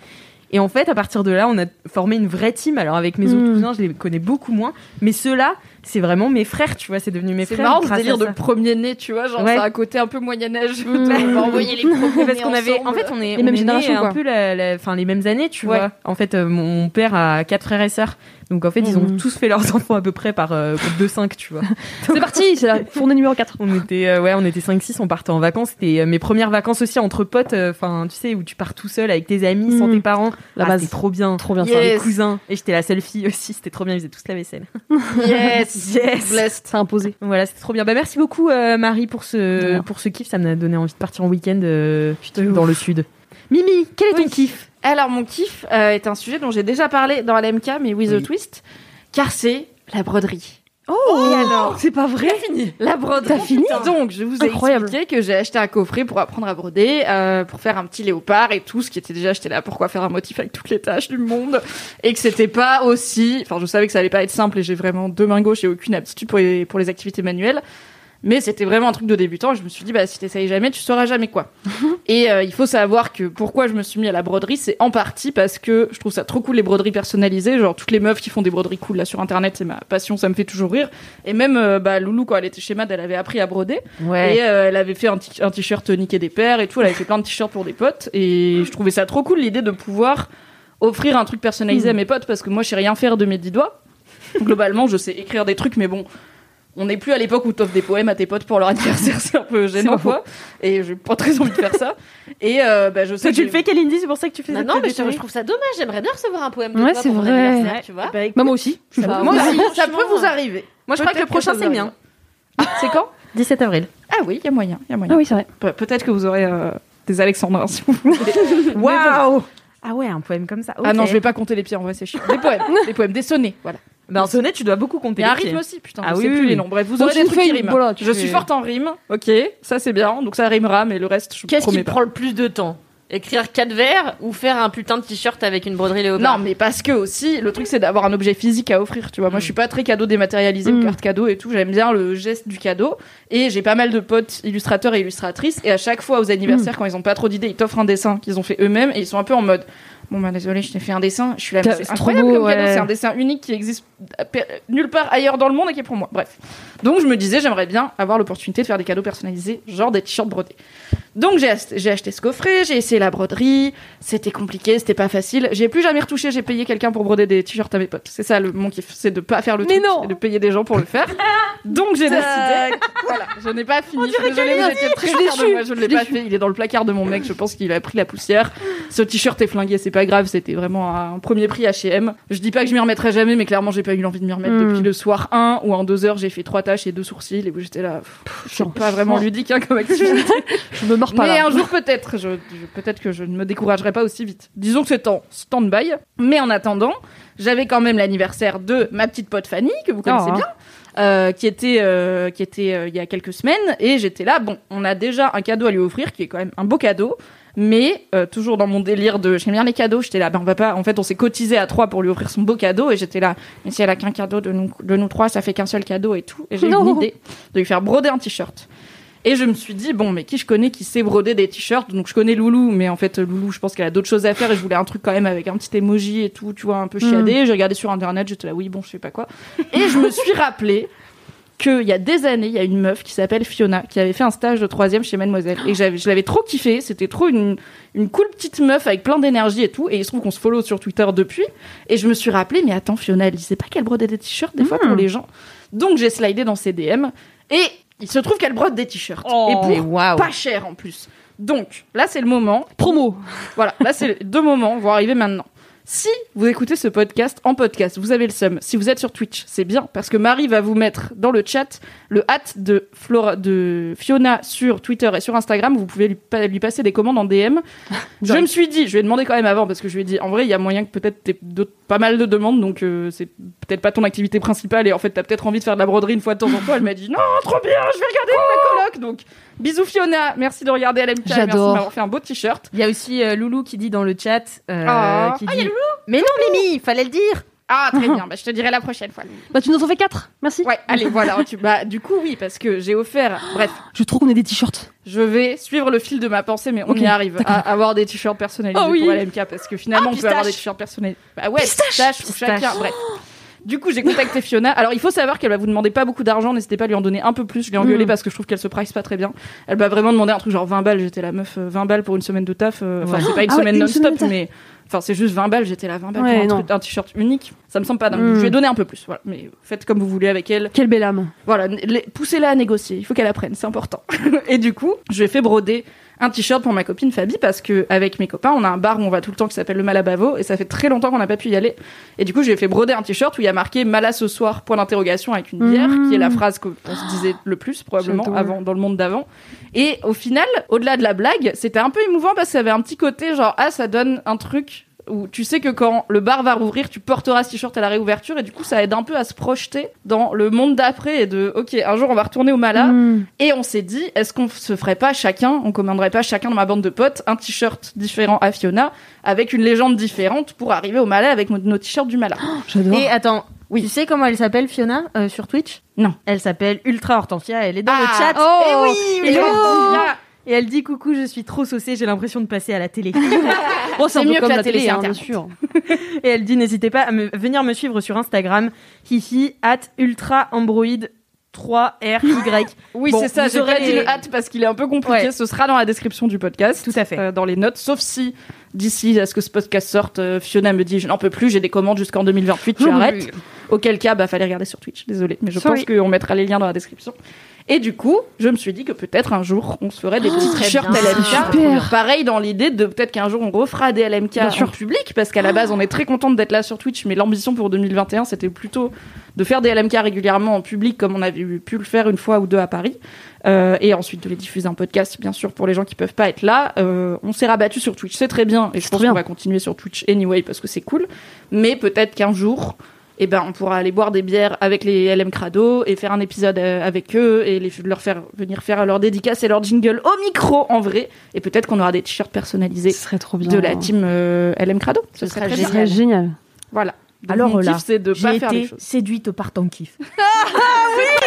C: Et en fait, à partir de là, on a formé une vraie team. Alors avec mes autres
D: Mm.
C: cousins, je les connais beaucoup moins, mais ceux-là, c'est vraiment mes frères, tu vois, c'est devenu mes
B: C'est
C: frères.
B: marrant ce
C: grâce à
B: délire de
C: ça.
B: premier né, tu vois, genre
C: Ouais.
B: ça a un côté un peu Moyen-Âge.
E: On va envoyer les
C: (laughs) Mais
E: premiers
C: parce qu'on avait, en
E: ensemble.
C: fait, on est,
D: Les
C: on
D: mêmes
C: est nés
D: générations,
C: un
D: quoi.
C: peu la- la- enfin, les mêmes années, tu
B: Ouais.
C: vois. En fait, euh, mon, mon père a quatre frères et sœurs. Donc, en fait, ils ont
D: Mhm.
C: tous fait leurs (laughs) enfants à peu près par euh, groupe de 5, tu vois.
D: C'est parti, c'est la fournée numéro 4.
C: On était, euh, ouais, on était 5-6, on partait en vacances. C'était euh, mes premières vacances aussi entre potes, euh, enfin, tu sais, où tu pars tout seul avec tes amis, sans
D: Mm.
C: tes parents.
D: La
C: Ah,
D: base.
C: c'était trop bien.
D: Trop bien
C: Enfin, les
B: Yes.
C: cousins. Et j'étais la seule fille aussi, c'était trop bien, ils faisaient tous la vaisselle.
D: (laughs)
B: Yes,
C: Yes.
B: blessed.
D: ça. C'est imposé.
C: Donc voilà, c'était trop bien. Bah, merci beaucoup, euh, Marie, pour
D: De
C: ce,
D: rien.
C: pour ce kiff. Ça m'a donné envie de partir en week-end euh, dans le sud. Mimi, quel est ton
B: Oui.
C: kiff
B: Alors mon kiff euh, est un sujet dont j'ai déjà parlé dans LMK, mais with a twist, car c'est la broderie.
D: Oh, c'est pas vrai.
B: La broderie.
D: T'as fini
B: Donc je vous ai
D: Incroyable.
B: expliqué que j'ai acheté un coffret pour apprendre à broder, euh, pour faire un petit léopard et tout ce qui était déjà acheté là. Pourquoi faire un motif avec toutes les tâches du monde et que c'était pas aussi. Enfin, je savais que ça allait pas être simple et j'ai vraiment deux mains gauches et aucune aptitude pour les, pour les activités manuelles. Mais c'était vraiment un truc de débutant. et Je me suis dit, bah, si t'essayes jamais, tu sauras jamais quoi. et euh, il faut savoir que pourquoi je me suis mis à la broderie, c'est en partie parce que je trouve ça trop cool les broderies personnalisées. Genre, toutes les meufs qui font des broderies cool là sur internet, c'est ma passion, ça me fait toujours rire. Et même, euh, bah, Loulou, quand elle était chez Mad, elle avait appris à broder.
C: Ouais.
B: Et euh, elle avait fait un t- un t-shirt niqué des pères et tout. Elle avait fait plein de t-shirts pour des potes. Et je trouvais ça trop cool l'idée de pouvoir offrir un truc personnalisé à mes potes parce que moi, je sais rien faire de mes dix (laughs) doigts. Globalement, je sais écrire des trucs, mais bon. On n'est plus à l'époque où t'offres des poèmes à tes potes pour leur anniversaire, (laughs) c'est un peu gênant, quoi. Et j'ai pas très envie de faire ça. Et euh, bah, je sais
C: Toi,
B: que
C: tu le fais, Kalindi, c'est pour ça que tu fais
E: Bah Non,
C: cette
E: non, mais je,
C: déchérie.
E: je trouve ça dommage. J'aimerais bien recevoir un poème. de
D: Ouais,
E: toi
D: c'est
E: pour mon
D: vrai.
E: anniversaire, Tu vois.
C: Bah, écoute,
D: Bah, moi aussi.
E: Ça va.
B: Moi aussi, ça
E: Franchement,
B: peut vous arriver.
C: moi, je crois que le
B: Peut-être
C: prochain,
B: ça
C: c'est
B: vous
C: bien.
B: arrive.
C: Ah,
B: C'est
D: (laughs)
B: quand
C: 17 avril.
B: Ah oui, il y a moyen, il y a moyen.
D: Ah oui, c'est vrai.
B: Pe- Peut-être que vous aurez euh, des alexandrins, si vous voulez.
C: Waouh Ah ouais, un poème comme ça.
B: Ah non, je vais pas compter les pieds, en vrai, c'est chiant. Des (laughs) poèmes, des poèmes, des sonnets, voilà.
C: Bah, en sonnet, tu dois beaucoup compter.
B: Il y a un
C: les pieds.
B: rythme aussi, putain.
C: Ah
B: je
C: oui,
B: sais
C: oui,
B: plus
C: oui.
B: les noms. Bref, vous
D: Donc,
B: aurez
D: tu
B: des
D: nous
B: trucs
D: fais
B: qui
D: une-
B: riment.
D: voilà, tu
B: je
D: fais-
B: suis forte en rime, ok, ça c'est bien, donc ça rimera, mais le reste, je
E: Qu'est-ce
B: promets
E: qui
B: pas.
E: prend le plus de temps Écrire quatre vers ou faire un putain de t-shirt avec une broderie léopard
B: Non, mais parce que aussi, le truc c'est d'avoir un objet physique à offrir, tu vois. Moi, je suis pas très cadeau dématérialisé
D: Mm.
B: ou carte cadeau et tout. J'aime bien le geste du cadeau. Et j'ai pas mal de potes
J: Mm.
B: illustrateurs et illustratrices. Et à chaque fois, aux anniversaires, quand ils ont pas trop d'idées, ils t'offrent un dessin qu'ils ont fait eux-mêmes et ils sont un peu en mode. Bon, bah, désolé, je t'ai fait un dessin. Je suis là,
J: T'as-
B: mais c'est
J: c'est
B: incroyable
J: trop beau,
B: comme cadeau.
J: ouais.
B: C'est un dessin unique qui existe euh, pe- nulle part ailleurs dans le monde et qui est pour moi. Bref. Donc, je me disais, j'aimerais bien avoir l'opportunité de faire des cadeaux personnalisés, genre des t-shirts brodés. Donc, j'ai acheté, j'ai acheté ce coffret, j'ai essayé la broderie. C'était compliqué, c'était pas facile. J'ai plus jamais retouché, j'ai payé quelqu'un pour broder des t-shirts à mes potes. C'est ça le, mon kiff, c'est de pas faire le
J: Mais
B: truc
J: non.
B: et de payer des gens pour le faire. Donc, j'ai décidé. Voilà, je n'ai pas fini. Je suis désolée, vous étiez très fiers de moi, je ne l'ai pas fait. Il est dans le placard de mon mec, je pense qu'il a pris la poussière. Ce t-shirt est flingué, c'est pas grave, c'était vraiment un premier prix H&M. Je dis pas que je m'y remettrai jamais, mais clairement, j'ai pas eu l'envie de m'y remettre
D: Mm.
B: depuis le soir 1 où en deux heures, j'ai fait trois tâches et deux sourcils et où j'étais là, pff, c'est pas vraiment ludique hein, comme activité.
J: Je me mords pas
B: Mais
J: là.
B: un jour peut-être, je, je- peut-être que je ne me découragerai pas aussi vite. Disons que c'est en stand-by, mais en attendant, j'avais quand même l'anniversaire de ma petite pote Fanny que vous connaissez
J: Oh.
B: bien, euh, qui était euh, qui était euh, il y a quelques semaines et j'étais là. Bon, on a déjà un cadeau à lui offrir qui est quand même un beau cadeau. Mais euh, toujours dans mon délire de j'aime bien les cadeaux, j'étais là, ben on va pas. En fait, on s'est cotisé à trois pour lui offrir son beau cadeau et j'étais là. Mais si elle a qu'un cadeau de nous, de nous trois, ça fait qu'un seul cadeau et tout. Et j'ai eu
J: Non.
B: une idée de lui faire broder un t-shirt. Et je me suis dit, bon, mais qui je connais qui sait broder des t-shirts Donc je connais Loulou, mais en fait, Loulou, je pense qu'elle a d'autres choses à faire et je voulais un truc quand même avec un petit emoji et tout, tu vois, un peu chiadé. J'ai regardé sur internet, j'étais là, oui, bon, je sais pas quoi. Et je me suis rappelé qu'il y a des années, il y a une meuf qui s'appelle Fiona qui avait fait un stage de troisième chez Mademoiselle. Et j'avais- je l'avais trop kiffé, c'était trop une, une cool petite meuf avec plein d'énergie et tout. Et il se trouve qu'on se follow sur Twitter depuis. Et je me suis rappelé, mais attends, Fiona, elle disait pas qu'elle brodait des t-shirts des fois pour les gens. Donc j'ai slidé dans ses DM et il se trouve qu'elle brode des t-shirts. Oh. et pour pas cher en plus. Donc là, c'est le moment. Promo. Voilà, là, c'est les deux moments. On va arriver maintenant. Si vous écoutez ce podcast en podcast, vous avez le seum. Si vous êtes sur Twitch, c'est bien parce que Marie va vous mettre dans le chat le hâte de Flora, de Fiona sur Twitter et sur Instagram. Vous pouvez lui, pa- lui passer des commandes en DM. je me suis dit, je lui ai demandé quand même avant parce que je lui ai dit, en vrai, il y a moyen que peut-être t'aies d'autres- pas mal de demandes, donc euh, c'est peut-être pas ton activité principale et en fait t'as peut-être envie de faire de la broderie une fois de temps en temps. Elle m'a dit non, trop bien, je vais regarder avec ma coloc. Donc bisous Fiona, merci de regarder LMK, merci de
J: J'adore.
B: m'avoir fait un beau t-shirt.
C: Il y a aussi euh, Loulou qui dit dans le chat. euh,
B: Ah.
C: qui
B: Ah, il y a
C: dit- Mais non, Mimi, fallait le dire.
B: Ah très bien, bah, je te dirai la prochaine fois.
J: Bah, tu nous en fais 4. Merci.
B: Ouais, allez voilà, tu- bah, du coup oui parce que j'ai offert. Bref,
J: Je trouve qu'on est des t-shirts.
B: je vais suivre le fil de ma pensée, mais on
J: Ok,
B: y arrive à avoir des t-shirts personnalisés
J: Ah oui. Ah,
B: pour LMK parce que finalement on peut avoir des t-shirts personnalisés. Bah ouais, pistache, ou chacun. Bref. Du coup, j'ai contacté Fiona. Alors, il faut savoir qu'elle va vous demander pas beaucoup d'argent. N'hésitez pas à lui en donner un peu plus. Je l'ai
J: Hmm.
B: engueulée parce que je trouve qu'elle se price pas très bien. Elle m'a vraiment demandé un truc genre 20 balles. J'étais la meuf, euh, 20 balles pour une semaine de taf. euh, Enfin, c'est pas une
J: Ah ouais,
B: semaine
J: une semaine
B: non-stop,
J: de taf.
B: mais enfin, c'est juste 20 balles. J'étais la 20 balles
J: Ouais,
B: pour un
J: non.
B: truc- un t-shirt unique. Ça me semble pas dingue.
J: Mm.
B: Je lui ai donné un peu plus. Voilà. Mais faites comme vous voulez avec elle.
J: Quelle belle âme.
B: Voilà, n- les- poussez-la à négocier. Il faut qu'elle apprenne, c'est important. (laughs) et du coup, je lui ai fait broder un t-shirt pour ma copine Fabie parce que avec mes copains, on a un bar où on va tout le temps qui s'appelle le Malabavo et ça fait très longtemps qu'on n'a pas pu y aller. Et du coup, je lui ai fait broder un t-shirt où il y a marqué Mala ce soir point d'interrogation avec une bière qui est la phrase qu'on se disait le plus probablement
J: J'adore.
B: avant dans le monde d'avant. Et au final, au-delà de la blague, c'était un peu émouvant parce que ça avait un petit côté genre ah ça donne un truc où tu sais que quand le bar va rouvrir, tu porteras ce t-shirt à la réouverture et du coup ça aide un peu à se projeter dans le monde d'après et de ok un jour on va retourner au Mala
J: Mm.
B: et on s'est dit, est-ce qu'on se ferait pas chacun, on commanderait pas chacun dans ma bande de potes un t-shirt différent à Fiona avec une légende différente pour arriver au Mala avec nos- nos t-shirts du Mala.
J: J'adore.
C: Et attends,
B: Oui.
C: tu sais comment elle s'appelle Fiona euh, sur Twitch
B: Non.
C: Elle s'appelle Ultra Hortensia, elle est dans
B: Ah,
C: le chat.
B: oh,
C: et, oui,
B: Et
C: mais
B: on
C: oui.
B: dit, ah,
C: Et elle dit coucou, je suis trop saucée, j'ai l'impression de passer à
B: (laughs)
C: la télé.
J: Oh, c'est
B: c'est
J: un peu
B: mieux
J: comme
B: que la
J: la
B: télé,
J: télé, hein, bien
B: Internet.
J: sûr.
C: et elle dit n'hésitez pas à me- venir me suivre sur Instagram, hihi at ultra android
B: (laughs)
C: 3RY.
B: oui,
C: Bon,
B: c'est ça,
C: vous
B: j'ai
C: aurez
B: pas dit
C: les-
B: le hâte parce qu'il est un peu compliqué,
C: Ouais.
B: ce sera dans la description du podcast.
C: Tout à fait.
B: euh, dans les notes, sauf si d'ici à ce que ce podcast sorte, euh, Fiona me dit je n'en peux plus, j'ai des commandes jusqu'en 2028,
C: Oh,
B: tu arrêtes. Auquel cas, bah fallait regarder sur Twitch, désolé, mais je
J: Sorry.
B: pense qu'on mettra les liens dans la description. Et du coup, je me suis dit que peut-être un jour, on se ferait
C: Oh,
B: des petits
E: très
B: t-shirts
E: bien.
B: LMK.
J: Super.
B: Pareil dans l'idée de peut-être qu'un jour on refera des LMK
J: Bien
B: en
J: sûr. Ah.
B: public, parce qu'à la base on est très contente d'être là sur Twitch, mais l'ambition pour 2021 c'était plutôt de faire des LMK régulièrement en public comme on avait eu- pu le faire une fois ou deux à Paris, euh, et ensuite de les diffuser en podcast bien sûr pour les gens qui peuvent pas être là. Euh, on s'est rabattu sur Twitch, c'est très bien, et je
J: C'est
B: pense
J: trop bien.
B: qu'on va continuer sur Twitch anyway parce que c'est cool, mais peut-être qu'un jour eh ben, on pourra aller boire des bières avec les LM Crado et faire un épisode euh, avec eux et les, leur faire venir faire leur dédicace et leur jingle au micro en vrai. Et peut-être qu'on aura des t-shirts personnalisés
J: Ce serait trop bien.
B: de la team euh, LM Crado. Ce
E: serait
B: serait très
J: Ce
B: bien.
J: serait génial.
B: Voilà. Donc,
C: Alors
B: mon
C: là,
B: kiff, c'est de
C: J'ai
B: pas faire les
C: été
B: choses. Ah
C: séduite par ton kiff.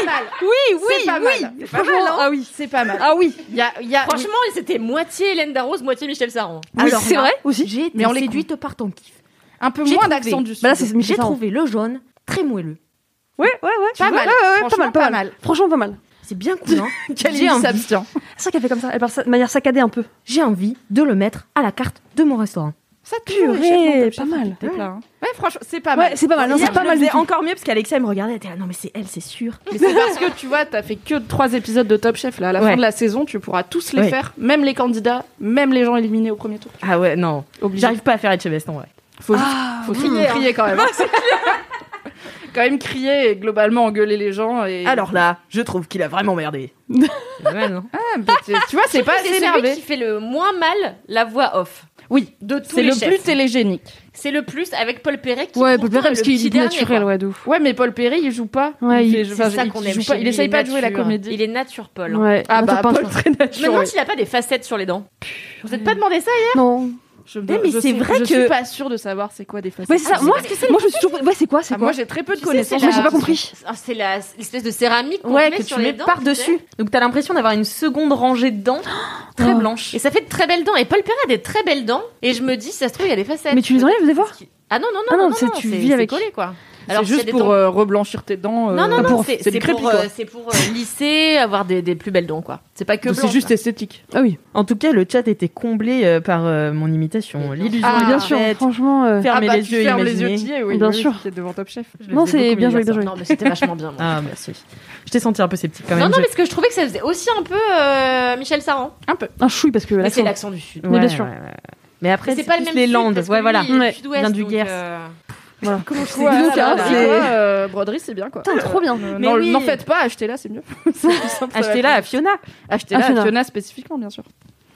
B: mal.
J: Oui, oui,
B: C'est pas
J: oui.
B: mal. C'est pas
J: Franchement,
B: mal, hein.
J: ah oui.
B: C'est pas mal.
J: Ah oui.
B: Il y a, il y a-
E: Franchement, c'était moitié Hélène Darroze, moitié Michel Saran.
C: Ah,
J: Alors, c'est vrai aussi.
C: J'ai été
B: Mais on les
C: séduite par ton kiff.
B: un peu
C: J'ai
B: moins
C: trouvé.
B: d'accent du sud.
J: Bah là, c'est
C: J'ai
J: Michel Sarro.
C: trouvé le jaune très moelleux.
J: Ouais, ouais, ouais. tu
B: Pas
J: vois,
B: mal.
J: ouais, ouais, pas
B: Franchement,
J: mal, pas mal. Franchement, pas mal.
B: (laughs)
C: C'est bien cool, hein
B: Quel
C: J'ai envie.
B: s'abstient.
J: C'est ça qu'elle fait comme ça. Elle parle ça- de manière saccadée un peu.
C: J'ai envie de le mettre à la carte de mon restaurant.
B: Ça tue,
J: Purée, pas mal.
B: Ouais, franchement, c'est pas mal.
J: Ouais, c'est pas mal. Mmh. Ah Non,
H: Hier,
J: c'est pas
H: je
J: mal.
H: le
J: du
H: faisais
J: tout.
H: encore mieux parce qu'Alexa elle me regardait.
C: Elle était là, non mais c'est elle, c'est sûr.
B: Mais c'est parce que tu vois, t'as fait que trois épisodes de Top Chef là. À la fin
C: Ouais.
B: de la saison, tu pourras tous les
C: Ouais.
B: faire, même les candidats, même les gens éliminés au premier tour.
C: Ah ouais, non.
B: Obligé.
C: J'arrive pas à faire Etche Beston, ouais.
B: Faut, juste- faut crier, crier quand même. hein. (laughs) quand même crier et globalement engueuler les gens. Et...
H: Alors là, je trouve qu'il a vraiment merdé.
C: hein.
B: Ah, mais tu
E: (laughs)
B: tu vois, c'est pas assez
E: C'est celui qui
B: énervé.
E: fait le moins mal la voix off.
B: Oui, de
E: tous
B: C'est
E: les
B: le
E: chefs.
B: plus télégénique.
E: C'est le plus avec Paul Perret qui
J: Ouais,
E: pourtant,
J: Perret,
E: est
J: parce
E: le
J: qu'il
E: petit
J: est
E: dernier,
J: naturel,
E: quoi.
J: ouais, de ouf.
B: Ouais, mais Paul Perry, il joue pas.
J: Ouais,
B: fait-
J: il-
E: C'est
B: enfin,
E: ça
B: il-
E: qu'on
B: il
E: aime
B: joue pas.
E: chez
B: Il
E: lui,
B: essaye
E: est
B: pas de jouer la
E: nature.
B: comédie.
E: Il est nature, Paul.
J: Ouais.
B: Ah
J: Attends,
B: bah,
J: pas un
B: Paul
J: choix.
B: très
E: Je me demande
B: naturel.
E: s'il a pas des facettes sur les dents. Vous êtes pas demandé ça
J: Non.
B: Je
C: Eh, mais
B: je
C: c'est
B: sais-
C: vrai
B: je
C: que-
B: suis pas sûre de savoir c'est quoi des facettes.
J: Ouais, c'est ça.
B: Ah,
J: Moi,
B: je-
J: moi, je me suis toujours. Ouais, c'est quoi, c'est
B: ah, moi
J: quoi
B: j'ai très peu de
E: Tu sais,
B: connaissances.
E: c'est
J: Moi, j'ai pas
E: la-
J: compris.
E: Ah, C'est la l'espèce de céramique qu'on
C: Ouais,
E: te met
C: que
E: sur
C: tu
E: les
C: mets
E: dents,
C: par-dessus.
E: tu sais.
C: Donc t'as l'impression d'avoir une seconde rangée de dents très
J: Oh.
C: blanches.
E: Et ça fait de très belles dents. Et Paul Perret a des très belles dents. Et je me dis, si ça se trouve, il y a des facettes.
J: Mais tu les enlèves, vous allez voir.
E: Parce que- Ah non, non,
J: Ah
E: non,
J: non,
E: non,
J: c'est-
E: non,
J: tu vis avec.
E: collé, quoi.
B: Alors
E: s'il y a
B: juste
E: des
B: pour
E: dents-
B: euh, reblanchir tes dents. euh,
E: Non, non,
B: ah,
E: non,
B: pour-
E: c'est
B: c'est
E: c'est
B: des crépis,
E: pour, euh,
B: quoi.
E: c'est pour euh, lisser, avoir des, des plus belles dents, quoi. C'est pas que
B: Donc, C'est
E: blanc.
B: juste esthétique.
J: Ah oui.
C: En tout cas, le chat était comblé euh, par euh, mon imitation. L'illusion
B: Ah,
J: Ah,
C: est
J: bien sûr.
C: faite.
J: Franchement. euh,
C: Fermez
B: ah, bah,
C: les
B: tu
C: yeux,
B: fermes les
C: imaginez.
B: yeux, tu y es, oui,
J: Bien
B: oui, oui,
J: sûr.
B: qui est devant Top Chef.
C: Je le
J: Non,
C: faisais
J: c'est
C: beaucoup
J: bien
C: mieux
J: joué,
C: hier
J: bien
C: soir.
J: joué.
E: Non, mais c'était vachement bien. moi.
C: (laughs) Ah, merci. Je t'ai senti un peu sceptique quand
E: Non,
C: même.
E: non,
C: je-
E: parce que je trouvais que ça faisait aussi un peu euh, Michel Saran.
J: Un chouille parce que
E: Mais c'est
J: l'accent-
E: l'accent du Sud.
J: Mais bien
C: Ouais,
J: sûr.
C: ouais, ouais. Mais après,
E: Mais
C: c'est
E: c'est pas le
C: plus
E: même
C: les
E: Sud,
C: Landes.
E: parce que
C: Ouais,
E: lui,
C: voilà.
E: il est
J: Ouais.
E: du Sud-Ouest,
C: Vient du
E: donc,
C: Gers.
E: euh,
B: Ouais, voilà,
J: c'est-
C: hein,
B: voilà,
J: c'est-
B: voilà, euh, broderie, c'est bien, quoi.
J: Putain, (laughs) trop bien.
B: N'en
C: oui.
B: n'en faites pas, achetez-la, c'est mieux. C'est plus simple, ça va
C: Achetez-la à Fiona.
B: Achetez-la à
J: Fiona.
B: Fiona spécifiquement, bien sûr.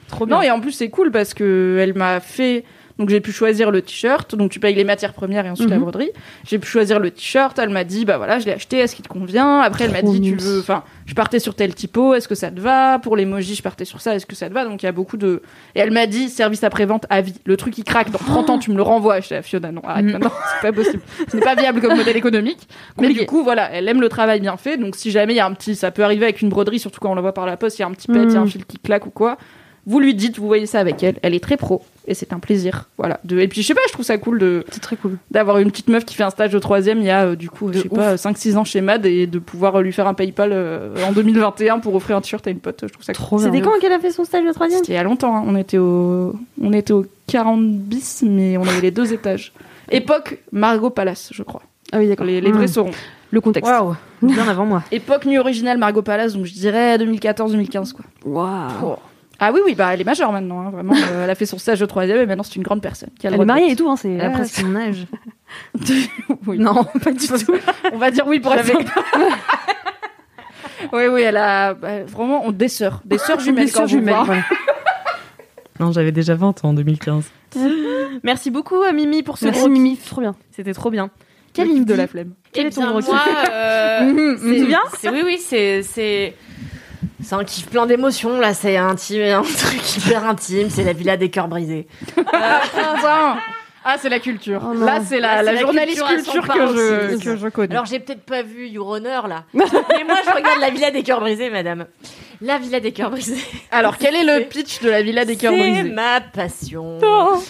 B: Trop bien. Non, et en plus, c'est cool parce que elle m'a fait. Donc, j'ai pu choisir le t-shirt. Donc, tu payes les matières premières et ensuite la
J: Mhm.
B: broderie. J'ai pu choisir le t-shirt. Elle m'a dit, bah voilà, je l'ai acheté. Est-ce qu'il te convient Après, elle m'a
J: Trop
B: dit, tu
J: mignon.
B: veux. Enfin, je partais sur tel typo. Est-ce que ça te va Pour l'emoji, je partais sur ça. Est-ce que ça te va Donc, il y a beaucoup de. Et elle m'a dit, service après-vente à vie. Le truc, il craque. Dans 30
J: Oh.
B: ans, tu me le renvoies. J'étais à Fiona. Non, arrête
J: Mm.
C: Mhm.
B: maintenant. C'est pas possible. Ce n'est pas viable comme modèle économique. Mais
J: Compliqué.
B: du coup, voilà, elle aime le travail bien fait. Donc, si jamais il y a un petit, ça peut arriver avec une broderie, surtout quand on l'envoie par la poste, il y a un petit pet, il y a un
J: Mm.
B: fil qui claque ou quoi. Vous lui dites, vous voyez ça avec elle. Elle est très pro et c'est un plaisir. Voilà. De... Et puis, je sais pas, je trouve ça cool de
J: C'est très cool.
B: d'avoir une petite meuf qui fait un stage de troisième il y a euh, du coup, je sais pas, 5-6 ans chez MAD et de pouvoir euh, lui faire un PayPal euh, en 2021 pour offrir un t-shirt à une pote. Je trouve ça cool.
J: Trop bien.
C: C'était quand qu'elle a fait son stage le troisième
B: C'était il y a longtemps, hein. on, était au... on était au 40 bis, mais on avait les deux étages. Époque Margot Palace, je crois.
J: Ah oui, d'accord.
B: Les, les vrais
J: Mm.
B: sauront.
J: Le contexte.
C: Waouh,
J: (laughs)
C: bien avant moi.
B: Époque nu original Margot Palace, donc je dirais 2014-2015 quoi.
J: Waouh.
B: Ah oui oui bah elle est majeure maintenant, hein, vraiment. Euh, elle a fait son stage au troisième et maintenant c'est une grande personne. qui a le
J: Elle est
B: droit de
J: mariée et tout, hein. C'est.
C: Elle a
J: (laughs)
C: presque son âge.
B: vote. Oui.
C: Non, pas du tout.
B: On va dire oui pour être sympa. (laughs) oui oui elle a bah, vraiment on des sœurs, des sœurs jumelles
J: Des
B: quand
J: sœurs
B: vous
J: jumelles,
B: voir.
J: voilà.
C: Non, j'avais déjà 20 ans en 2015. Merci beaucoup à Mimi pour ce
J: Merci
C: gros
J: Mimi, trop bien.
C: kiff. C'était trop bien.
B: Quel
C: Le kiff
B: livre de la
C: f-
B: flemme.
C: Quel
E: Eh
C: est ton
E: bien,
C: gros kiff
E: moi, euh,
J: Mhm,
E: c'est-
J: mhm.
E: c'est- Oui, oui, c'est. c'est... C'est un kiff plein d'émotions, là, c'est intime, un (laughs) truc hyper intime, c'est la villa des cœurs brisés.
B: Putain. Ah c'est la culture.
J: Oh non.
B: Là c'est la,
E: Là, c'est
B: Ah, la
E: la
B: journaliste
E: culture
B: culture,
E: à
B: que,
E: son pain
B: je,
E: aussi.
B: que je connais.
E: Alors, j'ai peut-être pas vu Your Honor,
B: (laughs)
E: là, mais moi, je regarde la villa des cœurs brisés, madame. La villa des cœurs brisés.
B: Alors, quel est le pitch de la villa des cœurs
E: C'est
B: brisés Oh.
E: ma passion.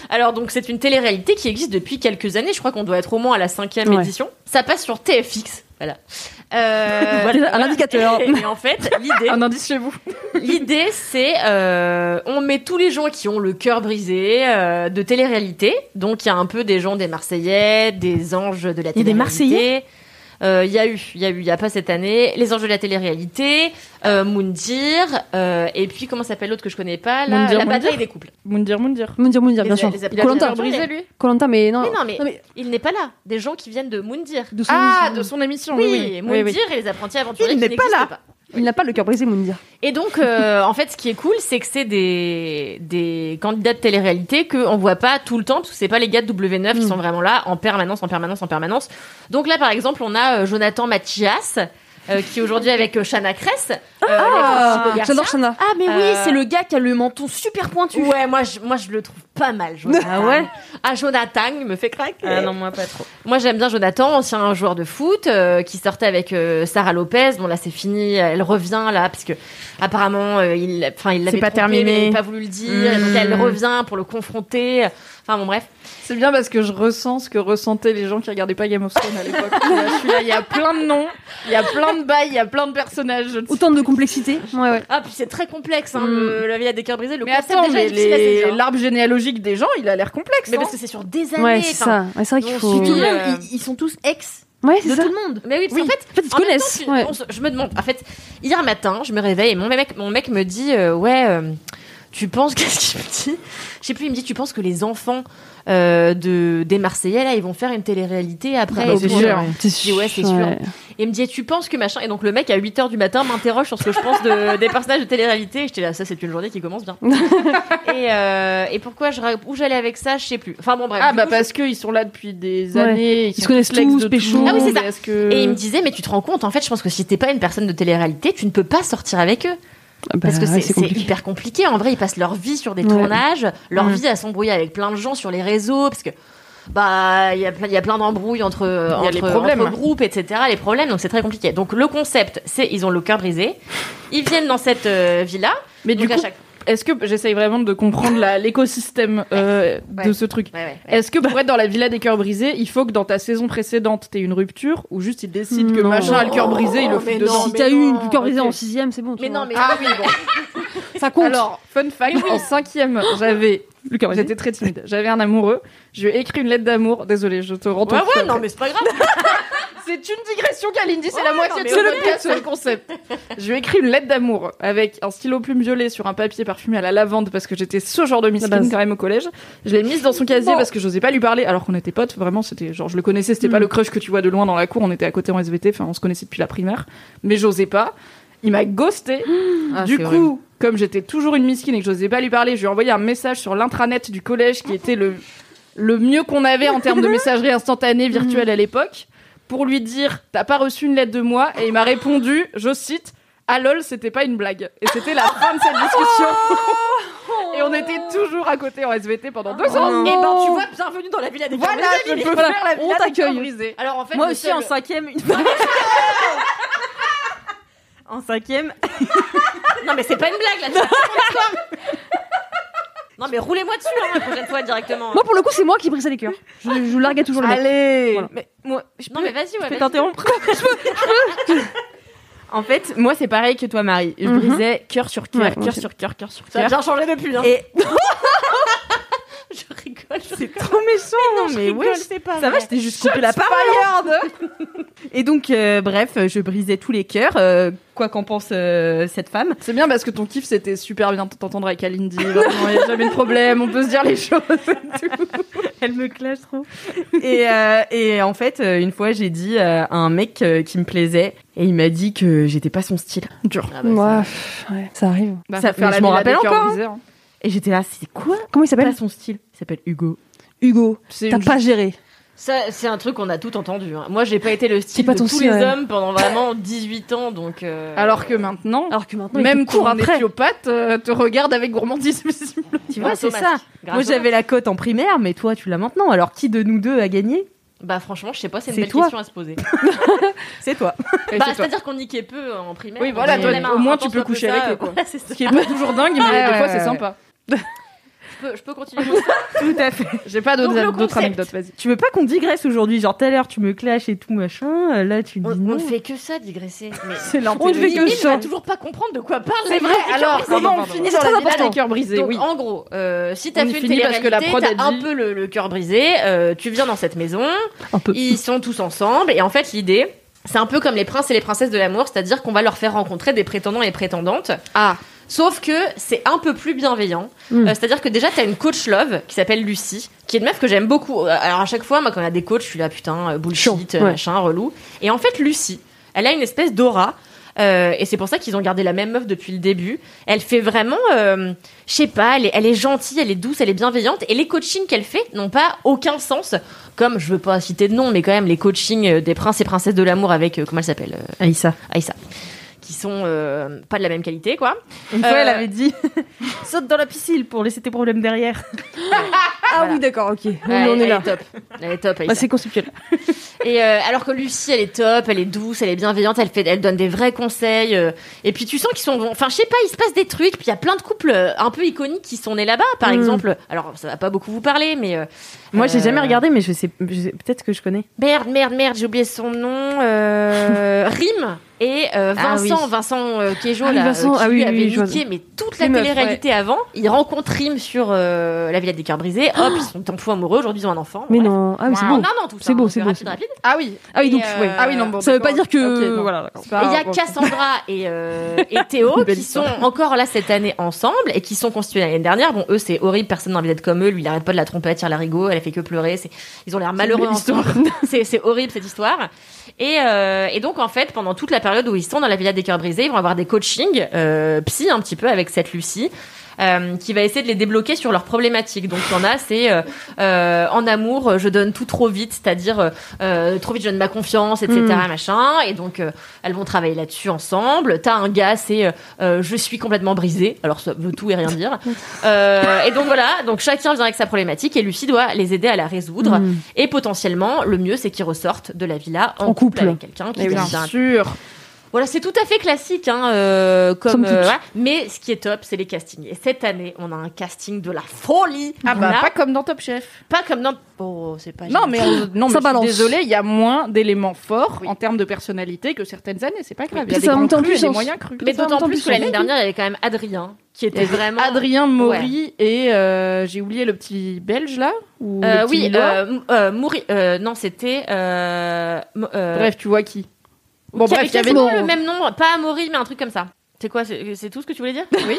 E: Alors donc c'est une télé-réalité qui existe depuis quelques années. Je crois qu'on doit être au moins à la cinquième
J: Ouais.
E: édition. Ça passe sur TFX. Voilà.
B: (laughs)
E: Euh,
J: Voilà, un indicateur.
E: Et, et en fait, l'idée,
B: Un indice chez vous.
E: l'idée, c'est euh, on met tous les gens qui ont le cœur brisé euh, de télé-réalité. Donc il y a un peu des gens des Marseillais, des anges de la télé-réalité.
C: y a des Marseillais
E: Euh, Il y a eu, il y a eu, il y a pas cette année, les anges de la télé-réalité, euh, Moundir, euh, et puis comment s'appelle l'autre que je connais pas, là,
B: Moundir,
E: la
B: Moundir
E: bataille des couples.
B: Moundir, Moundir.
J: Moundir, Moundir, bien
E: Les-
J: sûr.
E: les appels
J: Colanta.
E: à brisé, lui.
J: Colanta, mais non.
E: Mais non, mais,
J: Non, mais-
E: il n'est pas là. Des gens qui viennent de Moundir.
J: de son
B: Ah,
J: émission.
B: de son émission,
E: Oui,
B: oui, oui.
E: Moundir et les apprentis aventuriers.
H: Il
E: qui
H: n'est pas
E: n'existent
H: là.
J: Il n'a pas le cœur brisé, Moundir.
E: Et donc, euh, en fait, ce qui est cool, c'est que c'est des, des candidats de télé-réalité qu'on voit pas tout le temps, parce que c'est pas les gars de W9 qui
J: Mm.
E: sont vraiment là en permanence, en permanence, en permanence. Donc là, par exemple, on a euh, Jonathan Mathias, euh, qui est aujourd'hui avec euh, Shana Kress. euh, l'ex-Anticipo Garcia.
J: J'adore Shana.
C: Ah, mais
E: Euh,
C: oui, c'est le gars qui a le menton super pointu.
E: Ouais, moi je, moi je le trouve pas mal, Jonathan. Ah ouais Ah, Jonathan, il me fait craquer.
C: Ah non, moi pas trop.
E: Moi, j'aime bien Jonathan, ancien joueur de foot, euh, qui sortait avec euh, Sarah Lopez. Bon, là, c'est fini. Elle revient, là, parce que, apparemment, euh, il, enfin, il l'avait
C: pas
E: trompée,
C: terminé.
E: mais Il n'avait pas voulu le dire.
C: Mmh.
E: Donc, elle
J: Hmm.
E: revient pour le confronter. Enfin, bon, bref.
B: C'est bien parce que je ressens ce que ressentaient les gens qui regardaient pas Game of Thrones à l'époque. je suis là, il y a plein de noms, il y a plein de bails, il y a plein de personnages. je ne sais
J: Autant de complexité. Ouais, ouais.
E: Ah, puis c'est très complexe, hein,
B: Mm.
J: Hmm.
E: le- la vie à des cœurs brisés. Le
B: Mais
E: concept,
B: attends,
E: ah, déjà,
B: mais
E: est difficile à
B: les-
E: saisir, hein.
B: l'arbre généalogique des gens, il a l'air complexe.
E: Mais
B: hein.
E: parce que c'est sur des années.
J: Ouais, c'est
E: enfin,
J: ça. Ouais, c'est vrai qu'il
E: on
J: faut.
E: suit tout le monde,
C: Euh,
E: ils, ils sont tous ex
J: Ouais,
E: de
J: c'est ça.
E: tout le monde. Mais oui, parce
J: Oui.
E: qu'en fait,
J: En fait, ils se
E: en même temps,
J: connaissent.
E: tu-
J: ouais.
E: on se- je me demande. En fait, hier matin, je me réveille et mon mec, mon mec me dit euh, Ouais, euh, tu penses. (laughs) Qu'est-ce qu'il me dit Je sais plus, il me dit Tu penses que les enfants euh, de, des Marseillais, là, ils vont faire une télé-réalité après
B: bah,
E: et
B: c'est
E: tout.
B: sûr.
J: C'est
E: dis, ouais, c'est sûr. Et il me dit, tu penses que machin. Et donc le mec à 8h du matin m'interroge sur ce que je pense de- des personnages de télé-réalité. Et j'étais là, ça c'est une journée qui commence bien. et, euh, et pourquoi je, ra- où j'allais avec ça, je sais plus. Enfin bon, bref.
B: Ah
E: Du
B: bah
E: coup,
B: parce qu'ils sont là depuis des
J: Ouais.
B: années, ils,
J: se connaissent
B: complexes
J: tous,
B: de tout
J: pécho.
B: le monde,
E: Ah oui, c'est ça.
B: mais est-ce que-
E: je- Et il me disait, mais tu te rends compte, en fait, je pense que si t'es pas une personne de télé-réalité, tu ne peux pas sortir avec eux. Parce
D: Bah,
E: que c'est- c'est
J: compliqué.
E: hyper compliqué. En vrai, ils passent leur vie sur des
J: Ouais.
E: tournages, leur vie à s'embrouiller avec plein de gens sur les réseaux, parce que bah il y a plein, il y a plein d'embrouilles entre
B: y a les
E: entre,
B: problèmes.
E: entre groupes, etc. Les problèmes, donc c'est très compliqué. Donc le concept, c'est ils ont le cœur brisé, ils viennent dans cette euh, villa.
B: Mais
E: donc
B: du
E: à
B: coup,
E: chaque...
B: est-ce que j'essaye vraiment de comprendre la- l'écosystème euh, de
E: Ouais.
B: ce truc
E: ouais, ouais, ouais.
B: Est-ce que pour être dans la villa des cœurs brisés, il faut que dans ta saison précédente, t'aies une rupture ou juste il décide que
J: Non.
B: machin a le cœur brisé, il le
E: Non,
B: fout
E: Oh, mais
B: dedans
J: Si
E: mais
J: t'as eu
E: non,
J: une cœur brisée
B: ok.
J: en sixième, c'est bon. tu
E: Mais
J: vois.
E: non, mais
B: Ah oui, bon.
J: ça compte.
B: Alors, fun fact,
E: Eh
B: en cinquième, j'avais... J'étais très timide. J'avais un amoureux. Je lui ai écrit une lettre d'amour. Désolée, je te rends ton
E: ouais,
B: coup
E: ouais,
B: après.
E: non, mais c'est pas grave.
B: C'est une digression, Kalindi, c'est la
E: Ouais,
B: moitié de
E: non, mais
B: ce
E: on peut
B: podcast, c'est le concept. Je lui ai écrit une lettre d'amour avec un stylo plume violet sur un papier parfumé à la lavande parce que j'étais ce genre de
J: La
B: miskine
J: base.
B: quand même au collège. Je l'ai mise dans son casier
J: Bon.
B: parce que j'osais pas lui parler alors qu'on était potes, vraiment, c'était genre je le connaissais, c'était pas
E: Hmm.
B: le crush que tu vois de loin dans la cour, on était à côté en SVT, enfin on se connaissait depuis la primaire, mais j'osais pas. Il m'a ghosté. du coup, comme j'étais toujours une miskine et que j'osais pas lui parler, je lui ai envoyé un message sur l'intranet du collège qui était le, le mieux qu'on avait en termes de messagerie instantanée (laughs) virtuelle à l'époque pour lui dire t'as pas reçu une lettre de moi et il m'a répondu je cite ah lol c'était pas une blague et c'était la fin (laughs) de cette discussion et on était toujours à côté en SVT pendant deux ans
E: Et ben, tu vois, bienvenue dans la villa des
B: Oh. voilà
E: Carmelites.
B: je peux faire la
J: on
B: villa des
J: t'accueille.
B: cœurs brisés.
E: Alors en fait,
C: Moi
E: le
C: aussi
E: seul-
C: en cinquième, une
H: En cinquième,
E: Non, mais c'est pas une blague là, c'est pas une histoire. Non, mais roulez-moi dessus hein, la prochaine fois directement.
J: Moi, pour le coup, c'est moi qui brise les cœurs. Je, je larguais toujours le mec.
H: allez
J: Voilà.
H: Mais moi, je peux,
E: Non, mais vas-y, ouais.
H: je peux
E: vas-y.
H: t'interrompre
C: En fait, moi c'est pareil que toi, Marie. Je
J: Mhm.
C: brisais cœur sur cœur,
J: Ouais, moi
C: cœur
J: aussi.
C: sur cœur, cœur sur
E: Ça a
C: cœur.
E: bien changé depuis. Hein.
H: Et
E: (laughs) Je rigole. je
C: C'est
E: rigole.
C: trop méchant, mais, ouais.
H: sais pas.
C: Ça va, je t'ai juste coupé la parole. hein. Et donc, euh, bref, je brisais tous les cœurs, euh, quoi qu'en pense euh, cette femme.
B: c'est bien parce que ton kiff c'était super bien de t'entendre avec Alindy vraiment y a jamais de problème on peut se dire les choses
C: Elle me clash trop. et, euh, et en fait, euh, une fois, j'ai dit euh, à un mec euh, qui me plaisait, et il m'a dit que j'étais pas son style.
B: dur
E: Ah, bah,
J: Moi, pff, ouais, ça arrive.
B: Bah,
C: Ça-
B: faut faire
C: mais
B: la
C: je m'en
B: villa
C: rappelle
B: des cœurs
C: encore, hein.
B: brisés, hein.
C: Et j'étais là, c'est quoi
J: Comment il s'appelle
C: Pas son style. Il s'appelle Hugo.
J: Hugo.
B: C'est
J: T'as
B: une-
J: pas géré.
E: Ça, c'est un truc qu'on a tout entendu. hein. Moi, j'ai pas été le style
J: pas
E: de
J: ton
E: tous
J: style,
E: les
J: ouais.
E: hommes pendant vraiment 18 ans, donc. euh,
B: alors que maintenant
J: Alors que maintenant, il
B: même
J: te court
B: ton
J: après.
B: éthiopathe euh, te regarde avec gourmandisme
C: Tu vois,
E: grâce
C: c'est
E: au
C: ça.
E: masque. Grâce
C: Moi,
E: au
C: j'avais la cote en primaire, mais toi, tu l'as maintenant. Alors, qui de nous deux a gagné
E: masque. Bah, franchement, je sais pas, c'est une
C: C'est
E: belle
C: toi.
E: question à se poser.
C: C'est toi.
B: (laughs) Et
E: bah,
B: c'est toi.
E: c'est-à-dire qu'on niquait peu euh, en primaire.
B: Oui, voilà,
E: Mais
B: toi,
E: même
B: au
E: un-
B: moins,
E: un
B: tu
E: temps
B: peux
E: soit peu
B: coucher
E: ça,
B: avec eux,
E: euh,
B: quoi.
E: ouais, c'est
B: (laughs)
E: ça.
B: Ce qui est pas toujours dingue, mais
C: Ouais,
B: des
C: ouais,
B: fois
C: ouais,
B: c'est
C: ouais.
B: sympa.
E: Je peux- je peux continuer mon
C: Tout à fait.
B: J'ai pas
E: Donc, le
B: d'autres d'autres
E: concept.
B: anecdotes, vas-y.
C: Tu veux pas qu'on digresse aujourd'hui Genre tout à l'heure tu me clashes et tout machin, euh, là tu dis
E: On,
C: non.
E: on ne fait que ça, digresser. Mais
B: C'est
J: On ne fait que
E: Mimi ne
J: ça.
E: va toujours pas comprendre de quoi parle.
B: C'est vrai, alors comment on finit
J: C'est
B: dans
J: très
B: la villa
J: important.
B: des cœurs brisés,
E: Donc,
B: oui.
E: en gros, euh, si t'as
B: On y
E: fait une
B: finit parce que
E: télé-réalité,
B: la prod a
E: t'as un
B: dit-
E: peu le, le cœur brisé, euh, tu viens dans cette maison,
C: Un peu.
E: ils sont tous ensemble, et en fait, l'idée, c'est un peu comme les princes et les princesses de l'amour, c'est-à-dire qu'on va leur faire rencontrer des prétendants et prétendantes.
B: Ah.
E: Sauf que c'est un peu plus bienveillant.
J: Mm.
E: Euh, c'est-à-dire que déjà, t'as une coach love qui s'appelle Lucie, qui est une meuf que j'aime beaucoup. Euh, Alors, à chaque fois, moi, quand on a des coachs, je suis là, putain, euh, bullshit,
J: Chiant,
E: euh,
J: ouais.
E: machin, relou. Et en fait, Lucie, elle a une espèce d'aura. euh, et c'est pour ça qu'ils ont gardé la même meuf depuis le début. Elle fait vraiment, euh, je sais pas, elle est, elle est gentille, elle est douce, elle est bienveillante. Et les coachings qu'elle fait n'ont pas aucun sens. Comme, je veux pas citer de nom, mais quand même, les coachings euh, des princes et princesses de l'amour avec, euh, comment elle s'appelle euh,
C: Aïssa.
E: Aïssa. Qui qui sont euh, pas de la même qualité, quoi.
C: Une fois,
E: Euh,
C: elle avait dit (laughs) saute dans la piscine pour laisser tes problèmes derrière.
D: Ah oui, d'accord, ok. On,
E: Ouais,
D: on
E: elle
D: est là.
E: top. Elle est top.
D: Bah,
E: Aïssa.
D: c'est conceptuel.
E: (laughs) Et euh, alors que Lucie, elle est top, elle est douce, elle est bienveillante, elle fait, elle donne des vrais conseils. euh, et puis tu sens qu'ils sont, enfin je sais pas, il se passe des trucs. Puis il y a plein de couples euh, un peu iconiques qui sont nés là-bas, par
D: Mm.
E: exemple. Alors ça va pas beaucoup vous parler, mais euh,
C: Moi, j'ai
E: Euh,
C: jamais regardé, mais je sais, je sais- peut-être que je connais.
E: merde, merde, merde, j'ai oublié son nom,
D: (laughs)
E: euh, Rime et euh,
C: Ah
E: Vincent,
C: oui.
E: Vincent euh, Queijo,
D: Ah oui,
E: là, euh,
D: Vincent,
E: qui
D: ah
E: lui
D: oui, oui,
E: avait
D: oui, je vois.
E: niqué, mais toute la
D: Les meufs,
E: télé-réalité avant. Il rencontre Rime sur euh, la Villa des Cœurs Brisés.
D: (gasps)
E: Hop, ils sont un fou amoureux. Aujourd'hui, ils ont un enfant.
D: Mais
E: Bref.
D: non, ah oui, c'est
E: En
D: beau.
E: un an, tout ça.
D: C'est beau,
E: hein,
D: c'est
E: donc,
D: beau,
E: Rapide,
D: c'est beau.
E: rapide.
B: Ah oui.
D: Ah oui,
E: Et,
D: donc,
E: euh,
D: ouais.
B: Ah oui, non, bon.
D: Ça veut pas
B: d'accord.
D: dire que.
B: Ok, non.
D: voilà, d'accord.
B: C'est
E: Et
B: pas
E: il y a
B: grave.
E: Cassandra et, euh,
D: (laughs)
E: et Théo
D: Ah, Belle
E: qui sont
D: histoire.
E: encore là cette année ensemble et qui sont constitués l'année dernière. Bon, eux, c'est horrible, personne n'a envie d'être comme eux. Lui, il arrête pas de la tromper, elle tire l'arigot, elle fait que pleurer. C'est- Ils ont l'air malheureux ensemble. (laughs) C'est c'est horrible cette histoire. Et, euh, et donc, en fait, pendant toute la période où ils sont dans la Villa des Cœurs Brisés, ils vont avoir des coachings euh, psy un petit peu avec cette Lucie. euh, qui va essayer de les débloquer sur leurs problématiques. Donc il y en a, c'est euh, euh, en amour, je donne tout trop vite, c'est-à-dire euh, euh, trop vite, je donne ma confiance, etc. Machin. Et donc euh, elles vont travailler là-dessus ensemble. T'as un gars, c'est euh, euh, je suis complètement brisée. Alors ça veut tout et rien dire. Euh, et donc voilà, donc chacun vient avec sa problématique et Lucie doit les aider à la résoudre. Et potentiellement, le mieux, c'est qu'ils ressortent de la villa en,
J: En couple.
E: avec quelqu'un qui
B: Eh oui,
E: devient
B: Bien sûr.
E: voilà, c'est tout à fait classique, hein, euh, comme.
J: Somme toute.
E: euh, voilà. Mais ce qui est top, c'est les castings. Et cette année, on a un casting de la folie.
B: Ah bah
E: On a
B: pas comme dans Top Chef.
E: pas comme dans. Oh, c'est pas.
B: Non mais on- non
J: Ça
B: mais
J: balance.
B: désolé, il y a moins d'éléments forts en termes de personnalité que certaines années, c'est pas grave. Il y
J: Ça
B: a des
J: monte
B: grands
J: en
B: crus et des
J: puissance.
B: moyens crus.
E: mais
J: ça, en
E: d'autant
J: même temps,
E: plus
J: plus
E: que
J: on
E: l'année
J: est-
E: dernière, il y avait quand même Adrien qui était vraiment.
B: Adrien Maury et euh, j'ai oublié le petit belge là ou le
E: Euh,
B: petit
E: oui,
B: Lillois.
E: euh, M- euh, Mouri- euh, non, c'était. Euh, M- euh,
B: Bref, tu vois qui. Bon
E: qui
B: bref, il y avait
E: quasiment le même nom, pas Amaury, mais un truc comme ça. C'est quoi C'est c'est tout ce que tu voulais dire (laughs) Oui.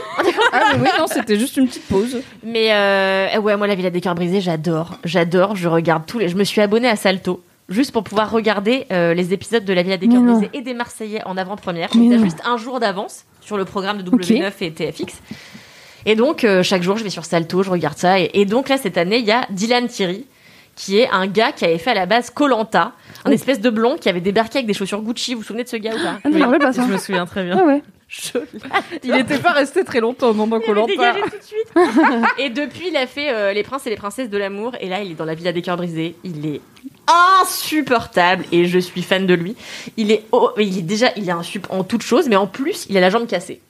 B: Ah mais oui, non, c'était juste une petite pause.
E: Mais euh, ouais, moi la Villa des Cœurs Brisés, j'adore, j'adore. Je regarde tous les. Je me suis abonnée à Salto juste pour pouvoir regarder euh, les épisodes de la Villa des
J: Mais
E: Cœurs
J: non.
E: Brisés et des Marseillais en avant-première.
J: Mais
E: T'as
J: non.
E: juste un jour d'avance sur le programme de W9 et TFX. Et donc euh, chaque jour, je vais sur Salto, je regarde ça. Et, et donc là cette année, il y a Dylan Thierry qui est un gars qui avait fait à la base Colanta, un
J: Oh.
E: espèce de blond qui avait débarqué avec des chaussures Gucci. Vous vous souvenez de ce gars ou pas
J: Ah non, je me rappelle pas ça.
C: Je me souviens très bien.
J: Ah ouais.
B: Il n'était pas resté très longtemps dans
E: Il avait
B: Colanta.
E: dégagé tout de suite.
B: (laughs)
E: et depuis, il a fait euh, Les Princes et les Princesses de l'amour. Et là, il est dans la Villa des Cœurs Brisés. Il est insupportable et je suis fan de lui. Il est, oh, il est déjà, il est insup en toute chose, mais en plus, il a la jambe cassée.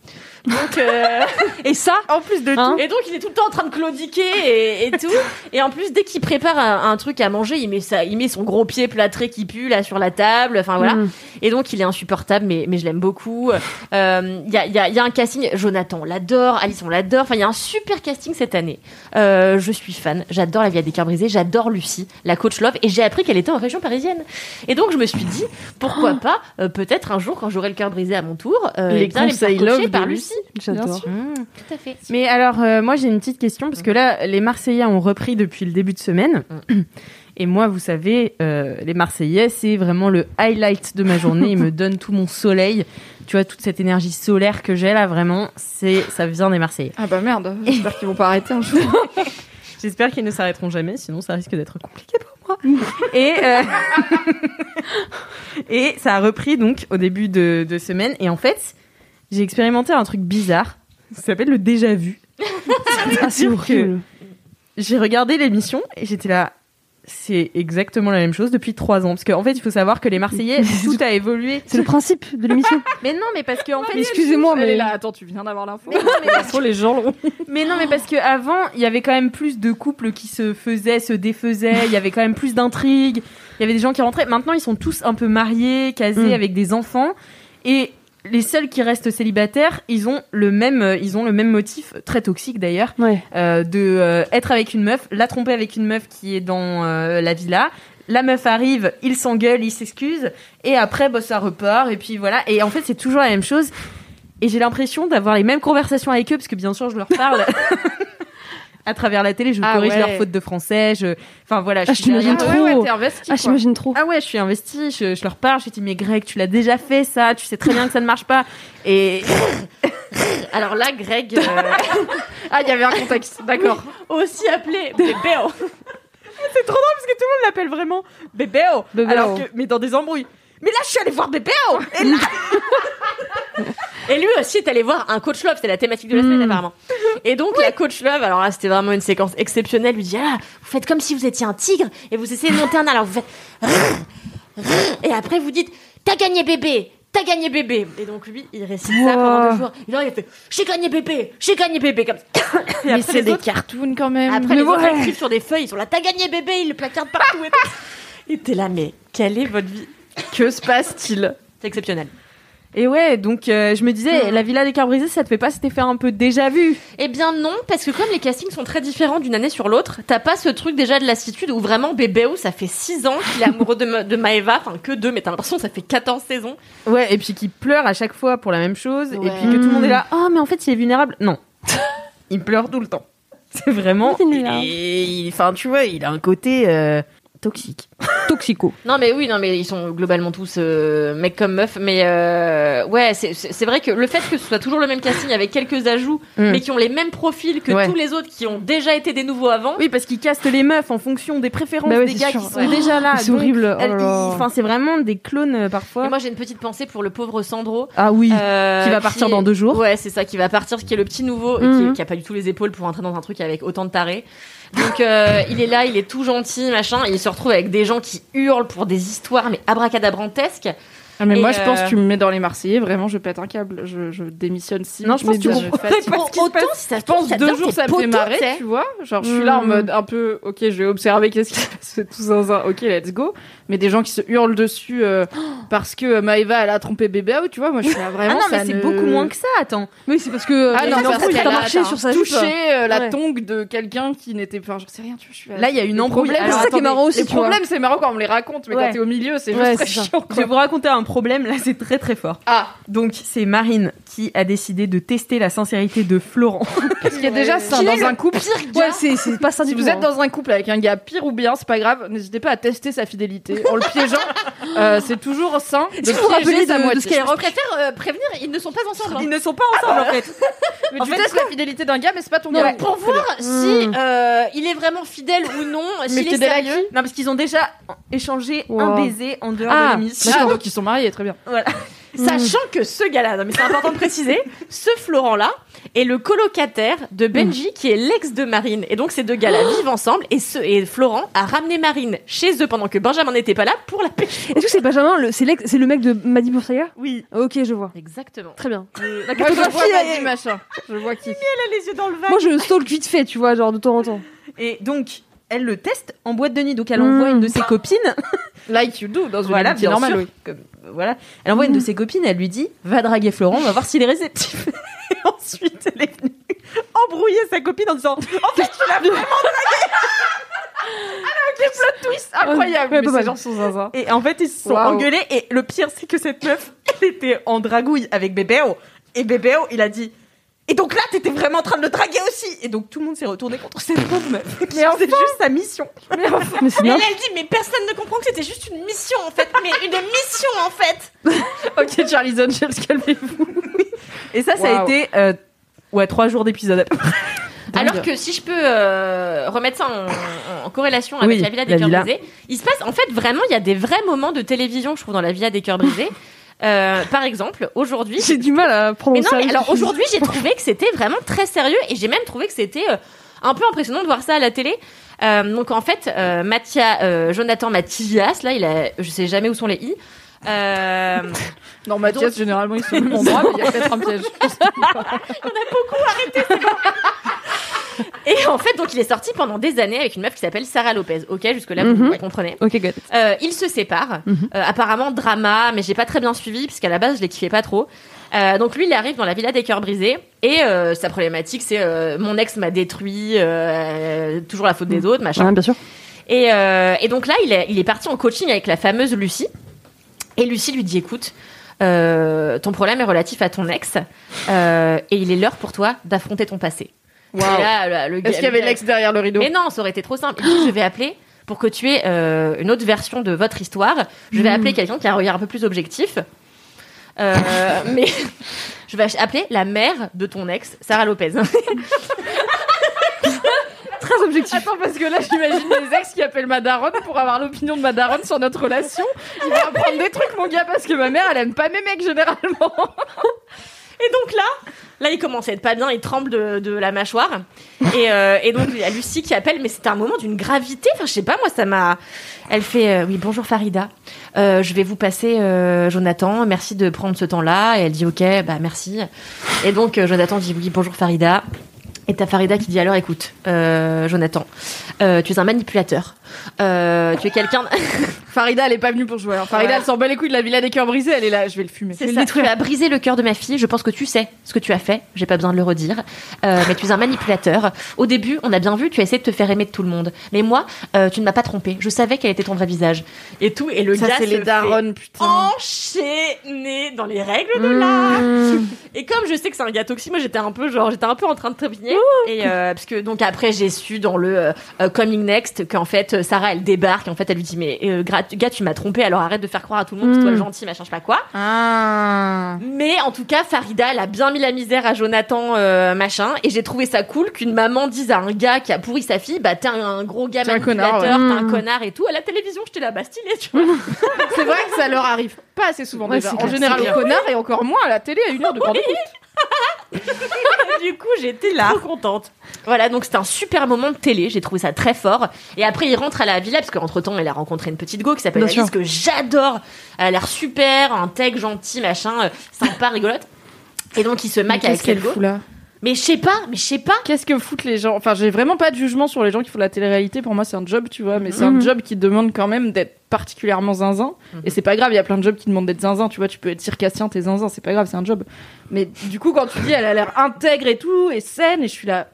E: Donc, euh,
C: Et ça,
B: En plus (laughs) de
C: Hein
E: et donc, il est tout le temps en train de claudiquer et, et tout. Et en plus, dès qu'il prépare un, un truc à manger, il met ça, il met son gros pied plâtré qui pue là sur la table. Enfin voilà.
D: Mm.
E: Et donc, il est insupportable, mais, mais je l'aime beaucoup. Euh, Il y, a, il y a- il y a un casting, Jonathan, on l'adore, Alice, on l'adore. Enfin, il y a un super casting cette année. Euh, je suis fan, j'adore la vie à des cœurs brisés, j'adore Lucie, la coach Love, et j'ai appris qu'elle était en région parisienne. Et donc, je me suis dit, pourquoi pas, euh, peut-être un jour, quand j'aurai le cœur brisé à mon tour, euh,
B: Ah. Les
E: eh bien, les
B: conseils
E: faire coacher
B: Love de
E: par Lucie.
B: Lucie.
J: J'adore.
C: Mmh.
E: Tout à fait.
C: Mais alors, euh, moi, j'ai une petite question, parce que là, les Marseillais ont repris depuis le début de semaine. Et moi, vous savez, euh, les Marseillais, c'est vraiment le highlight de ma journée. Ils (laughs) me donnent tout mon soleil. Tu vois, toute cette énergie solaire que j'ai là, vraiment, c'est ça vient des Marseillais.
B: Ah bah (laughs) merde, j'espère qu'ils vont pas arrêter un jour.
C: J'espère qu'ils ne s'arrêteront jamais, sinon ça risque d'être compliqué pour moi. (laughs) Et, euh, et ça a repris donc au début de, de semaine. Et en fait, j'ai expérimenté un truc bizarre. Ça s'appelle le déjà vu.
J: Ah, c'est
C: Dire que-
J: horrible.
C: j'ai regardé l'émission et j'étais là. C'est exactement la même chose depuis trois ans. Parce qu'en fait, il faut savoir que
J: (laughs)
C: les Marseillais, tout a évolué.
J: C'est le principe de l'émission.
C: Mais non, mais parce que en fait,
J: Mais excusez-moi,
B: Elle est
J: mais.
B: là, attends, tu viens d'avoir l'info.
C: mais non, mais parce que avant, il y avait quand même plus de couples qui se faisaient, se défaisaient. Il y avait quand même plus d'intrigues. Il y avait des gens qui rentraient. Maintenant, ils sont tous un peu mariés, casés,
J: Mm.
C: avec des enfants. Et les seuls qui restent célibataires, ils ont le même, euh, ils ont le même motif très toxique d'ailleurs.
J: Ouais.
C: euh, de euh, être avec une meuf, la tromper avec une meuf qui est dans euh, la villa. La meuf arrive, il s'engueule, il s'excuse, et après, bah, ça repart, et puis voilà. Et en fait, c'est toujours la même chose. Et j'ai l'impression d'avoir les mêmes conversations avec eux, parce que bien sûr, je leur parle. à travers la télé, je
B: Ah
C: corrige
B: ouais.
C: leurs fautes de français, je. Enfin voilà, je
J: Ah,
C: suis
J: je t'imagine
C: derrière.
J: trop.
B: ouais, ouais, t'es investi.
J: Ah,
B: quoi.
J: j'imagine trop.
C: Ah ouais, je suis investie, je, je leur parle, je dis, mais Greg, tu l'as déjà fait ça, tu sais très bien que ça ne marche pas. Et
E: Alors là,
B: (laughs)
E: Greg, euh,
B: Ah, il y avait un (laughs) contexte, d'accord.
E: aussi appelé Bébéo.
C: C'est trop drôle parce que tout le monde l'appelle vraiment Bébéo.
J: Bébéo.
C: Alors que, mais dans des embrouilles. Mais là, je suis allée voir Bébéo. Et là,
E: Et lui aussi est allé voir un coach love, c'était la thématique de la
B: Mm.
E: semaine apparemment. Et donc la coach love, alors là c'était vraiment une séquence exceptionnelle, lui dit ah, vous faites comme si vous étiez un tigre et vous essayez de monter un alors vous faites et après vous dites t'as gagné bébé. T'as gagné bébé Et donc lui, il récite ça pendant deux jours. Et là, il fait « J'ai gagné bébé J'ai gagné bébé !» Comme ça. Et
B: Mais
E: après,
B: c'est
E: les
B: des
E: autres-
B: cartoons quand même.
E: après, les
B: Mais
E: autres
B: ouais.
E: écrivent sur des feuilles, ils sont là, t'as gagné bébé, ils le placardent partout
B: (laughs)
E: et tout. Et t'es là, mais quelle est votre vie
B: Que se passe-t-il
E: C'est exceptionnel.
C: Et ouais, donc euh, je me disais, la villa des cœurs brisés, ça te fait pas cet effet un peu déjà vu
E: Eh bien non, parce que comme les castings sont très différents d'une année sur l'autre, t'as pas ce truc déjà de lassitude où vraiment Bébéo, ça fait 6 ans qu'il est amoureux de, Ma- de Maeva, enfin que 2, mais t'as l'impression que ça fait 14 saisons.
C: Ouais, et puis qui pleure à chaque fois pour la même chose,
E: Ouais.
C: et puis que tout le monde est là, oh mais en fait il est vulnérable. Non, (laughs) il pleure tout le temps. (laughs) C'est vraiment.
D: Il est vulnérable.
C: Et il- Enfin, tu vois, il a un côté euh, toxique.
D: Toxico.
E: Non mais oui, non mais ils sont globalement tous euh, mecs comme meufs, mais euh, ouais, c'est- c'est c'est vrai que le fait que ce soit toujours le même casting avec quelques ajouts,
C: Mm.
E: mais qui ont les mêmes profils que
C: Ouais.
E: tous les autres qui ont déjà été des nouveaux avant,
C: (laughs) Oui, parce qu'il caste les meufs en fonction des préférences
D: Bah ouais,
C: des
D: c'est
C: gars
D: sûr.
C: qui sont déjà là.
D: C'est
C: Donc,
D: horrible.
C: elle-
D: oh là
C: il-
D: là.
C: Enfin, c'est vraiment des clones euh,
E: Et
C: parfois.
E: moi, j'ai une petite pensée pour le pauvre Sandro.
C: ah oui,
E: euh,
C: qui va partir
E: est-
C: dans deux jours.
E: Ouais, c'est ça, qui va partir, qui est le petit nouveau, et
B: Mhm.
E: qui- qui, a pas du tout les épaules pour entrer dans un truc avec autant de tarés. Donc, euh, il est là, il est tout gentil, machin, et il se retrouve avec des gens qui hurlent pour des histoires, mais abracadabrantesques.
B: Ah, mais
E: Et
B: moi, je pense
E: euh,
B: que tu me mets dans les Marseillais, vraiment, je pète un câble. Je, je démissionne si.
C: Non, je pense que tu
B: je
C: comprends
B: fais-
C: pas ce qui se
E: autant
C: passe.
E: si ça se
B: Je pense
E: trouve,
B: deux
E: t'adores
B: jours
E: tes
B: ça me
E: potos,
B: fait marrer,
E: tu sais.
B: tu vois. Genre, je suis là en
C: Mm.
B: mode un peu, ok, je vais observer qu'est-ce qui se passe, (laughs) tout zinzin, ok, let's go. Mais des gens qui se hurlent dessus euh, parce que Maëva, elle a trompé bébé, ou tu vois, moi je suis là
C: Ah
B: vraiment.
C: non, mais
B: ça
C: c'est
B: ne-
C: beaucoup moins que ça, attends.
D: Oui, c'est parce que.
B: Ah
D: euh,
B: non,
D: il a-
B: parce
D: il
B: qu'elle
D: a
B: a
D: marché sur sa jupe.
B: toucher euh, la
D: Ouais.
B: tongue de quelqu'un qui n'était pas. J'en sais rien, tu vois, je suis là.
C: Là, il y a une
B: Les
C: embrouille.
B: problèmes,
C: Alors,
D: c'est ça qui est
C: attendez,
D: marrant aussi,
B: Les
D: tu vois.
B: problèmes, c'est marrant quand on me les raconte, mais
C: Ouais,
B: quand t'es au milieu, c'est
D: Ouais,
B: juste très
D: c'est ça.
B: chiant.
C: Je vais vous raconter un problème, là c'est très très fort.
B: Ah,
C: Donc c'est Marine qui a décidé de tester la sincérité de Florent.
B: parce qu'il y a déjà ça
E: Qui est
B: dans
E: le
B: un couple.
D: Ouais, c'est- c'est pas ça
B: Si
D: du
B: vous
D: tout,
B: êtes
D: hein.
B: dans un couple avec un gars pire ou bien, c'est pas grave, n'hésitez pas à tester sa fidélité en le (laughs) piégeant. Euh, c'est toujours sain de
E: Je me
B: piéger sa
E: de- de
B: moitié.
E: Skyrock. Je préfère euh, prévenir, ils ne sont pas ensemble. hein.
C: (laughs) Ils ne sont pas ensemble en fait.
B: Oh, Mais
C: En
B: tu
C: fait,
B: testes la fidélité d'un gars, mais c'est pas ton
E: Non,
B: gars.
E: pour voir si euh, il est vraiment fidèle ou non, s'il est
B: fidèle à
E: sérieux.
C: Non parce qu'ils ont déjà échangé un
D: Wow.
C: baiser en dehors
D: Ah,
C: de l'émission.
B: Ah, donc ils sont mariés, très bien.
E: Sachant que ce gars-là, non, mais c'est important de préciser, (laughs) ce Florent-là est le colocataire de Benji qui est l'ex de Marine. Et donc ces deux gars-là vivent ensemble et, ce, et Florent a ramené Marine chez eux pendant que Benjamin n'était pas là pour la pêche.
D: Est-ce que c'est Benjamin le- C'est l'ex- c'est le mec de Maddy Boursailleur
C: Ah
E: Oui.
D: Ok, je vois.
E: Exactement.
D: Très bien.
B: La cartographie,
D: cartographie,
B: elle
D: elle-
B: dit machin. Je vois qui.
C: Elle a les yeux dans le vague.
D: Moi, je stalk vite fait, tu vois, genre de temps en temps.
C: Et donc elle le teste en boîte de nuit. Donc elle
D: Mm.
C: envoie une de ses copines.
B: Like you do, dans Hmm. une
C: voilà,
B: amitié
C: bien
B: normale.
C: sûr.
B: oui. Hmm.
C: Comme- voilà. Elle envoie une de ses copines. Elle lui dit va draguer Florent, on va voir s'il est réceptif. (laughs) Et ensuite elle est venue embrouiller sa copine en disant en fait tu l'as vu.
B: Twist (laughs) incroyable. mais
D: Ouais, pas
B: ces
D: mal.
B: gens sont zinzins.
C: Et en fait, ils se sont
B: Waouh.
C: engueulés. Et le pire, c'est que cette meuf, elle était en dragouille avec Bébéo. Et Bébéo, il a dit. Et donc là, t'étais vraiment en train de le draguer aussi. Et donc tout le monde s'est retourné contre cette pauvre meuf. Mais c'est juste sa mission.
D: Mais c'est
E: Et là,
D: bien.
E: elle dit, mais personne ne comprend que c'était juste une mission en fait. Mais une mission en fait.
B: Ok, Charlie Zone, calmez-vous.
C: Et ça, ça a
B: Waouh.
C: été euh, ouais trois jours d'épisode.
E: (laughs) Alors que si je peux euh, remettre ça en, en corrélation avec
C: Oui,
E: la Villa des
C: la
E: Cœurs
C: Villa.
E: Brisés, il se passe en fait vraiment, il y a des vrais moments de télévision, je trouve, dans la Villa des Cœurs Brisés. Euh, par exemple, aujourd'hui,
D: J'ai du mal à prendre
E: Mais non,
D: ça.
E: mais alors aujourd'hui, j'ai trouvé que c'était vraiment très sérieux et j'ai même trouvé que c'était euh, un peu impressionnant de voir ça à la télé. Euh, donc en fait, euh, Mathia, euh, Jonathan Mathias, là, il a, je sais jamais où sont les i. Euh,
C: (laughs)
B: Non, Mathias,
E: Donc-
B: généralement, (laughs) ils sont au même endroit, mais il y a peut-être un piège.
E: et en fait, donc il est sorti pendant des années avec une meuf qui s'appelle Sarah Lopez. Ok, jusque là, vous
D: Mhm.
E: comprenez.
D: Ok, good.
E: Euh, ils se séparent. Euh, apparemment, drama, mais j'ai pas très bien suivi, puisqu'à la base, je les kiffais pas trop. Euh, donc lui, il arrive dans la villa des cœurs brisés et euh, sa problématique c'est euh, mon ex m'a détruit, euh, toujours la faute des autres, machin.
D: Ah, bien sûr.
E: Et, euh, et donc là, il est, il est parti en coaching avec la fameuse Lucie. Et Lucie lui dit, écoute, euh, ton problème est relatif à ton ex, euh, et il est l'heure pour toi d'affronter ton passé. Et là, le- le gars-
B: Est-ce qu'il y avait
E: le-
B: l'ex derrière le rideau
E: Mais non, ça aurait été trop simple. Il dit, je vais appeler pour que tu aies euh, une autre version de votre histoire. Je vais appeler quelqu'un qui a un regard un peu plus objectif. Euh, (laughs) mais je vais appeler la mère de ton ex, Sarah Lopez.
D: Très objectif.
B: Attends, parce que là, j'imagine des ex qui appellent Madaron pour avoir l'opinion de Madaron sur notre relation. Il va apprendre des trucs, mon gars, parce que ma mère, elle aime pas mes mecs généralement.
E: Et donc là, là, il commence à être pas bien, il tremble de, de la mâchoire. Et, euh, et donc, il y a Lucie qui appelle, mais c'était un moment d'une gravité. Enfin, je sais pas, moi, ça m'a. Elle fait euh, Oui, bonjour Farida. Euh, je vais vous passer euh, Jonathan. Merci de prendre ce temps-là. Et elle dit Ok, bah merci. Et donc, euh, Jonathan dit Oui, bonjour Farida. Et t'as Farida qui dit alors écoute, euh, Jonathan, euh, tu es un manipulateur. Euh, tu es quelqu'un.
B: Farida, elle est pas venue pour jouer. Alors, Farida,
E: Ouais.
B: elle s'en bat les couilles de la villa des cœurs brisés. Elle est là, je vais le fumer. Je
E: C'est
B: vais
E: ça.
B: le
E: Tu
B: détruire.
E: as brisé le cœur de ma fille. Je pense que tu sais ce que tu as fait. J'ai pas besoin de le redire. (laughs) Euh, mais tu es un manipulateur. Au début, on a bien vu, tu as essayé de te faire aimer de tout le monde. Mais moi, euh, tu ne m'as pas trompé. Je savais quel était ton vrai visage. Et tout. Et le
B: Ça,
E: gars
B: c'est
E: se
B: les
E: fait
B: darons, putain.
E: enchaîner dans les règles de l'art. (laughs) Et comme je sais que c'est un gars toxique, moi j'étais un peu genre j'étais un peu en train de trépigner. Et euh, parce que donc après j'ai su dans le euh, euh, coming next qu'en fait euh, Sarah elle débarque. En fait elle lui dit mais euh, gra- gars tu m'as trompé alors arrête de faire croire à tout le monde que toi le gentil machin je sais pas quoi.
B: Ah.
E: Mais en tout cas, Farida, elle a bien mis la misère à Jonathan, euh, machin. Et j'ai trouvé ça cool qu'une maman dise à un gars qui a pourri sa fille, bah t'es un gros gars
B: T'es un
E: manipulateur,
B: connard,
E: t'es
B: ouais. Hmm.
E: un connard et tout. À la télévision, j'étais là, bah stylé, tu
B: (laughs)
E: vois.
B: C'est vrai que ça leur arrive pas assez souvent
D: Ouais,
B: déjà.
D: c'est
B: En
D: clair,
B: général
D: c'est
B: au connard et encore moins à la télé à une heure de grande écoute.
E: du coup, j'étais là. Trop contente. Voilà, donc c'était un super moment de télé. J'ai trouvé ça très fort. Et après, il rentre à la villa, parce qu'entre temps, elle a rencontré une petite go qui s'appelle
D: Bien
E: Alice,
D: sûr.
E: que j'adore. Elle a l'air super, un tech gentil, machin, euh, sympa, rigolote. Et donc, il se maque avec
B: Qu'est-ce
E: cette
B: qu'elle
E: go.
B: fout là
E: Mais je sais pas, mais je sais pas.
B: Qu'est-ce que foutent les gens Enfin, j'ai vraiment pas de jugement sur les gens qui font de la télé-réalité. Pour moi, c'est un job, tu vois, mais c'est un
D: Mhm.
B: job qui demande quand même d'être particulièrement zinzin. Et c'est pas grave, il y a plein de jobs qui demandent d'être zinzin. Tu vois, tu peux être circassien, t'es zinzin, c'est pas grave, c'est un job. Mais du coup, quand tu dis, elle a l'air intègre et tout, et saine, et je suis là.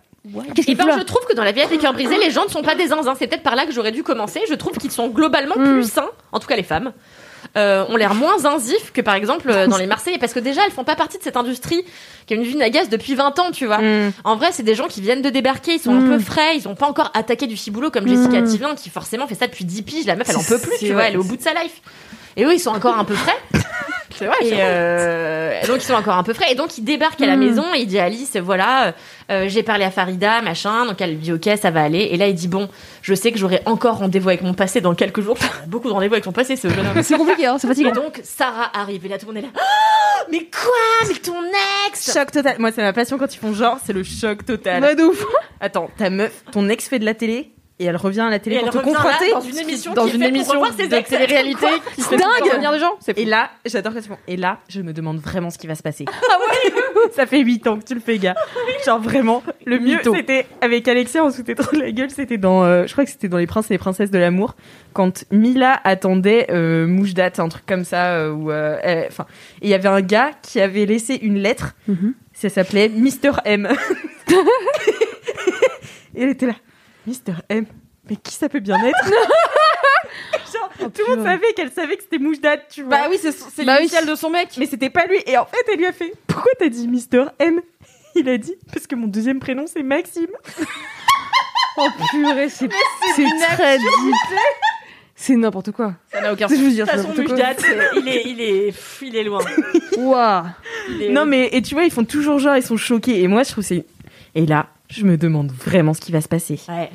E: Et ben, je trouve que dans la vie des cœurs brisés, les gens ne sont pas des zinzins. C'est peut-être par là que j'aurais dû commencer. Je trouve qu'ils sont globalement plus sains, en tout cas les femmes. Euh, ont l'air moins zinzifs que par exemple euh, dans les Marseillais parce que déjà elles font pas partie de cette industrie qui a une vie nagasse depuis 20 ans, tu
C: Hmm.
E: vois.
C: Mm.
E: En vrai, c'est des gens qui viennent de débarquer, ils sont un peu frais, ils ont pas encore attaqué du ciboulot comme Jessica Tivlin qui forcément fait ça depuis 10 piges, la meuf elle en peut plus, tu vois, elle est au bout de sa life. Et eux ils sont encore un peu frais.
B: C'est vrai,
E: Et euh, donc ils sont encore un peu frais. Et donc il débarque à la maison et il dit à Alice, voilà, euh, j'ai parlé à Farida, machin. Donc elle lui dit, ok, ça va aller. Et là il dit, bon, je sais que j'aurai encore rendez-vous avec mon passé dans quelques jours. Enfin, beaucoup de rendez-vous avec son passé, ce jeune homme.
D: C'est compliqué, hein, c'est
E: Et (laughs)
D: fatigant.
E: donc Sarah arrive et là tout le monde est là. Ah, mais quoi Mais ton ex
C: Choc total. Moi, c'est ma passion quand ils font genre, c'est le choc total.
D: Ouais, de ouf.
C: Attends, ta meuf, ton ex fait de la télé et elle revient à la
E: Et
C: télé pour
E: elle
C: te
E: revient là,
C: confronter.
E: dans une émission,
B: dans
E: qui est
B: une
E: faite pour
B: émission
E: revoir ses
B: de
E: ex.
B: télé-réalité (laughs) qui fait
D: Dingue.
B: tout revenir des gens. C'est
C: Et
B: fou.
C: là, j'adore cette moment. Et là, je me demande vraiment ce qui va se passer. (laughs) Ça fait 8 ans que tu le fais, gars. Genre vraiment, le mieux
B: Mytho.
C: c'était avec Alexia, on se foutait trop de la gueule. C'était dans, euh, je crois que c'était dans Les Princes et les Princesses de l'amour, quand Mila attendait euh, Moujdat, un truc comme ça. euh, où, euh, elle- Enfin, et il y avait un gars qui avait laissé une lettre. Ça s'appelait Mister M. (laughs) et elle était là, Mister M. Mais qui ça peut bien (laughs) être Genre, tout le monde savait qu'elle savait que c'était Moujdat, tu vois.
B: Bah oui, c'est c'est
D: Bah oui.
B: l'initiale de son mec.
C: Mais c'était pas lui. Et en fait, elle lui a fait Pourquoi t'as dit Mister M (laughs) Il a dit Parce que mon deuxième prénom, c'est Maxime.
D: Oh purée, c'est c'est très deep. C'est n'importe quoi.
B: Ça n'a aucun
D: Je vous dire,
E: De
D: c'est
E: toute façon,
D: n'importe quoi.
E: Mujdat, il est, il est, pff, il est loin.
D: Waouh.
E: Il est-
C: Non, mais et tu vois, ils font toujours genre, ils sont choqués. Et moi, je trouve que c'est. Et là, je me demande vraiment ce qui va se passer.
E: Ouais.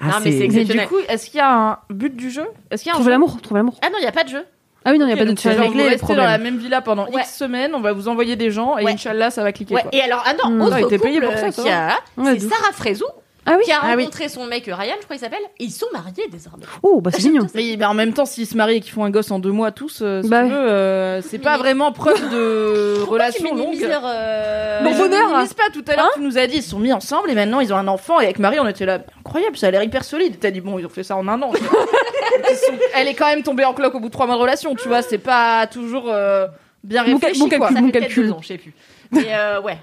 C: Ah,
E: Non, mais
B: Mais
E: c'est-
B: du
E: Exceptionnel.
B: coup, est-ce qu'il y a un but du jeu Est-ce qu'il y a un
D: Trouve
B: jeu
D: l'amour, trouve l'amour.
E: Ah non, il n'y a pas de jeu.
D: Ah oui, non, il n'y a pas de
B: donc, c'est genre, vous
D: régler les
B: restez dans la
D: problèmes.
B: même villa pendant
E: Ouais.
B: X semaines, on va vous envoyer des gens et
E: Ouais.
B: Inch'Allah ça va cliquer.
E: Ouais,
B: quoi.
E: et alors, ah non,
D: Hmm.
E: autre
B: Ah, il était payé
E: couple,
B: pour ça,
E: euh,
B: ça
E: qu'il y a,
D: Ouais,
E: c'est
D: d'où
E: Sarah Frézou
D: Ah oui.
E: qui a
D: Ah oui.
E: rencontré son mec euh, Ryan, je crois qu'il s'appelle. Et ils sont mariés désormais.
D: Oh, bah c'est mignon.
B: Mais bah, en même temps, s'ils se marient et qu'ils font un gosse en deux mois tous, euh, si
D: Bah
B: tu
D: ouais.
B: veux, euh, c'est pas vraiment preuve de
E: Pourquoi tu
B: relation
E: minimises
B: longue.
E: leur, euh,
B: Mais
D: Bon
B: je
D: bonheur. Hein
B: minimise pas tout à l'heure, tu nous as dit ils se sont mis ensemble et maintenant ils ont un enfant et avec Marie on était là mais incroyable ça a l'air hyper solide. T'as dit bon ils ont fait ça en un an.
D: (laughs)
B: Ils sont- Elle est quand même tombée en cloque au bout de trois mois de relation, tu vois c'est pas toujours euh, bien
D: Bon cal-
B: réfléchi
D: bon
B: quoi.
E: Ça fait
D: Mon
E: peut-être
D: calcul.
E: deux ans, je sais plus. Mais euh, ouais.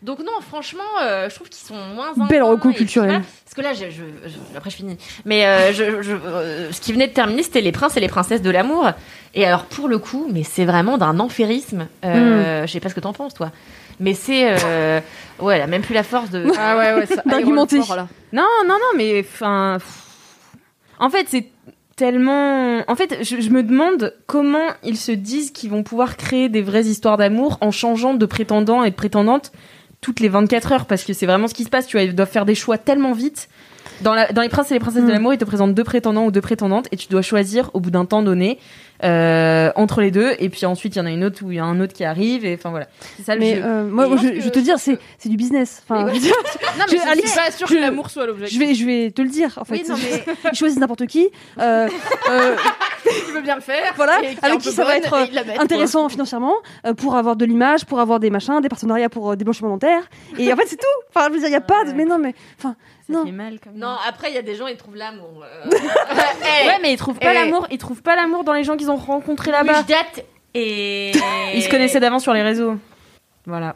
E: Donc non, franchement, euh, je trouve qu'ils sont moins.
D: Belle
E: zinzins
D: reco
E: et puis
D: culturelle.
E: voilà. Parce que là, je, je- je- après je finis. Mais euh, je, je- euh, ce qui venait de terminer, c'était les princes et les princesses de l'amour. Et alors pour le coup, mais c'est vraiment d'un enférisme. Euh, Je sais pas ce que t'en penses, toi. Mais c'est euh, ouais, elle a même plus la force de.
B: Ah ouais ouais ça
D: D'argumenter.
B: fort, là.
C: Non, non, non, mais enfin. pff. En fait, c'est tellement. En fait, je, je me demande comment ils se disent qu'ils vont pouvoir créer des vraies histoires d'amour en changeant de prétendant et de prétendante toutes les 24 heures, parce que c'est vraiment ce qui se passe. Tu vois, ils doivent faire des choix tellement vite. Dans, la- dans Les Princes et les Princesses de
D: Mm.
C: l'amour, ils te présentent deux prétendants ou deux prétendantes et tu dois choisir au bout d'un temps donné euh, entre les deux. Et puis ensuite, il y en a une autre où il y a un autre qui arrive. Et enfin voilà. C'est ça le
D: Mais
C: jeu.
D: euh, moi,
C: Et
D: je,
C: pense
D: je te dire, c'est c'est du business. Enfin, je, veux dire,
B: Non,
D: je-
B: mais je
D: Alex,
B: suis pas sûr
D: je-
B: que l'amour soit
D: je
B: l'objectif.
D: vais, je vais te le dire. En fait,
E: Oui, non, mais-
D: ils choisissent n'importe qui. euh, euh,
B: Tu veux bien le faire.
D: Voilà,
B: et qui est
D: avec
B: un
D: qui
B: peu
D: ça va
B: bonne,
D: être, euh,
B: et ils la mettent, quoi.
D: intéressant financièrement euh, pour avoir de l'image, pour avoir des machins, des partenariats pour euh, des blanchiments dentaires. Et en fait, c'est tout. Enfin, je veux dire, il n'y a pas de. Mais non, mais enfin,
C: Ça
D: non.
C: fait mal comme
E: Non, après, il y a des gens, ils trouvent l'amour. Euh...
C: Ouais, mais ils trouvent pas
E: Eh.
C: l'amour. Ils trouvent pas l'amour dans les gens qu'ils ont rencontrés là-bas.
E: je date et.
C: Ils se connaissaient d'avant sur les réseaux. Voilà. hein,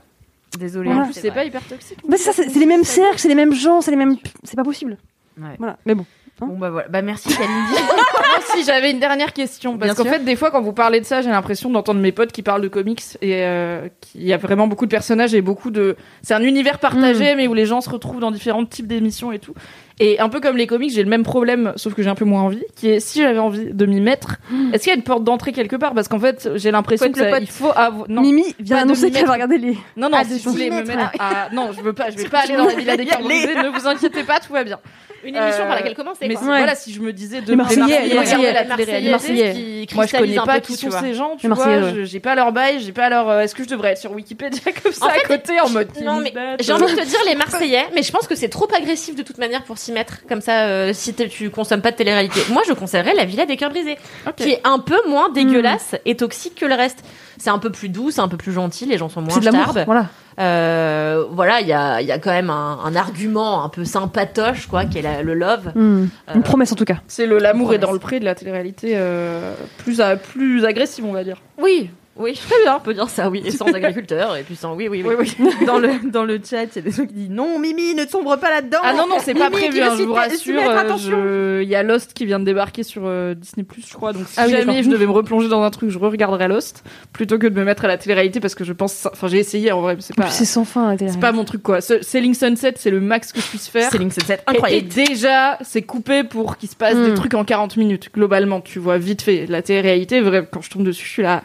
C: Désolé.
D: Voilà.
B: En plus, c'est pas hyper toxique.
D: Bah, c'est ça, c'est c'est les mêmes cercles, c'est les mêmes gens, c'est les mêmes. C'est pas possible.
C: Ouais.
D: Voilà. Mais bon.
C: Bon bah voilà. Bah merci Kalindi.
B: Moi aussi, j'avais une dernière question. Parce
C: Bien
B: qu'en
C: sûr.
B: fait, des fois, quand vous parlez de ça, j'ai l'impression d'entendre mes potes qui parlent de comics et euh, qu'il y a vraiment beaucoup de personnages et beaucoup de. C'est un univers partagé, mais où les gens se retrouvent dans différents types d'émissions et tout. Et un peu comme les comics, j'ai le même problème, sauf que j'ai un peu moins envie, qui est si j'avais envie de m'y mettre, est-ce qu'il y a une porte d'entrée quelque part Parce qu'en fait, j'ai l'impression
C: Faut être
B: que
C: le
B: ça-
C: pote.
B: il faut avoir. Non,
D: Mimi vient
B: Pas de
D: annoncer
B: m'y
D: qu'elle va
B: mettre.
D: regarder les.
B: non, non
C: Ah, de
B: si je voulais me
C: centimètres,
B: mettre à. Non, je veux pas, je vais pas aller dans la villa des Carbonisés, ne vous inquiétez pas, tout va bien.
E: Une émission
B: Euh,
E: par laquelle commencer.
B: Mais
E: quoi.
B: si- voilà, si je me disais de
D: Les Marseillais,
B: regarder
D: les Marseillais,
B: la
E: Marseillais,
B: télé-réalité,
D: Marseillais.
E: qui
B: moi, je connais
E: cristallise un
B: pas
E: peu
B: qui
E: tout,
B: sont
E: tu vois.
B: ces gens, tu
D: Les Marseillais,
B: vois.
D: ouais.
B: je- J'ai pas leur bail, j'ai pas leur. euh, Est-ce que je devrais être sur Wikipédia (laughs) comme ça à
E: fait,
B: côté en mode. euh,
E: Non, mais j'ai envie de te dire les Marseillais, mais je pense que c'est trop agressif de toute manière pour s'y mettre comme ça euh, si t'es- tu consommes pas de télé-réalité. Moi, je conseillerais La Villa des Cœurs Brisés,
B: Ok.
E: qui est un peu moins dégueulasse et toxique que le reste. C'est un peu plus doux, c'est un peu plus gentil, les gens sont moins
D: C'est de l'amour.
E: starbes.
D: Voilà.
E: Euh, voilà, il y a, il y a quand même un, un argument un peu sympatoche, quoi, qui est la- le love.
D: Hmm.
E: Euh,
D: Une promesse en tout cas.
B: C'est le l'amour est dans le pré de la télé-réalité euh, plus à- plus agressive, on va dire.
E: Euh, Oui, oui, très bien, on peut dire ça, oui, et sans agriculteur, et puis sans, oui, oui, oui.
C: dans le dans le chat, il y a des gens qui disent non Mimi ne sombre pas là-dedans.
B: Ah non non, c'est pas
C: Mimi qui
B: prévu,
C: veut
B: hein, je
C: s'y-
B: vous
C: s'y
B: rassure.
C: mettre,
B: euh,
C: attention.
B: je- Il y a Lost qui vient de débarquer sur euh, Disney Plus, je crois. Donc si
D: Ah oui,
B: jamais
D: d'accord.
B: je devais me replonger dans un truc, je re-regarderais Lost plutôt que de me mettre à la télé-réalité parce que je pense. Enfin, j'ai essayé en vrai, mais c'est
D: En
B: pas.
D: plus, C'est sans fin. la télé.
B: C'est pas mon truc quoi. Ce- Selling Sunset, c'est le max que je puisse faire.
C: Selling Sunset,
B: Et- Et,
C: incroyable.
B: déjà, c'est coupé pour qu'il se passe des
D: Mm.
B: trucs en 40 minutes, globalement, tu vois, vite fait. La télé-réalité, vrai, quand je tombe dessus, je suis là.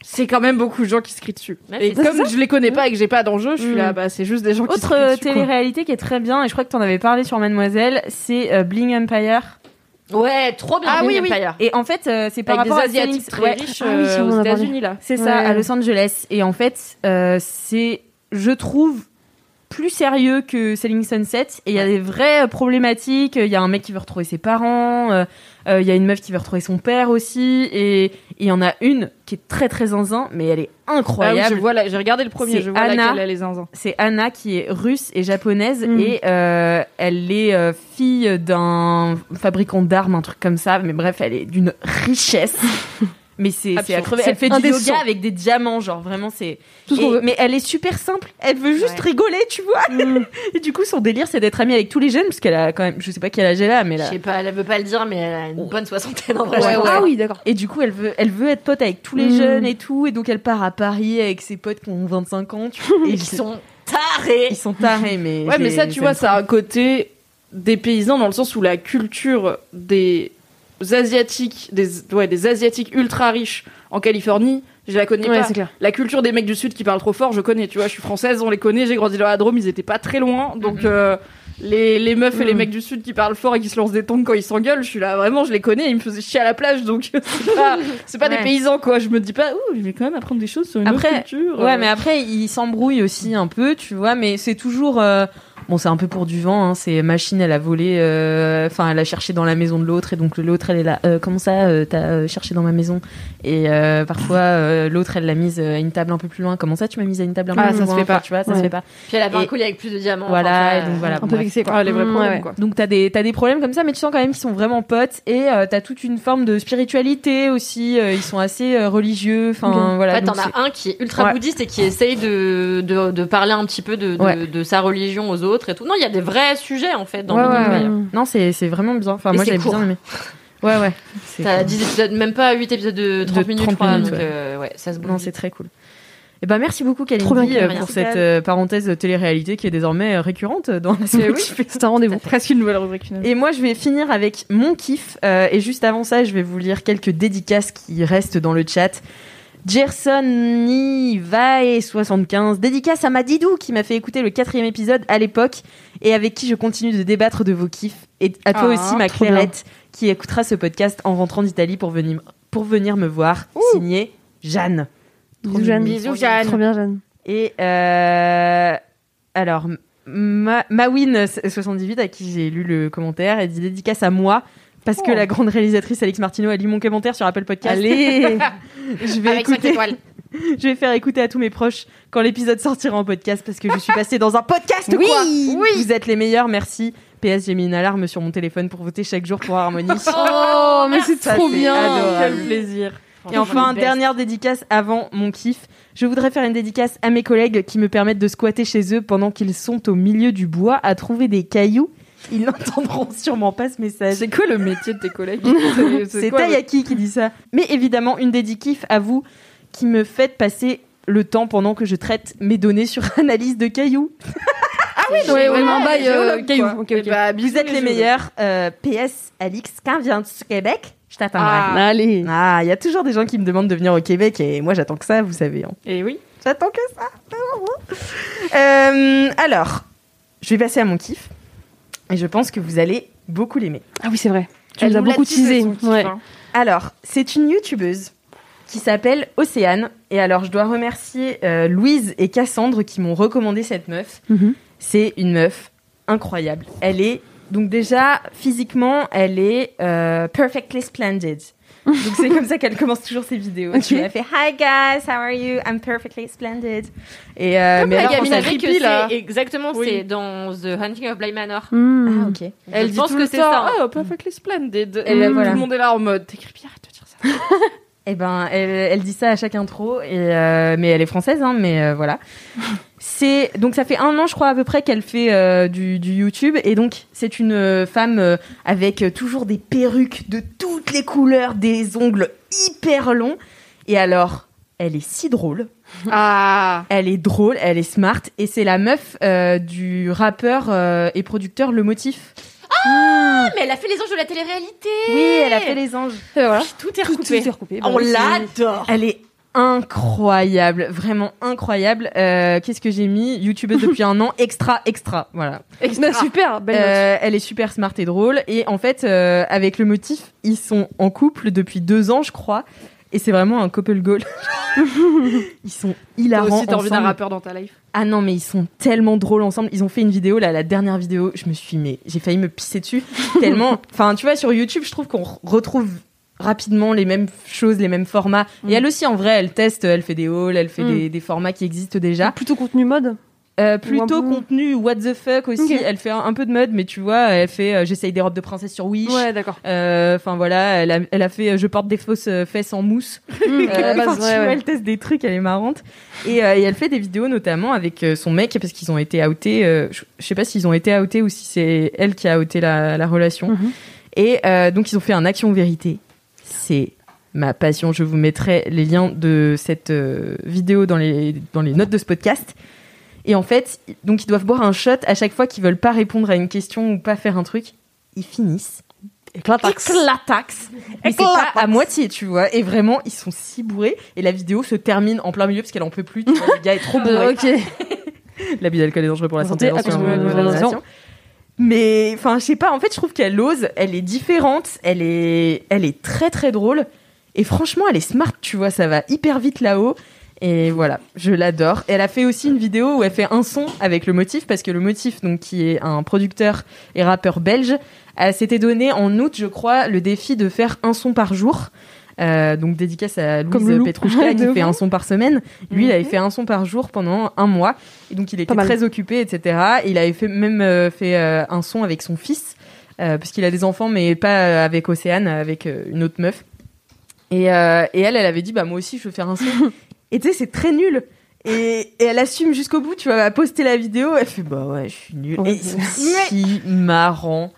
B: C'est quand même beaucoup de gens qui se crient dessus.
E: Ouais,
B: et
E: c'est
B: comme je les connais pas et que j'ai pas d'enjeu, je suis
D: Mm.
B: là, bah, c'est juste des gens qui se
C: Autre
B: crient
C: euh,
B: dessus. quoi.
C: télé-réalité qui est très bien, et je crois que t'en avais parlé sur Mademoiselle, c'est euh, Bling Empire.
E: Ouais, trop bien,
B: Ah oui,
E: William
B: oui.
E: Payer.
C: Et en fait, euh, c'est par
B: Avec
C: rapport
B: des
C: à Selling-
B: Asiatiques très
C: ouais,
B: riches
D: Ah oui,
B: euh,
D: si, on en
B: aux
D: a parlé.
B: États-Unis, là.
C: C'est ça,
D: Ouais.
C: à Los Angeles. Et en fait, euh, c'est, je trouve, plus sérieux que Selling Sunset. Et il y a des vraies problématiques. Il y a un mec qui veut retrouver ses parents. euh, euh, Il y a une meuf qui veut retrouver son père aussi. Et et il y en a une qui est très très zinzin, mais elle est
B: Ah oui, je
C: incroyable.
B: vois, là, j'ai regardé le premier,
C: C'est
B: je vois
C: Anna.
B: laquelle elle est zinzin.
C: c'est Anna qui est russe et japonaise
D: Mm.
C: et euh, elle est euh, fille d'un fabricant d'armes, un truc comme ça. Mais bref, elle est d'une richesse. Mais c'est c'est à
B: Absurde.
C: crever. Elle fait du
D: indécent.
C: yoga avec des diamants, genre vraiment c'est
D: Tout ce qu'on
C: et-
D: veut.
C: Mais elle est super simple. Elle veut juste
E: Ouais.
C: rigoler, tu vois. (laughs) Et du coup, son délire, c'est d'être amie avec tous les jeunes, parce qu'elle a quand même, je sais pas quel âge elle a, mais
E: Je
C: là. Oh.
E: sais pas, elle veut pas le dire, mais elle a une bonne soixantaine en vrai.
C: Ouais,
E: je crois.
D: Ah oui, d'accord.
C: Et du coup, elle veut, elle veut être pote avec tous les
D: Mm.
C: jeunes et tout, et donc elle part à Paris avec ses potes qui ont 25 ans. tu vois. Et
E: Ils sont tarés.
C: ils sont tarés, mais.
B: Ouais,
C: j'ai-
B: mais ça, tu
C: j'aime
B: vois,
C: trop.
B: ça a un côté des paysans dans le sens où la culture des asiatiques, des ouais, des asiatiques ultra riches en Californie, je la connais
D: Ouais,
B: pas.
D: c'est clair.
B: La culture des mecs du sud qui parlent trop fort, je connais. Tu vois, je suis française, on les connaît. J'ai grandi dans la Drôme, ils étaient pas très loin. Donc euh, les, les meufs et les
C: Mhm.
B: mecs du sud qui parlent fort et qui se lancent des tongs quand ils s'engueulent, je suis là vraiment, je les connais. Ils me faisaient chier à la plage, donc (laughs) c'est pas, c'est pas
C: Ouais.
B: des paysans quoi. Je me dis pas, ouh, je vais quand même apprendre des choses sur une
C: Après,
B: autre culture.
C: Ouais,
B: Euh,
C: mais après, ils s'embrouillent aussi un peu, tu vois, mais c'est toujours. euh, Bon, c'est un peu pour du vent, hein, c'est machine, elle a volé, euh, enfin, elle a cherché dans la maison de l'autre, et donc l'autre, elle est là, euh, comment ça, euh, t'as euh, cherché dans ma maison Et euh, parfois, euh, l'autre, elle l'a mise euh, à une table un peu plus loin, comment ça, tu m'as mise à une table un peu
B: Ah,
C: plus
B: ça se
C: loin
B: fait
C: Enfin,
B: pas.
C: Tu vois, ça se
D: Ouais.
C: fait pas.
E: Puis elle avait un
C: Et-
E: collier avec plus de diamants.
C: voilà,
E: enfin,
C: et
E: tu vois,
C: donc voilà.
D: Un peu
C: bref.
D: vexé quoi.
B: ah, les vrais
D: Mm,
B: problèmes,
D: ouais.
B: quoi.
C: Donc t'as des t'as des problèmes comme ça, mais tu sens quand même qu'ils sont vraiment potes et euh, t'as toute une forme de spiritualité aussi. euh, ils sont assez euh, religieux, enfin
D: Ok.
C: voilà.
E: en fait,
C: donc
E: t'en
C: c'est-
E: as un qui est ultra
C: Ouais.
E: bouddhiste et qui essaye de, de, de parler un petit peu de, de,
C: Ouais.
E: de sa religion aux autres et tout. Non, il y a des vrais sujets en fait dans
C: Ouais,
E: le
C: ouais,
E: Minimum.
C: ouais. Non, c'est c'est vraiment bien. Enfin,
E: Et
C: moi
E: c'est
C: j'ai
E: court.
C: bien aimé. Ouais, ouais. C'est
E: T'as
C: cool.
E: 10 épisodes, même pas 8 épisodes de 30 minutes,
C: 30
E: je crois,
C: minutes,
E: donc
C: ouais.
E: euh, ouais, ça se
C: Non,
E: bouge.
C: c'est très cool. Et ben merci beaucoup Kalindi
D: Trop bien,
C: euh,
E: Kalindi.
C: pour cette euh, parenthèse de télé-réalité qui est désormais euh, récurrente dans la
D: C'est (laughs)
C: série.
D: c'est un rendez-vous.
B: presque une nouvelle rubrique finalement.
C: Et moi je vais finir avec mon kiff euh, et juste avant ça, je vais vous lire quelques dédicaces qui restent dans le chat. Gerson Nivae 75 dédicace à Madidou qui m'a fait écouter le quatrième épisode à l'époque et avec qui je continue de débattre de vos kiffs et à toi
B: Ah,
C: aussi ma
D: trop bien.
C: Clairette qui écoutera ce podcast en rentrant d'Italie pour venir pour pour venir me voir, signé Jeanne.
D: Bisous, Jeanne.
E: Bisous, Jeanne.
D: Trop bien, Jeanne.
C: Et euh, alors, Ma- Mawin78, à qui j'ai lu le commentaire, elle dit dédicace à moi. Parce que
E: Oh.
C: la grande réalisatrice Alix Martineau a lu mon commentaire sur Apple Podcast.
D: Allez
C: (laughs) je vais
E: Ah, Avec cinq
C: écouter.
E: étoiles.
C: (laughs) Je vais faire écouter à tous mes proches quand l'épisode sortira en podcast parce que je suis passée dans un podcast ou
E: Oui,
C: quoi
E: oui.
C: Vous êtes les meilleurs, merci. PS, j'ai mis une alarme sur mon téléphone pour voter chaque jour
E: (laughs)
C: pour Harmonie.
E: Oh, mais c'est
C: Ça,
E: trop
C: c'est
E: bien.
C: adorable. Quel plaisir. Et enfin, dernière dédicace avant mon kiff. Je voudrais faire une dédicace à mes collègues qui me permettent de squatter chez eux pendant qu'ils sont au milieu du bois à trouver des cailloux. Ils (laughs) n'entendront sûrement pas ce message.
B: C'est quoi le métier de tes
C: (laughs)
B: collègues
C: C'est
B: quoi, le-
C: Tayaki qui dit ça. Mais évidemment, une dédikiff à vous qui me faites passer le temps pendant que je traite mes données sur (laughs) analyse de cailloux.
B: Ah Oui,
E: non, mais
C: Ah,
B: on
E: ouais,
B: en baille euh,
E: géologue,
B: caillou.
D: quoi.
B: Ok, ok.
D: Eh
C: Vous êtes bah, les meilleurs. Euh, PS, Alix, quand vient du Québec Je t'attendrai.
B: Ah.
D: Allez
C: Ah, il y a toujours des gens qui me demandent de venir au Québec et moi j'attends que ça, vous savez. hein.
B: Et Eh oui.
C: J'attends que ça. (laughs) Euh, alors, je vais passer à mon kiff et je pense que vous allez beaucoup l'aimer.
D: Ah oui, c'est vrai. Tu
B: Elle
D: nous as
B: nous l'a
D: beaucoup
B: teasé,
D: teasé.
B: son kiff,
D: Ouais.
B: hein.
C: Alors, c'est une youtubeuse qui s'appelle Océane. Et alors, je dois remercier euh, Louise et Cassandre qui m'ont recommandé cette meuf.
D: Mhm.
C: C'est une meuf incroyable. Elle est, donc déjà, physiquement, elle est euh, perfectly splendid. Donc c'est comme ça qu'elle commence toujours
E: (laughs)
C: ses vidéos.
D: Ok.
C: Elle fait Hi guys, how are you? I'm perfectly splendid. Et euh, mais
E: La
C: alors,
E: gamine
C: quand
E: avec
C: ça-
E: que
B: creepy,
E: c'est-
B: là.
E: Exactement,
B: Oui.
E: c'est dans The Hunting of Bly Manor.
D: Mmh.
C: Ah, ok.
E: Elle
B: dit
E: pense
B: tout
E: que
B: le
E: c'est
B: temps,
E: ça.
B: Oh, perfectly splendid.
C: Et ben
B: Mmh.
C: voilà.
B: Tout le monde est là en mode. T'es creepy, arrête de dire ça. (laughs)
C: Eh ben, elle, elle dit ça à chaque intro, et euh, mais elle est française, hein, mais euh, voilà. C'est donc ça fait un an, je crois à peu près, qu'elle fait euh, du, du YouTube, et donc c'est une euh, femme euh, avec euh, toujours des perruques de toutes les couleurs, des ongles hyper longs, et alors elle est si drôle,
B: Ah.
C: elle est drôle, elle est smart, et c'est la meuf euh, du rappeur euh, et producteur Le Motif.
E: Ah, mais elle a fait les anges de la télé-réalité.
C: Oui, elle a fait les anges.
E: Tout est
D: Tout, tout
E: recoupé.
D: est recoupé.
E: On l'adore.
C: Eh ben, Elle est incroyable, vraiment incroyable. Euh, Qu'est-ce que j'ai mis YouTubeuse depuis un an, extra, extra. Voilà.
D: Bah, super, belle note.
C: Euh, elle est super smart et drôle. Et en fait, euh, avec le motif, ils sont en couple depuis deux ans, je crois. Et c'est vraiment un couple goal. (laughs) ils sont
B: Toi
C: hilarants
B: aussi, t'as envie d'un
C: ensemble.
B: rappeur dans ta life.
C: Ah non, mais ils sont tellement drôles ensemble. Ils ont fait une vidéo, là, la dernière vidéo, je me suis, mais j'ai failli me pisser
D: (laughs)
C: dessus. tellement. Enfin, tu vois, sur YouTube, je trouve qu'on re- retrouve rapidement les mêmes choses, les mêmes formats. Et elle aussi, en vrai, elle teste, elle fait des hauls, elle fait
D: Mm.
C: des, des formats qui existent déjà.
D: Plutôt contenu mode.
C: Euh, plutôt
D: Ou un peu-
C: contenu what the fuck aussi.
D: Ok.
C: Elle fait un, un peu de mode, mais tu vois, elle fait euh, j'essaye des robes de princesse sur Wish.
D: Ouais, d'accord.
C: Euh, Enfin voilà, elle a, elle a fait euh, je porte des fausses euh, fesses en mousse. (laughs)
D: Mmh, à la
C: Enfin,
D: base,
C: tu
D: ouais,
C: vois,
D: ouais.
C: Elle teste des trucs, elle est marrante. Et, euh, et elle fait des vidéos notamment avec euh, son mec parce qu'ils ont été outés. euh, je je sais pas s'ils ont été outés ou si c'est elle qui a outé la, la relation.
D: Mhm.
C: Et euh, donc ils ont fait un action vérité. C'est ma passion. Je vous mettrai les liens de cette euh, vidéo dans les, dans les notes de ce podcast. Et en fait, donc ils doivent boire un shot à chaque fois qu'ils veulent pas répondre à une question ou pas faire un truc. Ils finissent. Éclatax. Éclatax. Mais c'est pas à moitié, tu vois. Et vraiment, ils sont si bourrés. Et la vidéo se termine en plein milieu parce qu'elle en peut plus. Tu vois, le gars est (laughs) trop bourré.
D: Ok.
C: L'abus d'alcool est dangereux pour (laughs) la santé.
D: Santé,
C: attention,
D: attention,
C: euh,
D: attention.
C: attention. Mais enfin, je sais pas. En fait, je trouve qu'elle ose. Elle est différente. Elle est, elle est très très drôle. Et franchement, elle est smart. Tu vois, ça va hyper vite là-haut. Et voilà, je l'adore. Elle a fait aussi une vidéo où elle fait un son avec le motif parce que le motif, donc qui est un producteur et rappeur belge, euh, s'était donné en août, je crois, le défi de faire un son par jour. Euh, donc dédicace à
D: Comme
C: Louise
D: Loulou. (laughs)
C: Petrouchka qui
D: De
C: fait
D: ouf. Mhm.
C: un son par semaine. Lui, il avait fait un son par jour pendant un mois. Et donc, il était
D: mal.
C: très occupé, etc. Il avait fait, même euh, fait euh, un son avec son fils, euh, puisqu'il a des enfants, mais pas euh, avec Océane, avec euh, une autre meuf. Et, euh, et elle, elle avait dit, bah, moi aussi, je veux
D: (laughs)
C: faire un son. et tu sais, c'est très nul. Et, et elle assume jusqu'au bout, tu vois, elle a posté la vidéo, elle fait, bah ouais, je suis nulle. Et
D: Ouais.
C: ils sont si marrants.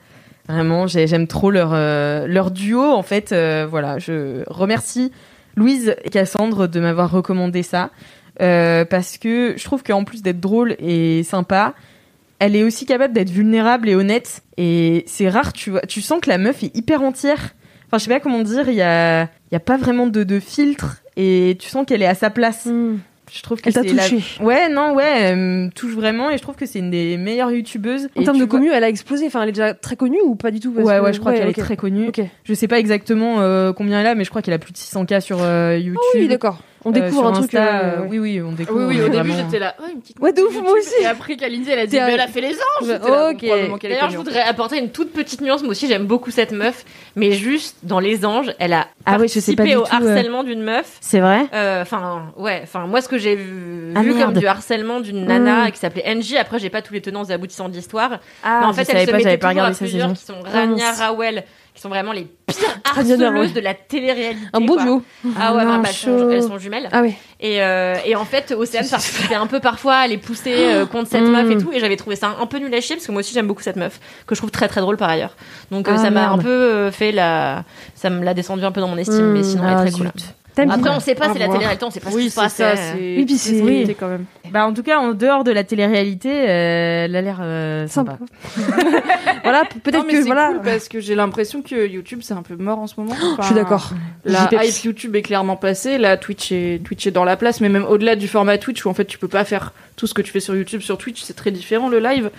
C: Vraiment, j'ai- j'aime trop leur, euh, leur duo, en fait. euh, voilà, je remercie Louise et Cassandre de m'avoir recommandé ça. euh, parce que je trouve qu'en plus d'être drôle et sympa, elle est aussi capable d'être vulnérable et honnête. Et c'est rare, tu vois. Tu sens que la meuf est hyper entière. Enfin, je sais pas comment dire, il y a, il y a pas vraiment de, de filtre. Hmm. Et tu sens qu'elle est à sa place.
D: Mmh.
C: Je trouve que
D: Elle t'a
C: c'est la-
D: touchée.
C: Ouais, non, ouais, elle me touche vraiment et je trouve que c'est une des meilleures youtubeuses.
D: En
C: Et
D: termes
C: tu
D: de
C: vois-
D: commu, elle a explosé. Enfin, elle est déjà très connue ou pas du tout parce
C: Ouais,
D: que-
C: ouais, je crois qu'elle
D: ok.
C: est très connue.
D: Ok.
C: Je sais pas exactement euh, combien elle a, mais je crois qu'elle a plus de 600K sur euh, YouTube.
D: Ah Oui, d'accord. On
C: euh,
D: découvre
C: sur
D: un truc.
C: Insta,
D: euh,
C: euh, Oui, oui, on découvre.
B: Ah Oui, oui,
C: on
B: au
C: est
B: début,
C: vraiment-
B: j'étais là. Ouais, une petite
D: Ouais, de ouf,
B: YouTube.
D: moi aussi.
B: Et après, Kalindi, elle a dit,
D: T'es
B: mais elle a
D: à-
B: fait les anges. J'étais
D: Ouais,
B: là, bon,
D: ok.
B: probablement qu'elle est
E: D'ailleurs, je
B: connue.
E: voudrais apporter une toute petite nuance. Moi aussi, j'aime beaucoup cette meuf, mais juste dans les anges, elle a
C: Ah oui, je sais
E: participé
C: pas du
E: au
C: tout, euh.
E: harcèlement d'une meuf.
C: C'est vrai
E: Euh, Enfin, ouais. Enfin, moi, ce que j'ai vu,
C: Ah,
E: vu
C: merde. Mmh.
E: comme du harcèlement d'une nana qui s'appelait NJ. Après, j'ai pas tous les tenants et aboutissants de l'histoire.
C: Ah,
E: Mais en
C: je
E: fait,
C: savais
E: elle se
C: pas, j'avais
E: mettait toujours
C: pas
E: à
C: regardé ça, c'est Ah,
E: plusieurs
C: bon.
E: qui sont Rania
D: mince.
E: Rawel, qui sont vraiment les pires
D: bien
E: harceleuses
D: bien,
E: de la télé-réalité.
D: Un beau
E: quoi.
D: duo.
E: Ah ouais,
C: Ah,
E: vraiment,
C: non,
E: elles, sont,
C: chaud.
E: elles sont jumelles.
D: Ah oui.
E: Et, euh, et en fait, Océane participait un peu parfois à les pousser
B: Oh.
E: euh, contre cette
D: Mm.
E: meuf et tout. Et j'avais trouvé ça un peu nul à chier parce que moi aussi j'aime beaucoup cette meuf que je trouve très très drôle par ailleurs. Donc euh,
C: Ah,
E: ça m'a un
C: merde.
E: peu euh, fait la, ça me l'a descendu un peu dans mon estime,
D: Mm.
E: mais sinon elle
C: Ah,
E: est hein. très cool.
C: zut.
D: T'aimes
E: Après
D: bien.
E: on sait pas,
D: À
E: c'est la
D: voir.
E: télé-réalité, on sait pas ce
B: Oui,
E: qui se
B: c'est
E: passe.
B: ça.
E: euh.
B: C'est
D: Oui, puis c'est-
B: c'était quand même.
C: Bah, en tout cas, en dehors de la télé-réalité, euh, elle a l'air euh, sympa.
D: Sympa. (laughs) voilà, p-
B: Non,
D: peut-être
B: mais
D: que
B: c'est
D: voilà.
B: cool parce que Oh, j'ai l'impression que YouTube c'est un peu mort en ce moment.
D: Je suis d'accord.
B: La
D: JPEG.
B: hype YouTube est clairement passée, la Twitch est, Twitch est dans la place, mais même au-delà du format Twitch où en fait tu peux pas faire tout ce que tu fais sur YouTube, sur Twitch c'est très différent le live.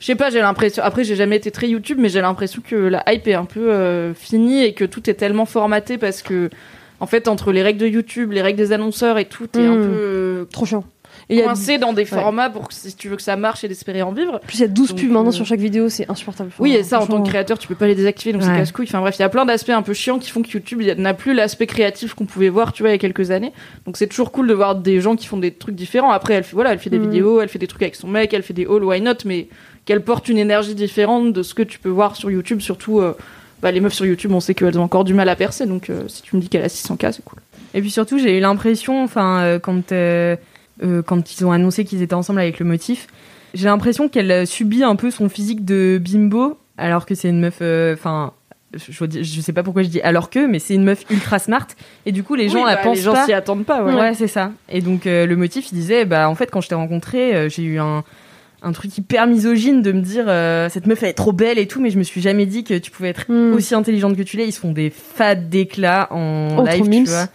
B: Je sais pas, j'ai l'impression. Après, j'ai jamais été très YouTube, mais j'ai l'impression que la hype est un peu euh, finie et que tout est tellement formaté parce que, en fait, entre les règles de YouTube, les règles des annonceurs et tout, t'es un
D: Mm.
B: peu euh,
D: Trop chiant. Et il y a-
B: coincé dans des formats pour que, si tu veux que ça marche et d'espérer en vivre.
D: en plus, il y a 12
B: Donc,
D: pubs maintenant
B: euh,
D: sur chaque vidéo, c'est insupportable. Enfin,
B: Oui, et ça, en tant que
D: franchement,
B: créateur, tu peux pas les désactiver, donc c'est
C: Ouais.
B: casse-couille. Enfin bref, il y a plein d'aspects un peu chiants qui font que YouTube il y a- n'a plus l'aspect créatif qu'on pouvait voir, tu vois, il y a quelques années. Donc c'est toujours cool de voir des gens qui font des trucs différents. Après, elle fait, voilà, elle fait des
D: Mhm.
B: vidéos, elle fait des trucs avec son mec, elle fait des hauls, why not, mais qu'elle porte une énergie différente de ce que tu peux voir sur YouTube, surtout. euh, bah, les meufs sur YouTube, on sait qu'elles ont encore du mal à percer, donc euh, si tu me dis qu'elle a 600K, c'est cool.
C: Et puis surtout, j'ai eu l'impression, enfin, euh, quand, euh, euh, quand ils ont annoncé qu'ils étaient ensemble avec le motif, j'ai l'impression qu'elle euh, subit un peu son physique de bimbo, alors que c'est une meuf, euh, enfin, je, je dis- je sais pas pourquoi je dis alors que, mais c'est une meuf ultra smart. Et du coup, les gens
B: Oui,
C: la
B: bah,
C: pensent
B: les gens
C: pas.
B: s'y attendent pas, ouais.
C: Ouais, c'est ça. Et donc euh, le motif, il disait, bah en fait, quand je t'ai rencontré, euh, j'ai eu un, un truc hyper misogyne de me dire, euh, cette meuf elle est trop belle et tout, mais je me suis jamais dit que tu pouvais être
D: Hmm.
C: aussi intelligente que tu l'es. Ils se font des fades d'éclat en
D: Oh,
C: live,
D: trop
C: tu
D: mimes.
C: vois.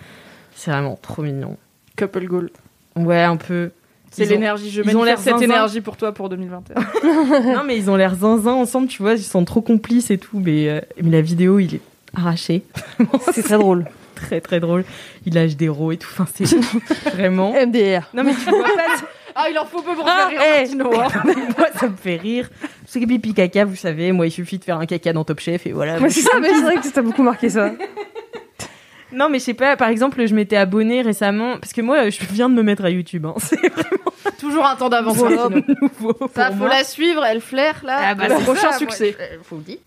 C: C'est vraiment trop mignon.
B: Couple goal.
C: Ouais, un peu.
B: C'est
C: Ils ont-
B: l'énergie, je
C: ils ont l'air
B: manifeste cette
C: zinzin.
B: énergie pour toi pour 2021.
C: (laughs) non, mais ils ont l'air zinzin ensemble, tu vois. Ils sont trop complices et tout. Mais, euh, mais la vidéo, il est arraché.
D: C'est très drôle.
C: très très drôle. Il lâche des rots et tout. Enfin,
D: (laughs)
C: c'est vraiment.
D: MDR.
C: Non, mais tu vois pas.
B: ah, il en faut peu pour
C: Ah,
B: faire rire
C: eh.
B: Martino, hein.
C: (laughs) moi, ça me fait rire. C'est pipi caca, vous savez. Moi, il suffit de faire un caca dans Top Chef et voilà.
D: Moi, c'est ça, mais c'est vrai que ça t'a beaucoup marqué ça.
C: Non, mais je sais pas. Par exemple, je m'étais abonnée récemment parce que moi, euh, je viens de me mettre à YouTube. hein. (laughs) C'est
B: Toujours un temps d'avance.
C: Voilà.
B: Martino.
C: (laughs) nouveau pour
B: Ça, faut
C: moi.
B: la suivre, elle flaire là.
C: Ah bah,
B: le
C: c'est
B: prochain
C: ça,
B: succès.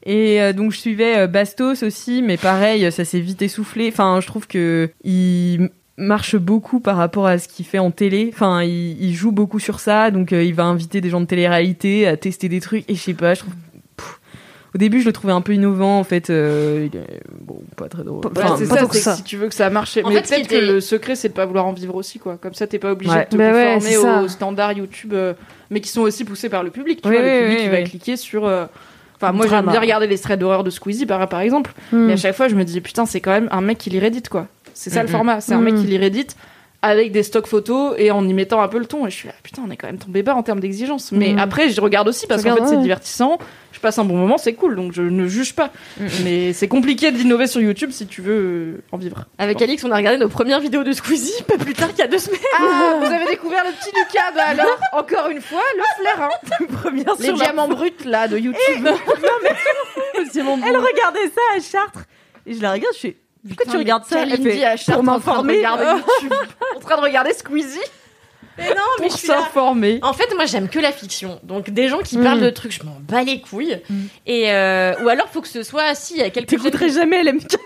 C: Et euh, donc je suivais euh, Bastos aussi, mais pareil, ça s'est vite essoufflé. Enfin, je trouve que il m- marche beaucoup par rapport à ce qu'il fait en télé. Enfin, il, il joue beaucoup sur ça, donc euh, il va inviter des gens de télé-réalité à tester des trucs. Et je sais pas, je trouve. Pff. Au début, je le trouvais un peu innovant, en fait. euh, il est, bon, pas très drôle.
D: Pas-
B: Ouais,
C: Enfin,
B: c'est
D: pas
B: ça,
D: tant
B: c'est
D: que
B: que
D: ça.
B: si tu veux que ça marche.
E: En
B: mais
E: fait, ce qui
B: peut-être que
E: était-
B: le secret, c'est de pas vouloir en vivre aussi, quoi. Comme ça, t'es pas obligé
C: Ouais.
B: de te
D: Bah ouais,
B: conformer
D: c'est ça.
B: aux standards YouTube, euh, mais qui sont aussi poussés par le public. Tu
C: Oui,
B: vois, le
C: oui,
B: public
C: oui,
B: qui
C: oui.
B: va cliquer sur. euh, Enfin, moi, j'aime
D: Drama.
B: bien regarder les threads d'horreur de Squeezie, par, par exemple.
D: Hmm.
B: Mais à chaque fois, je me dis, putain, c'est quand même un mec qui lit Reddit, quoi. C'est ça le
E: Mhm.
B: format. C'est un mec
D: Mhm.
B: qui lit Reddit avec des stocks photos et en y mettant un peu le ton. Et je suis là, putain, on est quand même tombé bas en termes d'exigence. Mais
D: Mhm.
B: après, je regarde aussi parce
D: Tu
B: qu'en fait,
D: regardes,
B: c'est
D: ouais.
B: divertissant. Je passe un bon moment, c'est cool. Donc, je ne juge pas. Mais c'est compliqué d'innover sur YouTube si tu veux euh, en vivre.
E: Avec Alix, on a regardé nos premières vidéos de Squeezie pas plus tard qu'il y a deux semaines.
B: Ah, vous avez découvert le petit Lucas, bah alors, (laughs) encore une fois, le flair, hein.
C: première
B: Les
C: sur la-
B: diamants bruts, là, de YouTube.
C: Elle regardait ça à Chartres. Et je la regarde, je fais. Pourquoi tu regardes ça Elle
B: Kalindi
C: fait,
B: à Chartres
C: Pour
B: en train de
C: m'informer.
B: (laughs) regarder YouTube. En train de regarder Squeezie
E: (laughs) Mais non, mais
B: pour
E: je suis là.
B: s'informer.
E: En fait, moi, j'aime que la fiction. Donc, des gens qui
B: Mm.
E: parlent de trucs, je m'en bats les couilles. Et euh, ou alors, faut que ce soit si il y a quelque chose.
C: T'écouterais jamais LMK.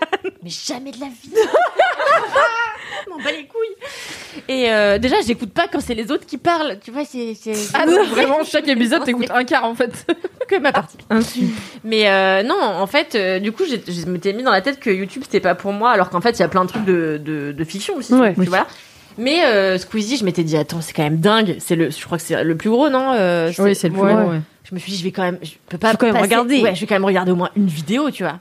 E: Mais jamais de la vie. je m'en bats les couilles. Et euh, déjà, j'écoute pas quand c'est les autres qui parlent. Tu vois, c'est c'est-
B: Ah non, vraiment, chaque épisode, t'écoutes un quart, en fait.
E: que ma partie. Mais euh, non, en fait, euh, du coup, j'ai- je m'étais mis dans la tête que YouTube c'était pas pour moi, alors qu'en fait, il y a plein de trucs de, de, de fiction aussi.
D: Ouais.
E: tu vois. Mais euh, Squeezie, je m'étais dit, attends, c'est quand même dingue. C'est le, je crois que c'est le plus gros, non Euh, c'est-
C: c'est le
D: Ouais.
C: plus gros, ouais.
E: Je me suis dit, je vais quand même, je peux pas
C: Faut quand même
E: passer-
C: regarder.
E: Ouais, je vais quand même regarder au moins une vidéo, tu vois.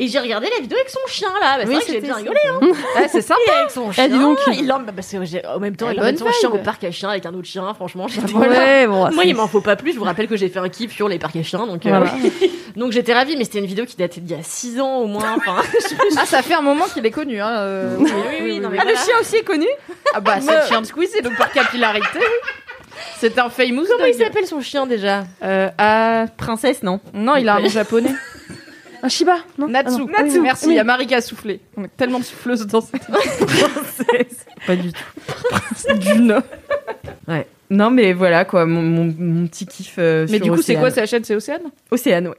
E: Et j'ai regardé la vidéo avec son chien là. Bah, c'est
B: Oui,
E: vrai que j'ai
B: c'était
E: bien
B: ça.
E: rigolé. Hein.
B: Ouais, c'est sympa.
E: Et avec son chien.
B: Eh, dis donc.
E: Il l'emmène- parce que j'ai- en même temps,
B: Ah,
E: il emmène son
B: bonne
E: chien au
B: vibe.
E: parc à chiens avec un autre chien. Franchement, j'étais là.
D: Ouais, bon,
E: Oh, Moi,
D: c'est-
E: il m'en faut pas plus. Je vous rappelle que j'ai fait un kiff sur les parcs à chiens. Donc, euh,
D: Voilà.
E: (laughs) donc j'étais ravie, mais c'était une vidéo qui datait d'il y a 6 ans au moins. Enfin,
B: Ah, ça fait un moment qu'il est connu. Hein, euh, oui, oui, oui,
E: non, mais
B: Ah, le
E: voilà.
B: chien aussi est connu Ah, bah, c'est le chien de Squeezie, donc par capillarité, oui. C'est un famous
E: Comment il
B: dog.
E: s'appelle son chien déjà
B: Euh, ah,
C: Princesse, non
B: Non, il a un nom japonais.
D: Un Shiba, non
B: Natsu.
D: Ah non. Oui,
B: Merci,
D: oui.
B: il y a Marie qui a soufflé. On est tellement de souffleuses dans cette
C: Pas du tout.
B: dune.
C: Ouais. Non, mais voilà quoi, mon, mon- mon petit kiff. euh,
B: Mais
C: sur
B: du coup, c'est
C: Océane.
B: quoi sa chaîne C'est Océane
C: Océane, ouais.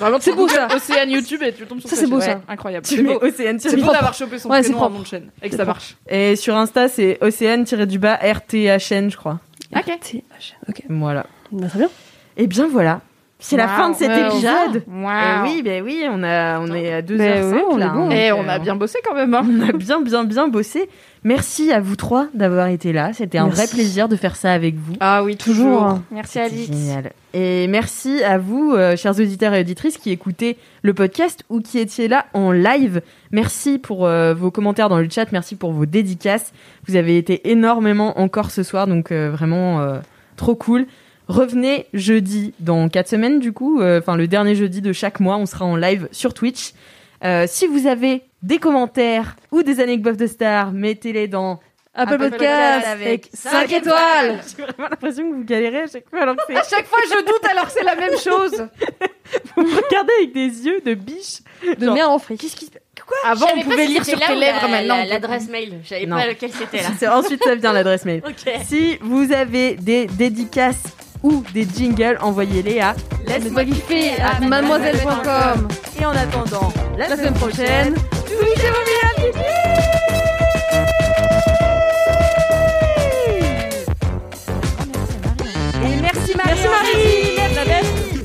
B: Vraiment,
D: C'est
B: tu
D: beau,
B: googles
D: ça.
B: Océane YouTube et tu tombes sur
D: Ça,
B: sa
D: c'est
B: chaîne.
D: beau, ça.
B: Ouais, Incroyable.
C: Tu
B: C'est
C: mets
B: beau.
C: Océane
B: C'est
C: du
B: beau d'avoir chopé son
D: Ouais, c'est
B: prénom à
D: propre.
B: mon chaîne et que
D: C'est
B: ça
D: propre.
B: marche.
C: Et sur Insta, c'est Océane-du-bas RTHN, je crois.
B: Ok.
D: TH, Ok,
C: Voilà.
D: Bah, très bien.
C: Et bien voilà. C'est la
B: Wow.
C: fin de cet
B: Ouais,
C: épisode.
B: Waouh.
C: Eh oui, ben oui, on, a, on est à 2h05
D: Ben oui, on est
C: là.
D: bon.
B: Et
C: hein. Donc,
B: Eh, on
C: euh,
B: a bien bossé quand même. hein.
C: (laughs) On a bien, bien, bien bossé. Merci à vous trois d'avoir été là. C'était un vrai
D: Merci.
C: plaisir de faire ça avec vous.
B: Ah oui,
D: Toujours. hein.
E: Merci
C: C'était génial. Et merci à vous, euh, chers auditeurs et auditrices, qui écoutez le podcast ou qui étiez là en live. Merci pour euh, vos commentaires dans le chat. Merci pour vos dédicaces. Vous avez été énormément encore ce soir, donc euh, vraiment euh, trop cool. Revenez jeudi dans quatre semaines, du coup, euh, enfin le dernier jeudi de chaque mois, on sera en live sur Twitch. Euh, si vous avez des commentaires ou des anecdotes de stars, mettez-les dans (laughs)
D: Apple,
B: Apple
D: Podcast
B: Podcast
D: avec
C: cinq
D: 5 étoiles.
C: J'ai vraiment l'impression que vous galérez à chaque fois alors que c'est (laughs)
B: À chaque fois, je doute alors que c'est la même chose.
C: Vous me regardez avec des yeux de biche.
D: De
C: Genre-
D: merde en fric. Qu'est-ce qui se passe
B: Avant, on pouvait lire sur tes lèvres, maintenant. on peut-
E: L'adresse mail, je savais
C: Non.
E: pas lequel c'était
C: (laughs)
E: là.
C: C'est- Ensuite, ça vient l'adresse mail.
E: Ok.
C: Si vous avez des dédicaces ou des jingles, envoyez-les à.
E: Laisse-moi kiffer
D: à mademoiselle.com.
C: Et en attendant, la,
D: semaine prochaine,
C: Et merci Marie. Merci Marie.